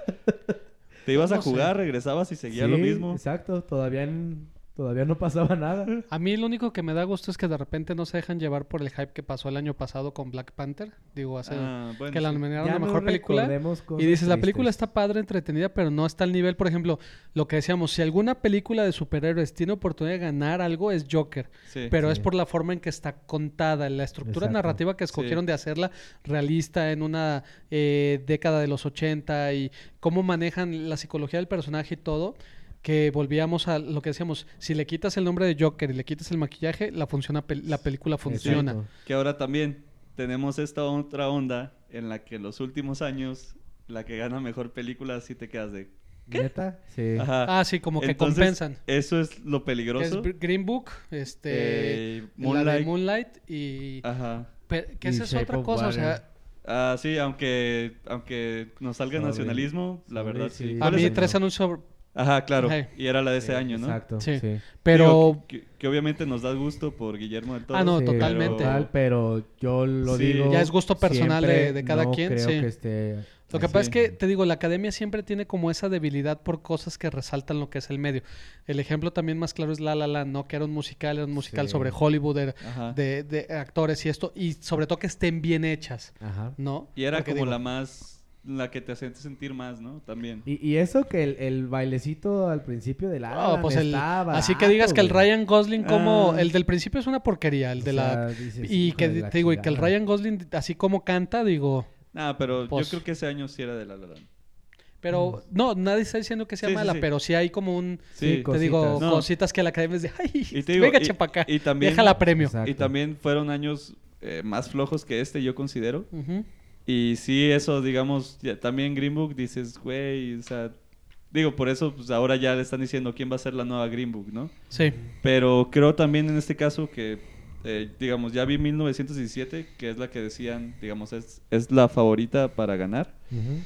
S2: te ibas a
S3: No sé.
S2: jugar, regresabas y seguía
S1: Sí,
S2: lo mismo.
S1: Exacto, todavía, en- todavía no pasaba
S2: (laughs)
S1: nada.
S3: A mí lo único que me da gusto es que de repente no se dejan llevar por el hype que pasó el año pasado con Black Panther. Digo, hace
S2: Ah, bueno,
S3: que la
S2: sí.
S3: nominaron
S1: Ya
S3: a
S1: no
S3: mejor película.
S1: recordemos
S3: Y
S1: cosas
S3: dices, la película
S1: tristes.
S3: está padre, entretenida, pero no está al nivel, por ejemplo, lo que decíamos, si alguna película de superhéroes tiene oportunidad de ganar algo, es Joker.
S2: Sí.
S3: Pero es
S1: Sí.
S3: por la forma en que está contada, la estructura
S1: Exacto.
S3: narrativa que escogieron de hacerla realista en una eh, década de los 80 y cómo manejan la psicología del personaje y todo, que volvíamos a lo que decíamos, si le quitas el nombre de Joker y le quitas el maquillaje, la, funciona pel- la película funciona.
S1: Exacto.
S2: Que ahora también tenemos esta otra onda en la que los últimos años, la que gana mejor película, sí te quedas de...
S1: ¿Neta? Sí.
S2: Ajá.
S3: Ah, sí, como que
S2: Entonces,
S3: compensan.
S2: Eso es lo
S3: Que es
S2: peligroso.
S3: Br- Green Book, este,
S2: Eh,
S3: la de
S2: Moonlight. Ah.
S3: Moonlight y...
S2: Ajá.
S3: pe- que
S1: Y
S3: esa es
S1: Shape
S3: otra
S1: of
S3: cosa, o
S1: Water.
S3: sea,
S2: Ah, sí, aunque, aunque nos salga
S1: Sobre-
S2: nacionalismo, la
S1: sobre,
S2: verdad
S1: sí.
S2: sí.
S3: a
S2: ¿Cuál es
S3: mí
S2: el-
S3: tres anuncios, sobre-
S2: Ajá, claro.
S3: Ajá.
S2: Y era la de ese año, ¿no?
S1: Exacto,
S3: Sí.
S1: sí.
S3: pero...
S2: Digo, que, que obviamente nos da gusto por Guillermo del Toro.
S3: Ah, no,
S1: Sí,
S3: totalmente.
S1: Tal, pero yo lo
S2: Sí.
S1: digo.
S3: Ya es gusto personal de-
S1: siempre,
S3: de cada
S1: no
S3: quien,
S1: Creo
S3: sí.
S1: que esté.
S3: Lo que
S1: así.
S3: pasa es que, te digo, la academia siempre tiene como esa debilidad por cosas que resaltan lo que es el medio. El ejemplo también más claro es La La Land, ¿no? Que era un musical, era un musical
S1: Sí.
S3: sobre Hollywood, era
S2: Ajá.
S3: de, de actores y esto, y sobre todo que estén bien hechas,
S1: Ajá.
S3: ¿no?
S2: Y era
S3: Porque
S2: como
S3: digo,
S2: la más... La que te hace sentir más, ¿no? También.
S1: Y, y eso que el, el bailecito al principio del
S3: "Ah,
S1: álbum
S3: pues el- así que digas que el Ryan Gosling como...
S2: Ah.
S3: El del principio es una porquería, el de la... Y que di- te digo, y que el Ryan Gosling, así como canta, digo...
S2: Nah, pero
S3: Pues-
S2: yo creo que ese año sí era de La La Land.
S3: Pero, no, nadie está diciendo que sea
S2: Sí, sí,
S3: mala,
S2: sí.
S3: pero sí hay como un...
S1: Sí,
S2: Sí.
S1: co-
S3: Te digo,
S1: Cositas.
S2: No.
S3: cositas que a la academia es de... ¡Ay!
S2: Y te digo,
S3: venga,
S2: y-
S3: chepa acá.
S2: y también-
S3: Déjala premio.
S1: Exacto.
S2: Y también fueron años eh, más flojos que este, yo considero.
S3: Ujú.
S2: Y sí, eso, digamos, ya- también Green Book dices, güey, o sea... Digo, por eso pues ahora ya le están diciendo quién va a ser la nueva Green Book, ¿no?
S3: Sí.
S2: Pero creo también en este caso que, eh, digamos, ya vi 1917, que es la que decían, digamos, es, es la favorita para ganar.
S1: Ujú.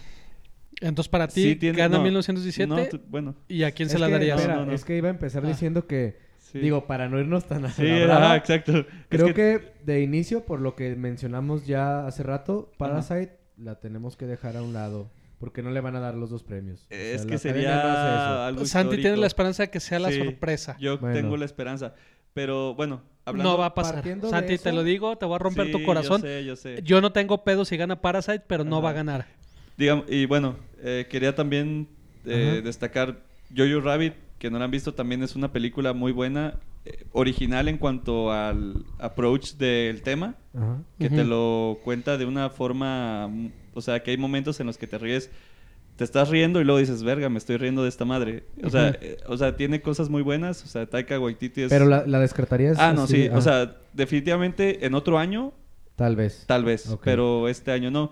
S3: Entonces, para ti, gana
S2: no,
S3: 1917.
S2: no, tú- bueno,
S3: ¿Y a quién
S1: Es
S3: se la
S1: que,
S3: darías?
S1: espera,
S2: No, no, no.
S1: Es que iba a empezar
S3: Ah.
S1: diciendo que.
S2: sí.
S1: Digo, para no irnos tan a la
S2: sí,
S1: brava,
S2: ajá, exacto. Es
S1: Creo que... de inicio, por lo que mencionamos ya hace rato, Parasite la tenemos que dejar a un lado. Porque no le van a dar los dos premios. O sea,
S2: es
S1: la
S2: que
S1: academia no hace eso.
S2: sería algo
S3: Santi tiene la
S2: histórico.
S3: esperanza de que sea la
S2: Sí.
S3: sorpresa.
S2: Yo
S1: Bueno.
S2: tengo la esperanza. Pero bueno, hablando...
S3: No va a pasar.
S1: partiendo de
S3: Santi, te
S1: eso-
S3: lo digo, te voy a romper
S2: Sí,
S3: tu corazón.
S2: Yo
S3: Yo,
S2: sé, yo sé.
S3: no tengo pedo si gana Parasite, pero no
S2: Ajá.
S3: va a ganar.
S2: Digam- y bueno, eh, quería también eh,
S1: Ajá.
S2: destacar Jojo Rabbit, que no la han visto, también es una película muy buena, eh, original en cuanto al approach del tema,
S1: Ajá.
S2: que te
S3: Ujú.
S2: lo cuenta de una forma, mm, o sea, que hay momentos en los que te ríes, te estás riendo y luego dices, verga, me estoy riendo de esta madre. O sea,
S3: Ujú.
S2: eh, o sea tiene cosas muy buenas, o sea, Taika Waititi es...
S1: Pero la, la descartarías.
S2: Ah, no,
S1: así,
S2: sí,
S1: ah,
S2: o sea, definitivamente en otro año
S1: Tal vez.
S2: Tal vez,
S1: Ok.
S2: pero este año no.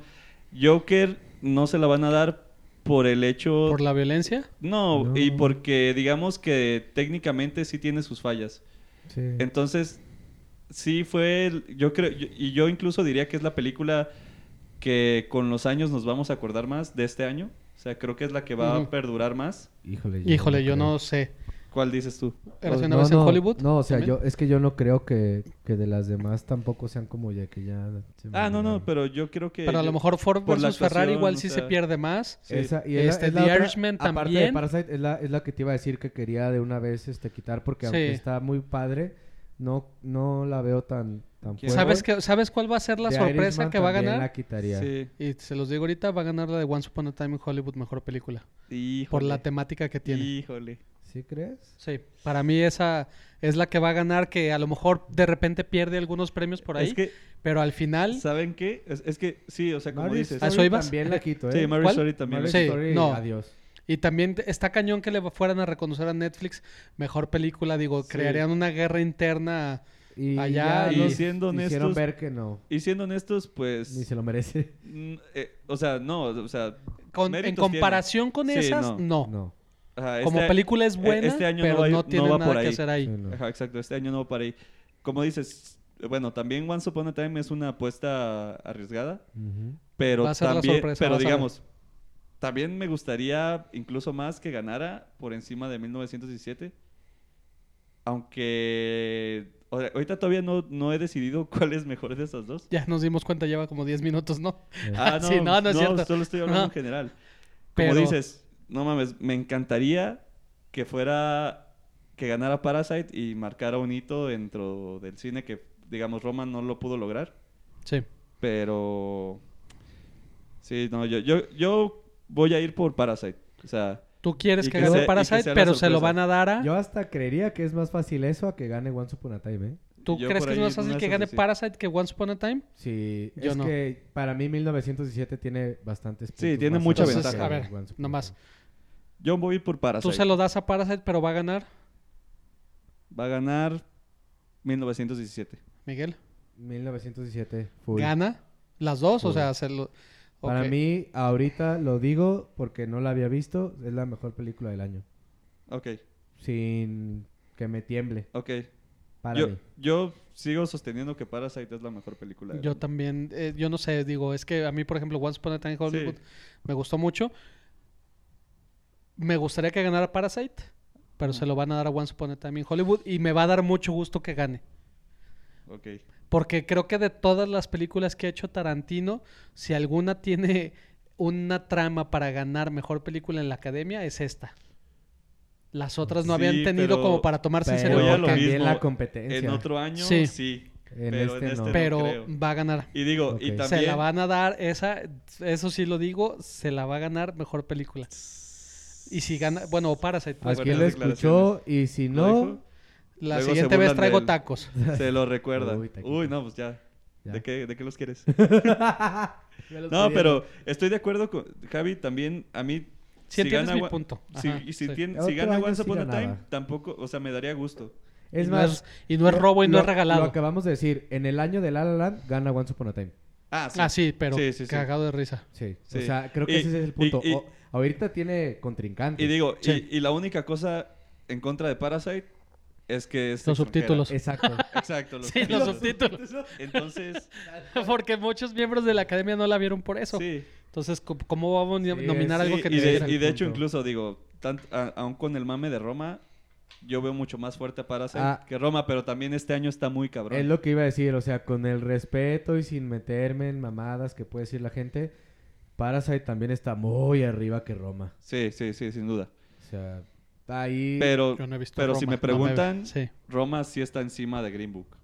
S2: Joker no se la van a dar por el hecho...
S3: ¿Por la violencia?
S2: No,
S1: No.
S2: y porque digamos que técnicamente sí tiene sus fallas.
S1: Sí.
S2: Entonces, sí fue... el- yo creo... yo- y yo incluso diría que es la película que con los años nos vamos a acordar más de este año. O sea, creo que es la que va
S3: Ujú.
S2: a perdurar más.
S1: Híjole,
S3: Híjole, yo
S1: creo.
S3: no sé.
S2: ¿Cuál dices tú?
S3: ¿Eras
S1: No,
S3: una vez
S1: no,
S3: en Hollywood?
S1: No, o sea,
S3: también?
S1: yo, es que yo no creo que, que de las demás tampoco sean como ya que ya. se me
S2: Ah, no, no,
S1: olvidaron.
S2: pero yo creo que...
S3: Pero a lo
S2: yo-
S3: mejor Ford
S2: por la
S3: versus Ferrari
S2: actuación,
S3: igual
S2: o
S3: sí se
S2: sea,
S3: pierde más.
S2: Sí.
S1: Esa, y es la-
S3: Este,
S1: es la
S3: The
S1: otra-
S3: Irishman
S1: aparte de
S3: también.
S1: Parasite, es la, es la que te iba a decir que quería de una vez este quitar porque aunque
S3: Sí.
S1: está muy padre, no, no la veo tan, tan
S2: ¿Quién?
S1: fuerte.
S3: ¿Sabes, que, ¿Sabes cuál va a ser la
S1: The
S3: sorpresa
S1: Irishman
S3: que va a
S1: también
S3: ganar?
S1: la quitaría.
S2: Sí.
S3: Y se los digo ahorita, va a ganar la de Once Upon a Time in Hollywood Mejor Película. Por
S2: Híjole,
S3: la temática que tiene.
S2: Híjole.
S1: ¿Sí crees?
S3: Sí, para mí esa es la que va a ganar, que a lo mejor de repente pierde algunos premios por ahí,
S2: Es que,
S3: pero al final...
S2: ¿saben qué? Es, es que, sí, o sea, como
S1: Marriage
S2: dices...
S3: Ah,
S1: Story
S3: ¿eso ibas?
S1: también la quito, ¿eh?
S2: Sí, Mary
S3: ¿Cuál?
S2: Story también.
S1: Marriage
S3: Sí,
S1: Story,
S3: no.
S1: adiós.
S3: Y también te- está cañón que le fueran a reconocer a Netflix mejor película, digo,
S2: Sí.
S3: crearían una guerra interna.
S1: Y
S3: Allá,
S1: ya
S3: y
S1: nos
S2: siendo
S1: hicieron
S2: honestos-
S1: ver que no,
S2: Y siendo honestos,
S1: ni
S2: pues.
S1: se lo merece.
S2: mm, eh, o sea, no, o sea.
S3: Con- en
S2: méritos
S3: comparación con
S2: Sí, no.
S3: esas, no.
S1: No.
S2: tiene. Ajá,
S3: Como
S2: este-
S3: película es
S2: e-
S3: buena,
S2: este año no
S3: pero no,
S2: va- no
S3: tiene
S2: va
S3: nada
S2: por
S3: que
S2: ahí.
S3: hacer
S1: sí,
S3: ahí.
S1: no.
S2: Ajá, exacto, este año no para ahí. Como dices, bueno, también Once Upon a Time es una apuesta arriesgada,
S1: Ujú.
S2: pero
S3: Va a ser la
S2: también.
S3: sorpresa,
S2: pero
S3: vas a ver.
S2: digamos, también me gustaría incluso más que ganara por encima de 1917. Aunque. o sea, Ahorita todavía no, no he decidido (laughs) cuál es mejor de esas dos.
S3: Ya nos dimos cuenta, lleva como 10 minutos, ¿no?
S1: Sí.
S2: Ah, no,
S3: (laughs) Sí, no, no es cierto.
S2: solo estoy hablando en
S3: Ajá.
S2: general. Como
S3: Pero-
S2: dices, no mames, me encantaría que fuera que ganara Parasite y marcara un hito dentro del cine que digamos Roma no lo pudo lograr,
S3: Sí.
S2: pero sí, no, yo yo yo voy a ir por Parasite, o sea,
S3: Tú quieres
S2: Y
S3: que
S2: que
S3: gane
S2: sea- y que
S3: Parasite,
S2: sea la
S3: pero se lo
S2: sorpresa.
S3: van a dar a...
S1: Yo hasta creería que es más fácil eso a que gane Once Upon a Time, ¿eh?
S3: ¿Tú
S2: yo
S3: crees
S2: por
S3: que es
S2: ahí
S3: más
S2: una
S3: fácil
S2: de
S3: que
S2: esas
S3: gane
S2: sí.
S3: Parasite que Once Upon a Time?
S1: Sí,
S3: Yo
S1: es
S3: no.
S1: que para mí 1917 tiene bastantes puntos
S2: tiene
S1: más
S2: mucha
S1: arriba
S3: Entonces,
S1: que
S2: ventaja.
S3: a ver,
S1: Once Upon a
S3: nomás.
S2: yo voy por Parasite.
S3: Tú se lo das a Parasite, pero va a ganar,
S2: Va a ganar 1917.
S3: Miguel.
S1: Time. 1917. full.
S3: ¿Gana? ¿Las dos? O
S1: Full.
S3: sea, se lo...
S1: Para
S3: Ok.
S1: mí, ahorita lo digo porque no la había visto, es la mejor película del año.
S2: Ok,
S1: Sin que me tiemble,
S2: ok.
S1: para
S2: Yo,
S1: mí.
S2: yo sigo sosteniendo que Parasite es la mejor película. del
S3: Yo
S2: año.
S3: también, eh, yo no sé, digo, es que a mí, por ejemplo, Once Upon a Time in Hollywood
S2: Sí.
S3: me gustó mucho. Me gustaría que ganara Parasite, pero se lo van a dar a Once Upon a Time in Hollywood y me va a dar mucho gusto que gane.
S2: Ok.
S3: Porque creo que de todas las películas que ha hecho Tarantino, si alguna (laughs) tiene una trama para ganar mejor película en la academia, es esta. Las otras no
S2: Sí,
S3: habían tenido
S2: pero-
S3: como para tomarse en
S1: Pero
S2: voy a
S3: serio.
S2: lo
S3: porque-
S1: también
S2: mismo.
S1: la competencia.
S2: En otro año
S3: Sí.
S2: sí,
S1: En
S2: pero
S1: este
S2: en este
S1: no.
S2: no.
S3: Pero
S2: creo.
S3: va a ganar.
S2: Y digo,
S1: Ok.
S2: y
S1: Se
S2: también
S3: Se la van a dar esa, eso sí lo digo, se la va a ganar mejor película. Y si gana, bueno, o Parasite. pues.
S2: Así
S1: Aquí
S2: buenas
S1: lo escuchó y si
S2: ¿lo
S1: no,
S2: dijo?
S3: la
S2: luego se
S3: siguiente vez
S2: burlan
S3: traigo
S2: de él.
S3: tacos.
S2: se
S1: (laughs)
S2: lo recuerda.
S1: Uy,
S2: Uy,
S1: taquito.
S2: no, pues ya.
S1: Ya.
S2: ¿De qué, ¿De qué los
S1: (laughs)
S2: quieres?
S1: Ya lo
S2: no,
S1: sabía.
S2: pero estoy de acuerdo con Javi también. A mí,
S3: Si entiendes mi
S2: Wa-
S3: punto.
S2: Si,
S3: Ajá,
S2: y si,
S3: sí.
S2: tien-
S1: El
S2: si
S1: otro
S2: gana
S1: año
S2: Once
S1: sí
S2: Upon a
S1: ganaba.
S2: Time, tampoco, o sea, me daría gusto.
S1: es
S3: y no
S1: más,
S3: y no es robo y no
S1: lo-
S3: es regalado.
S1: Lo acabamos de decir, en el año de La La Land gana Once Upon a Time.
S2: Ah, sí.
S3: Ah, sí, pero
S2: Sí, sí, sí.
S3: cagado de risa.
S1: Sí.
S2: Sí.
S1: O sea, creo que
S2: Y-
S1: ese es el
S2: y-
S1: punto.
S2: y-
S1: O- ahorita tiene contrincantes.
S2: Y digo, (laughs)
S3: Sí.
S2: y, y la única cosa en contra de Parasite es que es
S3: Los
S2: extranjera.
S3: subtítulos.
S1: Exacto.
S2: Exacto, los
S3: (laughs) Sí,
S2: (laughs)
S3: los subtítulos.
S2: Entonces,
S3: Porque muchos miembros de la academia no la vieron por eso.
S2: sí.
S3: Entonces, ¿cómo- ¿cómo va a
S1: Sí,
S3: nom-
S1: es-
S3: nominar algo
S2: Sí,
S3: que
S2: y,
S3: no
S2: de,
S3: vieron?
S2: y de hecho,
S1: punto.
S2: incluso digo, tant- a- aún con el mame de Roma, yo veo mucho más fuerte a Parasite
S1: Ah.
S2: que Roma, pero también este año está muy cabrón.
S1: es lo que iba a decir, o sea, con el respeto y sin meterme en mamadas que puede decir la gente, Parasite también está muy arriba que Roma.
S2: Sí, sí, sí, sin duda.
S1: O sea, está ahí.
S2: Pero,
S3: Yo no he visto
S2: pero si
S3: Roma,
S2: me
S3: no
S2: preguntan,
S3: Sí.
S2: Roma sí está encima de Green Book.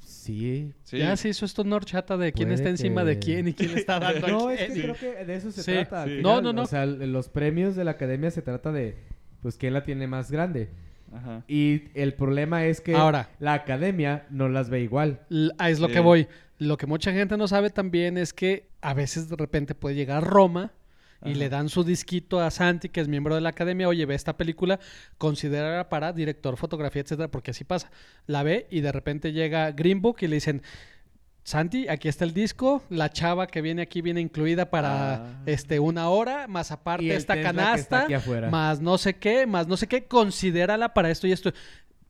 S1: Sí.
S2: Sí.
S3: Ya se hizo esto horchata de quién
S1: Puede
S3: está encima de
S1: que-
S3: quién y quién
S2: (laughs)
S3: le está dando a
S1: No,
S3: quién.
S1: es que
S2: Sí.
S1: creo que de eso se
S3: Sí,
S1: trata. al
S2: sí.
S1: final.
S3: No, no, no.
S1: O sea, l- los premios de la academia se trata de, pues, quién la tiene más grande.
S2: Ajá.
S1: Y el problema es que
S3: Ahora.
S1: la academia no las ve igual.
S3: L- ah, es lo que
S2: Sí.
S3: voy. Lo que mucha gente no sabe también es que a veces de repente puede llegar Roma y
S2: Ajá.
S3: le dan su disquito a Santi, que es miembro de la academia. Oye, ve esta película, considera para director, fotografía, etcétera, porque así pasa. La ve y de repente llega Green Book y le dicen. Santi, aquí está el disco, la chava que viene aquí viene incluida para
S2: Ah.
S3: este una hora, más aparte
S1: Y el
S3: esta
S1: Tesla que está
S3: canasta,
S1: aquí afuera.
S3: más no sé qué, más no sé qué, considérala para esto y esto.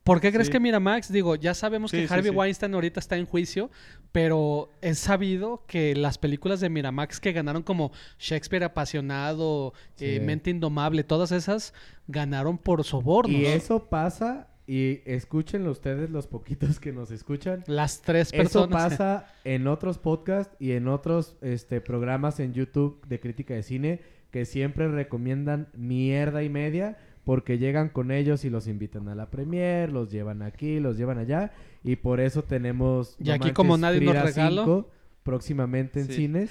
S3: ¿Por qué crees
S2: Sí.
S3: que Miramax? Digo, ya sabemos
S2: Sí,
S3: que
S2: sí,
S3: Harvey
S2: sí.
S3: Weinstein ahorita está en juicio, pero es sabido que las películas de Miramax que ganaron como Shakespeare apasionado, eh,
S1: Sí.
S3: Mente Indomable, todas esas ganaron por sobornos.
S1: Y eso pasa, y escúchenlo ustedes los poquitos que nos escuchan.
S3: Las tres
S1: Eso
S3: personas.
S1: pasa en otros podcasts y en otros este, programas en YouTube de crítica de cine que siempre recomiendan mierda y media porque llegan con ellos y los invitan a la premier, los llevan aquí, los llevan allá y por eso tenemos...
S3: Y aquí como nadie nos regaló.
S1: 5 próximamente en
S2: Sí.
S1: cines.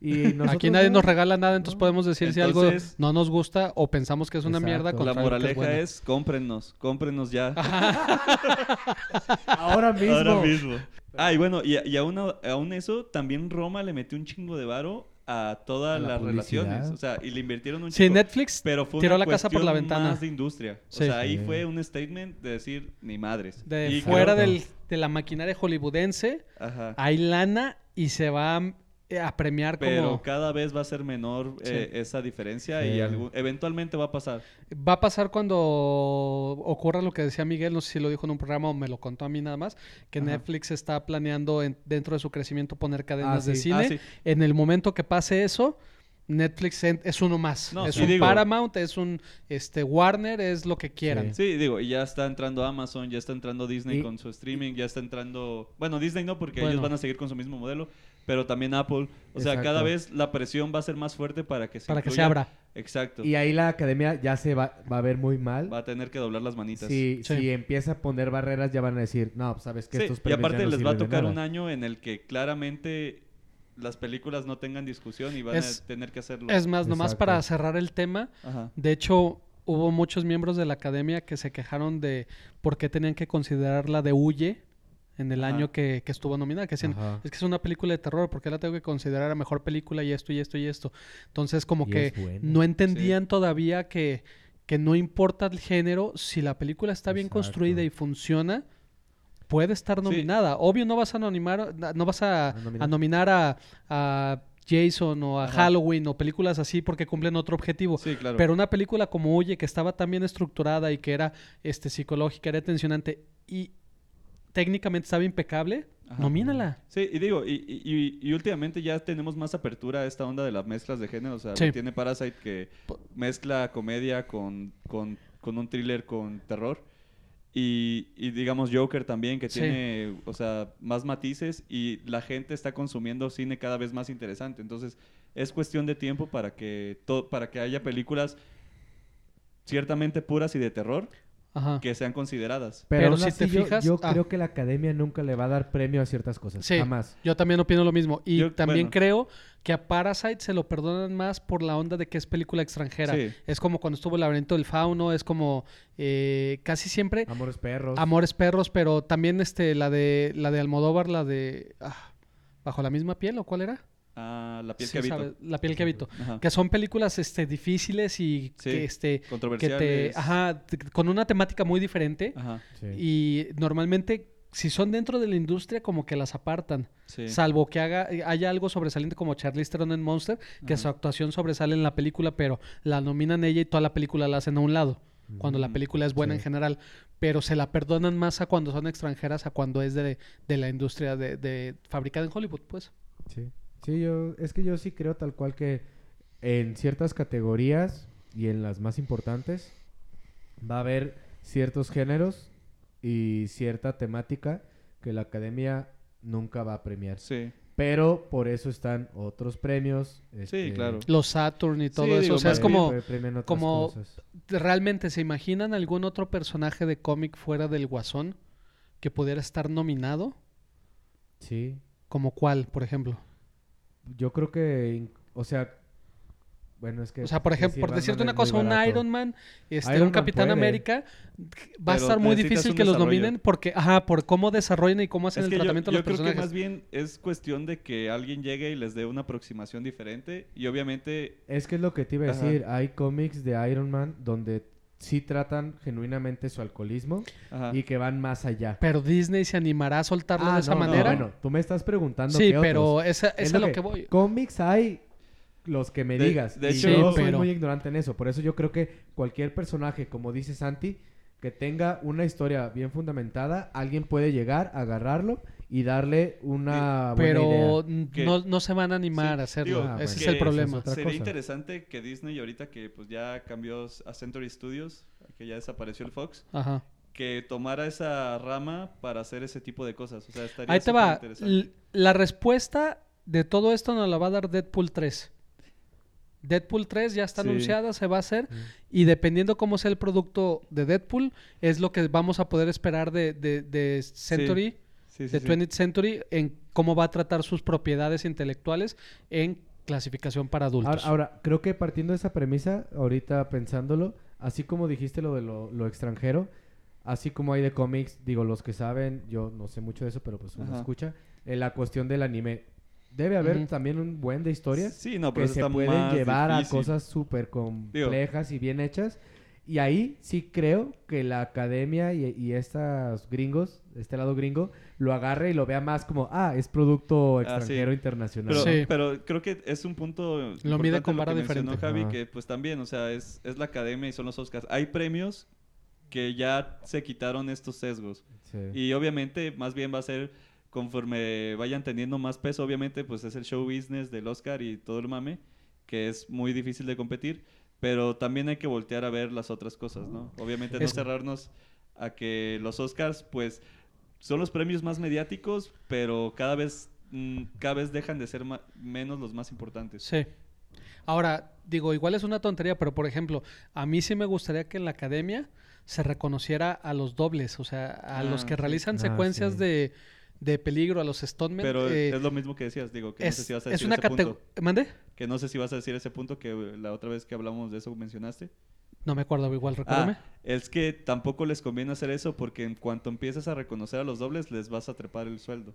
S1: Y
S3: (laughs) Aquí
S1: nosotros
S3: nadie
S1: no.
S3: nos regala nada, entonces podemos decir si algo
S2: Entonces-
S3: no nos gusta o pensamos que es una mierda.
S1: Exacto.
S2: La
S3: contra algo
S2: moraleja
S3: que bueno.
S2: es cómprennos, cómprennos ya.
S1: Ahora
S2: (laughs)
S1: mismo.
S2: Ahora mismo. Ah, y bueno, y, y aún, aún eso, también Roma le metió un chingo de varo a
S1: A
S2: todas
S1: la
S2: las
S1: publicidad.
S2: relaciones. O sea, y le invirtieron un
S3: Sí,
S2: chingo.
S3: Netflix
S2: pero fue
S3: tiró
S2: una
S3: la casa por la
S2: cuestión
S3: ventana.
S2: más de industria.
S3: Sí.
S2: O sea, ahí
S1: Sí.
S2: fue un statement de decir, ni madres.
S3: De
S2: Y
S3: fuera
S1: creo-
S3: del- de la maquinaria hollywoodense,
S2: creo- Ajá.
S3: hay lana y se va eh, a premiar como...
S2: Pero cada vez va a ser menor
S3: Sí.
S2: eh, esa diferencia
S1: Sí.
S2: y algún- eventualmente va a pasar.
S3: Va a pasar cuando ocurra lo que decía Miguel, no sé si lo dijo en un programa o me lo contó a mí nada más, que
S2: Ajá.
S3: Netflix está planeando en- dentro de su crecimiento poner cadenas de
S1: sí.
S3: cine.
S2: Ah, sí.
S3: En el momento que pase eso, Netflix en- es uno más.
S2: No,
S3: es
S2: sí,
S3: un
S2: digo-
S3: Paramount, es un este Warner, es lo que quieran.
S2: Sí, digo, y ya está entrando Amazon, ya está entrando Disney
S1: Y-
S2: con su streaming, ya está entrando... Bueno, Disney no, porque
S3: Bueno.
S2: ellos van a seguir con su mismo modelo, pero también Apple. O sea,
S1: Exacto.
S2: cada vez la presión va a ser más fuerte para que se
S3: Para que se
S2: incluya.
S3: abra.
S2: Exacto.
S1: Y ahí la academia ya se va, va a ver muy mal.
S2: Va a tener que doblar las manitas.
S1: Si,
S3: Sí.
S1: si empieza a poner barreras ya van a decir, no, pues, sabes que
S2: Sí, y
S1: estos premios ya
S2: aparte
S1: no
S2: les va a
S1: sirven de
S2: tocar
S1: nada".
S2: un año en el que claramente las películas no tengan discusión y van
S3: Es-
S2: a tener que hacerlo.
S3: Es más, nomás
S1: Exacto.
S3: para cerrar el tema,
S2: Ajá.
S3: de hecho hubo muchos miembros de la academia que se quejaron de por qué tenían que considerarla de Huye en el
S2: Ajá.
S3: año que, que estuvo nominada, que decían,
S1: Ajá.
S3: es que es una película de terror, ¿por qué la tengo que considerar a mejor película y esto y esto y esto? Entonces como
S1: Y
S3: que
S1: es buena.
S3: no entendían todavía que, que no importa el género, si la película está bien
S1: Exacto.
S3: construida y funciona, puede estar
S2: Sí.
S3: nominada. Obvio no vas a nominar, no vas a,
S1: A nominar.
S3: a nominar a, a Jason o a
S2: Ajá.
S3: Halloween o películas así porque cumplen otro objetivo.
S2: Sí, claro.
S3: Pero una película como Oye, que estaba tan bien estructurada y que era este, psicológica, era tensionante y técnicamente estaba impecable,
S2: Ajá.
S3: nomínala.
S2: Sí, y digo, y, y- y- y últimamente ya tenemos más apertura a esta onda de las mezclas de género. O sea,
S3: Sí.
S2: lo tiene Parasite que
S3: Po-
S2: mezcla comedia con, con, con un thriller con terror. Y, y digamos Joker también, que
S3: Sí.
S2: tiene, o sea, más matices y la gente está consumiendo cine cada vez más interesante. Entonces, es cuestión de tiempo para que, to- para que haya películas ciertamente puras y de terror
S3: Ajá.
S2: que sean consideradas.
S1: Pero,
S3: Pero
S1: aún
S3: si
S1: así
S3: te
S1: yo,
S3: fijas-
S1: yo
S3: ah.
S1: creo que la academia nunca le va a dar premio a ciertas cosas.
S3: Sí,
S1: Jamás.
S3: yo también opino lo mismo. Y
S2: Yo-
S3: también
S2: bueno.
S3: creo que a Parasite se lo perdonan más por la onda de que es película extranjera.
S2: Sí.
S3: Es como cuando estuvo El laberinto del fauno, es como eh, casi siempre
S1: Amores perros.
S3: Amores perros, pero también este, la de la de Almodóvar, la de ah, Bajo la misma piel, ¿o cuál era?
S2: Ah, la piel
S3: Sí,
S2: que habito.
S3: sabes, la piel que habito.
S2: Ajá.
S3: Que son películas este, difíciles y
S2: Sí.
S3: que, este, que te,
S2: Controversiales.
S3: ajá, t- con una temática muy diferente.
S2: Ajá.
S1: Sí.
S3: Y normalmente, si son dentro de la industria, como que las apartan.
S2: Sí.
S3: Salvo que haga, eh, haya algo sobresaliente como Charlize Theron en Monster, que
S2: Ajá.
S3: su actuación sobresale en la película, pero la nominan ella y toda la película la hacen a un lado, cuando la
S2: Mm,
S3: película es buena
S1: sí.
S3: en general. Pero se la perdonan más a cuando son extranjeras, a cuando es de, de la industria de, de fabricada en Hollywood, pues.
S1: Sí. Sí, yo, es que yo sí creo tal cual que en ciertas categorías y en las más importantes va a haber ciertos géneros y cierta temática que la academia nunca va a premiar.
S2: Sí.
S1: Pero por eso están otros premios. este,
S2: claro.
S3: Los Saturn y todo
S2: Sí,
S3: eso.
S2: digo,
S3: o sea,
S2: más
S3: es como...
S1: pre- premian otras
S3: como-
S1: cosas.
S3: ¿Realmente se imaginan algún otro personaje de cómic fuera del Guasón que pudiera estar nominado?
S1: Sí.
S3: ¿Como cuál, por ejemplo?
S1: Yo creo que, in- o sea, bueno, es que...
S3: O sea, por ejemplo, por decirte una cosa, un Iron Man, este,
S1: Iron
S3: un
S1: Man
S3: Capitán
S1: puede.
S3: América, va a
S2: Pero
S3: estar muy
S2: necesitas
S3: difícil
S2: un
S3: que los
S2: desarrollo.
S3: dominen porque, ajá, por cómo desarrollan y cómo hacen
S2: Es
S3: el
S2: que yo,
S3: tratamiento de
S2: yo
S3: los
S2: creo que
S3: personajes.
S2: más bien es cuestión de que alguien llegue y les dé una aproximación diferente y obviamente
S1: Es que es lo que te iba a
S2: Ajá.
S1: decir. Hay cómics de Iron Man donde sí tratan genuinamente su alcoholismo
S2: ajá.
S1: y que van más allá.
S3: Pero Disney se animará a soltarlo
S1: Ah,
S3: Ah. de esa
S1: no, no,
S3: manera.
S1: bueno, tú me estás preguntando
S3: sí,
S1: qué
S3: pero
S1: otros.
S3: esa, esa es a lo que voy.
S1: Cómics hay los que me
S2: De-
S1: digas.
S2: de
S1: y
S2: hecho-
S1: yo
S3: Sí,
S1: soy
S3: pero-
S1: muy ignorante en eso. Por eso yo creo que cualquier personaje, como dice Santi, que tenga una historia bien fundamentada, alguien puede llegar, agarrarlo y darle una Ah, buena
S3: Eh, Pero
S1: idea.
S3: n-
S2: Que-
S3: no, no se van a animar
S2: Sí,
S3: a hacerlo.
S2: digo,
S1: Ah,
S3: pues, Ese
S1: bueno.
S3: es
S2: que
S3: el problema.
S1: Eso otra
S2: Sería
S1: cosa.
S2: interesante que Disney ahorita que pues ya cambió a Century Studios, que ya desapareció el Fox,
S3: Ajá.
S2: que tomara esa rama para hacer ese tipo de cosas. O sea, estaría
S3: Ahí te va.
S2: superinteresante.
S3: L- La respuesta de todo esto nos la va a dar Deadpool 3. Deadpool 3 ya está
S2: Sí.
S3: anunciada, se va a hacer.
S1: Mm.
S3: Y dependiendo cómo sea el producto de Deadpool, es lo que vamos a poder esperar de, de- de Century,
S2: Sí, sí,
S3: de
S2: sí.
S3: 20th Century, en cómo va a tratar sus propiedades intelectuales en clasificación para
S1: Ahora,
S3: adultos.
S1: ahora, creo que partiendo de esa premisa, ahorita pensándolo, así como dijiste lo de lo, lo extranjero, así como hay de cómics, digo, los que saben, yo no sé mucho de eso, pero pues uno
S2: Ajá.
S1: escucha, eh, la cuestión del anime. Debe haber
S3: Ujú.
S1: también un buen de historias
S2: Sí, no, pero
S1: que
S2: eso
S1: se
S2: está
S1: pueden
S2: más
S1: llevar
S2: difícil.
S1: a cosas súper complejas y bien hechas. Y ahí sí creo que la academia y, y estos gringos, este lado gringo, lo agarre y lo vea más como, ah, es producto
S2: Ah, sí.
S1: extranjero internacional.
S2: Pero,
S3: Sí.
S2: pero creo que es un punto
S3: Lo mide
S2: importante
S3: con vara
S2: que mencionó
S3: diferente.
S2: Javi,
S1: Ajá.
S2: que pues también, o sea, es, es la academia y son los Oscars. Hay premios que ya se quitaron estos sesgos.
S1: Sí.
S2: Y obviamente, más bien va a ser conforme vayan teniendo más peso, obviamente, pues es el show business del Oscar y todo el mame, que es muy difícil de competir, pero también hay que voltear a ver las otras cosas, ¿no? Obviamente no
S3: Es-
S2: cerrarnos a que los Oscars, pues, son los premios más mediáticos, pero cada vez, mm, cada vez dejan de ser ma- menos los más importantes.
S3: Sí. Ahora, digo, igual es una tontería, pero por ejemplo, a mí sí me gustaría que en la academia se reconociera a los dobles, o sea, a
S2: Ah,
S3: los que
S2: sí.
S3: realizan
S1: Ah,
S3: secuencias
S1: sí.
S3: de, de peligro, a los stuntmen.
S2: Pero
S3: eh,
S2: es lo mismo que decías, digo, que no
S3: es,
S2: sé si vas a
S3: es
S2: decir
S3: una
S2: ese punto.
S3: categoría... ¿Mande?
S2: Que no sé si vas a decir ese punto que eh, la otra vez que hablamos de eso mencionaste.
S3: No me acuerdo, igual, recuérdame.
S2: Ah, es que tampoco les conviene hacer eso porque en cuanto empieces a reconocer a los dobles les vas a trepar el sueldo.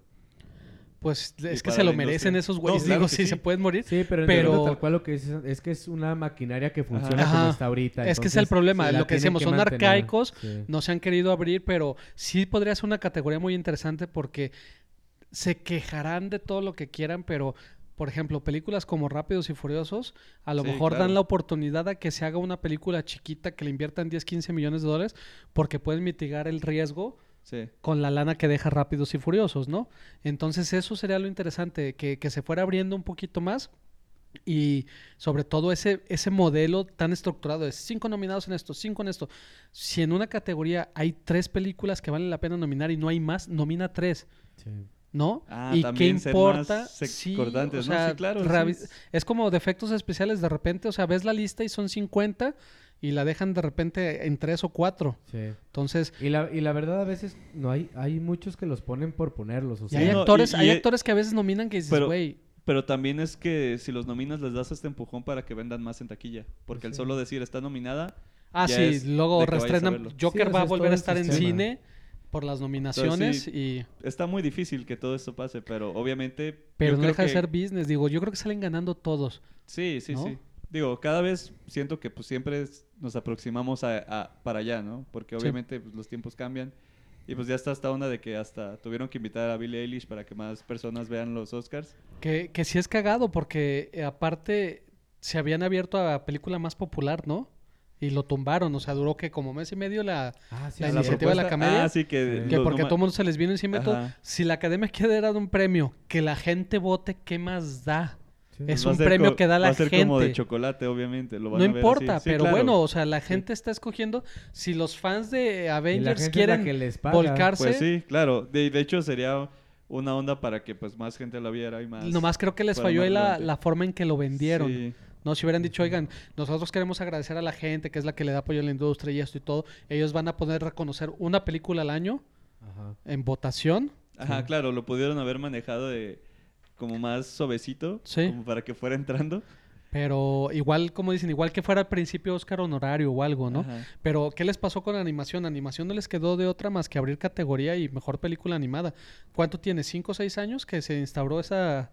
S3: Pues es que
S2: para
S3: se lo
S2: la
S3: merecen
S2: industria.
S3: esos
S2: No,
S3: güeyes.
S2: claro
S3: digo,
S2: que
S3: sí,
S2: sí.
S3: se pueden morir.
S1: Sí, pero,
S3: Pero-
S1: pero... tal cual lo que es, es que es una maquinaria que funciona
S3: Ajá.
S1: como está ahorita.
S3: Es que es el
S1: entonces,
S3: problema,
S1: se la
S3: lo que
S1: tienen
S3: decíamos, son
S1: mantener.
S3: arcaicos,
S1: Sí.
S3: No se han querido abrir, pero sí podría ser una categoría muy interesante porque se quejarán de todo lo que quieran, pero por ejemplo, películas como Rápidos y Furiosos, a lo
S2: Sí,
S3: mejor
S2: claro.
S3: dan la oportunidad a que se haga una película chiquita que le inviertan 10, 15 millones de dólares porque pueden mitigar el riesgo
S2: Sí.
S3: con la lana que deja Rápidos y Furiosos, ¿no? Entonces eso sería lo interesante, que, que se fuera abriendo un poquito más y sobre todo ese, ese modelo tan estructurado de cinco nominados en esto, cinco en esto. Si en una categoría hay tres películas que valen la pena nominar y no hay más, nomina tres,
S1: Sí.
S3: ¿no?
S2: Ah,
S3: ¿Y
S2: también ser más
S3: Sí,
S2: secordantes,
S3: o
S2: ¿no?
S3: sea,
S2: Sí, claro,
S3: rabi-
S2: sí.
S3: Es como defectos especiales, de repente, o sea, ves la lista y son 50 y la dejan de repente en tres o cuatro.
S1: sí.
S3: Entonces,
S1: Y la, y la verdad a veces no hay hay muchos que los ponen por ponerlos, o
S3: Y
S1: sea,
S3: hay
S2: no,
S3: actores,
S2: y-
S3: hay
S2: y- e
S3: actores que a veces nominan que dices,
S2: Pero-
S3: güey,
S2: Pero también es que si los nominas les das este empujón para que vendan más en taquilla. Porque el
S1: Sí.
S2: solo decir está nominada,
S3: ah,
S2: ya
S3: sí,
S2: es
S3: luego
S2: de que vayas a
S3: reestrenan.
S2: verlo.
S3: Joker
S1: Sí,
S3: va
S1: o sea,
S3: a
S1: es
S3: volver
S1: todo
S3: a
S1: el
S3: estar en
S1: sistema.
S3: cine por las nominaciones
S2: sí.
S3: y...
S2: está muy difícil que todo esto pase, pero obviamente... yo
S3: Pero no
S2: creo
S3: deja de
S2: que-
S3: ser business. Digo, yo creo que salen ganando todos.
S2: Sí, sí,
S3: ¿no?
S2: sí. Digo, cada vez siento que pues siempre es- nos aproximamos a, a- para allá, ¿no? Porque
S3: Sí.
S2: obviamente pues, los tiempos cambian. Y pues ya está esta onda de que hasta tuvieron que invitar a Billie Eilish para que más personas vean los Oscars.
S3: Que, que sí es cagado porque eh, aparte se habían abierto a película más popular, ¿no? Y lo tumbaron. O sea, duró que como mes y medio la...
S1: ah, sí,
S3: la
S1: sí.
S3: iniciativa de la
S2: propuesta-
S3: comedia,
S2: Ah, sí, que...
S1: Sí.
S3: Que
S2: los
S3: porque
S2: noma-
S3: todo mundo se les vino encima y todo.
S2: Ajá.
S3: Si la academia quiere dar un premio, que la gente vote, ¿qué más da?
S1: Sí.
S3: es
S2: Va a
S3: un
S2: ser
S3: premio
S2: co-
S3: que da la
S2: Va a ser como de
S3: gente.
S2: chocolate, obviamente. Lo van
S3: No
S2: a ver así.
S3: importa,
S2: Sí,
S3: pero
S2: claro.
S3: bueno, o sea, la gente está escogiendo. Si los fans de
S1: Y la gente
S3: Avengers
S1: es la
S3: quieren
S1: que les paga.
S3: volcarse,
S2: Pues sí, claro. De, de hecho, sería una onda para que pues más gente la viera y más...
S3: nomás creo que les
S2: fuera
S3: falló
S2: más
S3: ahí la,
S2: relevante.
S3: la forma en que lo vendieron.
S2: Sí.
S3: No, si hubieran dicho, oigan, nosotros queremos agradecer a la gente que es la que le da apoyo a la industria y esto y todo, ellos van a poder reconocer una película al año
S1: Ajá.
S3: en votación
S2: Ajá,
S1: Sí.
S2: claro, lo pudieron haber manejado de como más suavecito,
S3: Sí.
S2: como para que fuera entrando.
S3: Pero igual, como dicen, igual que fuera al principio Oscar honorario o algo, ¿no?
S2: Ajá.
S3: Pero, ¿qué les pasó con la animación? Animación no les quedó de otra más que abrir categoría y mejor película animada. ¿Cuánto tiene? ¿Cinco o seis años que se instauró esa,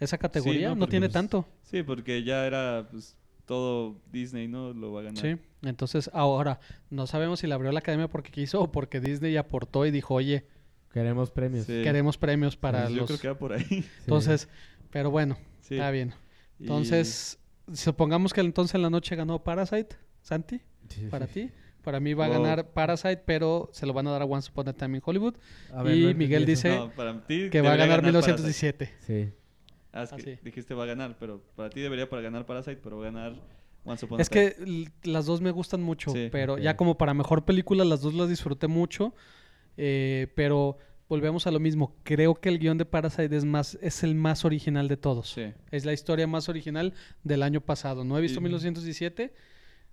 S3: esa categoría?
S2: no,
S3: no
S2: porque,
S3: tiene
S2: pues,
S3: tanto.
S2: Sí, porque ya era pues, todo Disney, pues, ¿no? Lo va a ganar.
S3: Sí. Entonces, ahora, no sabemos si la abrió la academia porque quiso o porque Disney aportó y dijo, oye,
S1: Queremos premios.
S2: Sí.
S3: queremos premios para
S2: Pues Yo
S3: los.
S2: creo que va por ahí. (laughs)
S1: Sí.
S3: Entonces, pero bueno,
S2: Sí.
S3: está bien.
S2: Y-
S3: Entonces, supongamos que entonces en la noche ganó Parasite, Santi,
S1: Sí,
S3: para
S1: sí.
S3: ti. Para mí va a
S2: Wow.
S3: ganar Parasite, pero se lo van a dar a Once Upon a Time in Hollywood.
S1: A ver,
S3: y
S1: no entendí
S3: Miguel
S1: eso.
S3: dice-
S2: No, para ti
S3: que va a
S2: debería
S3: ganar
S2: Parasite.
S3: 1917.
S1: Sí.
S2: Ah, es que
S3: Ah, sí.
S2: Dijiste va a ganar, pero para ti debería para ganar Parasite, pero va a ganar Once Upon a
S3: Es
S2: Time.
S3: que l- las dos me gustan mucho,
S2: Sí,
S3: pero
S1: ok.
S3: ya como para mejor película las dos las disfruté mucho, eh, pero volvemos a lo mismo. Creo que el guión de Parasite es más es el más original de todos.
S2: Sí.
S3: Es la historia más original del año pasado. No he visto
S2: Y-
S3: 1917,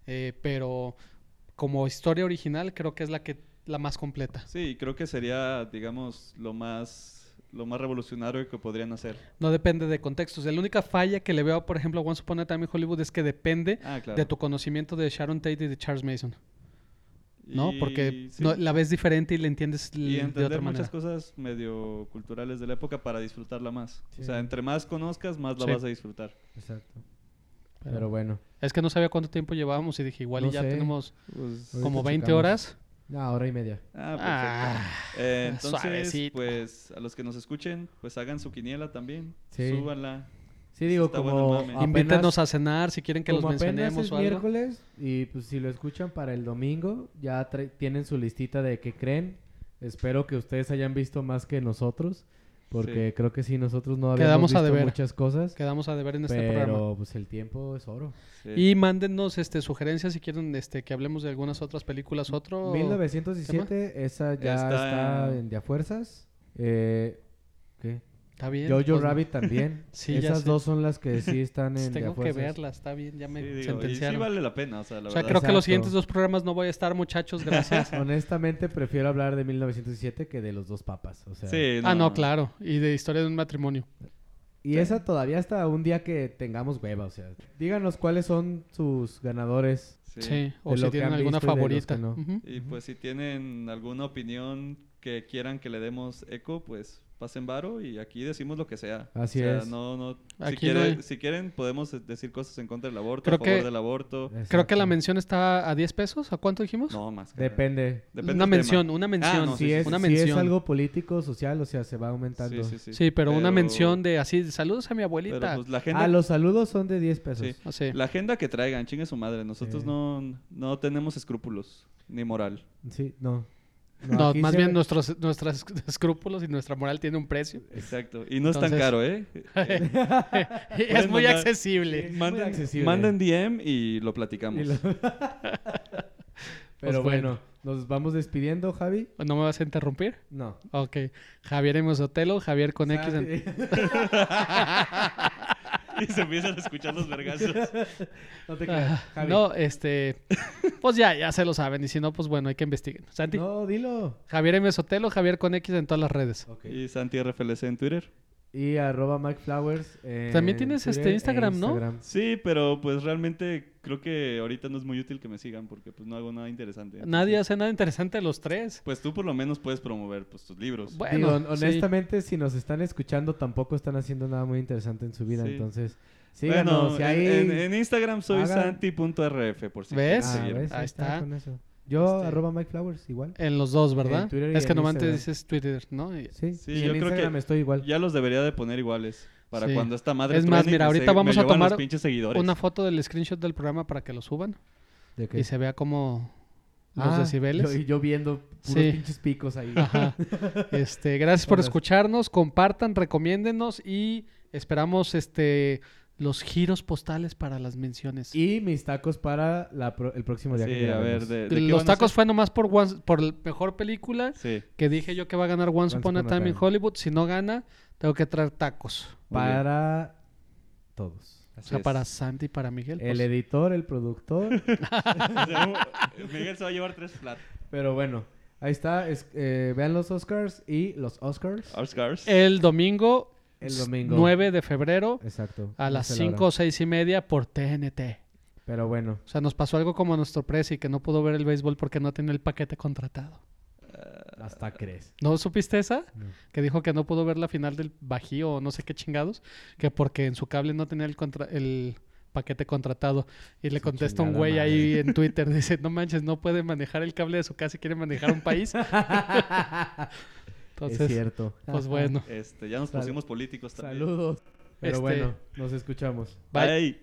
S3: eh, pero como historia original creo que es la que la más completa.
S2: Sí, creo que sería, digamos, lo más lo más revolucionario que podrían hacer.
S3: No depende de contextos. La única falla que le veo, por ejemplo, a Once Upon a Time in Hollywood es que depende
S2: Ah, claro.
S3: de tu conocimiento de Sharon Tate y de Charles Mason. ¿no?
S2: Y-
S3: Porque
S2: sí.
S3: no- la ves diferente y la entiendes l-
S2: y
S3: de otra
S2: entender
S3: manera.
S2: muchas cosas medio culturales de la época para disfrutarla más.
S1: Sí.
S2: O sea, entre más conozcas, más la
S3: Sí.
S2: vas a disfrutar.
S1: Exacto.
S3: Pero-
S1: Pero bueno.
S3: Es que no sabía cuánto tiempo llevábamos y dije, igual y
S1: No
S3: ya
S1: sé.
S3: tenemos
S2: Pues,
S1: Ahorita
S3: como 20
S1: checamos.
S3: horas.
S1: No, hora y media.
S2: ah, perfecto.
S3: Ah,
S2: Eh, entonces,
S3: suavecito.
S2: pues a los que nos escuchen, pues hagan su quiniela también.
S1: Sí.
S2: Súbanla.
S1: Sí, digo,
S2: Está
S1: como.
S2: bueno el mame.
S1: apenas-
S3: Invítenos a cenar si quieren que los
S1: como apenas
S3: mencionemos
S1: es
S3: o algo.
S1: miércoles y pues si lo escuchan para el domingo, ya tra- tienen su listita de qué creen. Espero que ustedes hayan visto más que nosotros, porque creo que sí, nosotros no habíamos
S3: Quedamos a
S1: visto
S3: deber.
S1: muchas cosas,
S3: Quedamos a deber en este programa.
S1: pero eh, pues el tiempo es oro.
S2: Sí.
S3: Y mándennos este, sugerencias si quieren este, que hablemos de algunas otras películas. Otro.
S1: 1917, esa ya
S2: Está
S1: está,
S2: en-
S1: en De a Fuerzas. Eh, ¿Qué?
S3: Está bien.
S1: Jojo
S3: pues,
S1: Rabbit también.
S3: (laughs) Sí, ya
S1: Esas
S3: sé.
S1: dos son las que sí están
S3: pues,
S1: en De
S3: (laughs)
S1: a
S3: tengo que
S1: Fuerzas.
S3: verla, está bien. Ya me
S2: Sí, digo, y sí
S3: sentenciaron.
S2: vale la pena, o sea, la
S3: o sea, creo
S2: verdad.
S3: que los
S1: Exacto.
S3: siguientes dos programas no voy a estar, muchachos.
S1: (laughs)
S3: Gracias.
S1: Honestamente, prefiero hablar de 1917 que de los dos papas. O sea,
S2: Sí,
S3: ah, no, claro. Y de historia de un matrimonio.
S1: Y esa todavía hasta un día que tengamos hueva, o sea. Díganos cuáles son sus ganadores.
S2: Sí.
S3: Sí. O
S1: De lo
S3: si
S1: que
S3: tienen
S1: han
S3: alguna
S1: visto y de los
S3: favorita.
S1: que no.
S3: Ujú.
S2: Y pues si tienen alguna opinión que quieran que le demos eco, pues pasen varo y aquí decimos lo que sea.
S1: Así
S2: O sea,
S1: es.
S2: No, no. si,
S3: Aquí
S2: quiere-
S3: no hay-
S2: si quieren, podemos eh, decir cosas en contra del aborto,
S3: Creo
S2: a favor
S3: que-
S2: del aborto.
S3: Creo que la
S1: Exacto.
S3: mención está a 10 pesos. ¿A cuánto dijimos?
S2: No, más. cara.
S1: Depende.
S2: Depende
S3: una
S2: del
S3: mención,
S2: tema. Ah,
S3: una mención.
S2: no,
S1: si,
S2: sí, sí,
S1: es,
S3: una
S1: si
S3: mención.
S1: es algo político, social, o sea, se va aumentando.
S2: Sí, sí, sí.
S3: Sí, pero, una mención de así, de saludos a mi
S2: Pero
S3: abuelita.
S2: pues la agenda,
S1: Ah, los saludos son de 10 pesos.
S2: Sí.
S3: Así.
S2: la agenda que traigan, chingue su madre. Nosotros
S1: Sí.
S2: no, no tenemos escrúpulos ni moral.
S1: Sí, no.
S3: No,
S1: aquí
S3: más
S1: se-
S3: bien nuestros nuestras (laughs) escrúpulos y nuestra moral tiene un precio.
S1: (laughs)
S3: (laughs)
S2: Exacto. Y no es tan
S3: Entonces-
S2: caro, ¿eh?
S3: es muy
S2: mandar-
S3: accesible.
S1: Sí. muy
S2: manden,
S1: accesible.
S2: manden DM y lo platicamos.
S1: (laughs) y lo- (laughs) Pero
S3: Pues
S1: bueno, nos vamos despidiendo, Javi.
S3: ¿No me vas a interrumpir?
S1: No.
S3: Ok. Javier M. Sotelo, Javier con X.
S1: Ah,
S3: en-
S1: (laughs)
S2: (laughs) y se empiezan a escuchar los vergazos.
S1: (laughs) no te creas,
S3: Ah,
S1: Javi.
S3: no, este. Pues ya, ya se lo saben. Y si no, pues bueno, hay que investiguen. Santi.
S1: No, dilo.
S3: Javier M. Sotelo, Javier con X en todas las redes.
S1: Ok.
S2: Y Santi RFLC en Twitter.
S1: Y arroba Mike Flowers.
S3: También
S1: en
S3: tienes, este,
S1: Twitter e
S3: Instagram, ¿no?
S1: Instagram.
S2: Sí, pero pues realmente creo que ahorita no es muy útil que me sigan porque pues no hago nada interesante. Entonces,
S3: Nadie hace nada interesante de los tres.
S2: Pues tú por lo menos puedes promover pues tus libros.
S3: Bueno,
S1: Digo,
S3: sí.
S1: honestamente, si nos están escuchando, tampoco están haciendo nada muy interesante en su vida.
S2: Sí.
S1: Entonces,
S2: Bueno,
S1: síganos. si
S2: en-
S1: hay...
S2: en, en Instagram soy
S1: Hagan-
S2: santi.rf por si quieren
S3: ¿Ves?
S1: Ah,
S2: seguirme.
S1: ¿ves?
S3: Ahí
S1: Ahí está.
S3: está.
S1: con eso. Yo,
S2: Este-
S1: arroba Mike Flowers, igual.
S3: En los dos,
S1: En
S3: ¿verdad?
S1: Twitter y
S3: Es que
S1: en
S3: nomás te
S1: Instagram.
S3: dices Twitter, ¿no? Y-
S1: Sí,
S2: Sí,
S1: y
S2: yo creo
S1: en
S2: que
S1: Instagram estoy igual.
S2: Ya los debería de poner iguales para
S3: Sí.
S2: cuando esta madre
S3: Es más,
S2: truene,
S3: mira,
S2: me
S3: ahorita
S2: se- me
S3: vamos a
S2: llevan los
S3: tomar
S2: pinches seguidores.
S3: Una foto del screenshot del programa para que lo suban
S1: ¿De qué?
S3: y se vea como los (laughs)
S1: Ah,
S3: decibeles.
S1: Yo, y yo viendo puros
S3: Sí.
S1: pinches picos ahí.
S3: Ajá. Este, gracias por
S1: Hola.
S3: escucharnos, compartan, recomiéndenos y esperamos este los giros postales para las menciones.
S1: Y mis tacos para la pro- el próximo día.
S2: Sí,
S1: que
S2: a ver,
S1: grabemos.
S2: de, de qué
S3: los
S2: van a
S3: tacos
S2: ser?
S3: fue nomás por Once- por el mejor película
S2: Sí.
S3: que dije yo que va a ganar Once, Upon a Time, in Hollywood, si no gana tengo que traer tacos.
S2: Muy
S1: Para todos.
S3: O sea,
S2: Así
S3: para
S2: es.
S3: Santi y para Miguel.
S1: El
S3: pues.
S1: editor, el productor.
S2: (laughs)
S1: (laughs)
S2: O sea, Miguel se va a llevar tres platos.
S1: pero bueno, Ahí está. es- eh, vean los Oscars y los Oscars
S2: Oscars.
S3: El domingo,
S1: el domingo.
S3: 9 de febrero
S1: Exacto.
S3: a las
S1: Esa es la
S3: 5 o
S1: hora.
S3: 6 y media por TNT.
S1: Pero bueno.
S3: O sea, nos pasó algo como a nuestro presi que no pudo ver el béisbol porque no tenía el paquete contratado.
S1: Hasta crees. (laughs)
S3: ¿No supiste esa?
S1: No.
S3: Que dijo que no pudo ver la final del Bajío o no sé qué chingados, que porque en su cable no tenía el, contra- el paquete contratado. Y le
S1: Su
S3: contesta un
S1: chingada
S3: güey ahí en Twitter,
S1: (laughs)
S3: dice, no manches, no puede manejar el cable de su casa y quiere manejar un país.
S1: es
S3: Entonces,
S1: cierto.
S3: pues bueno.
S2: Este, ya nos
S1: Sal-
S2: pusimos políticos también.
S1: Saludos. Pero
S3: Este-
S1: bueno, nos escuchamos.
S3: Bye.
S2: Bye.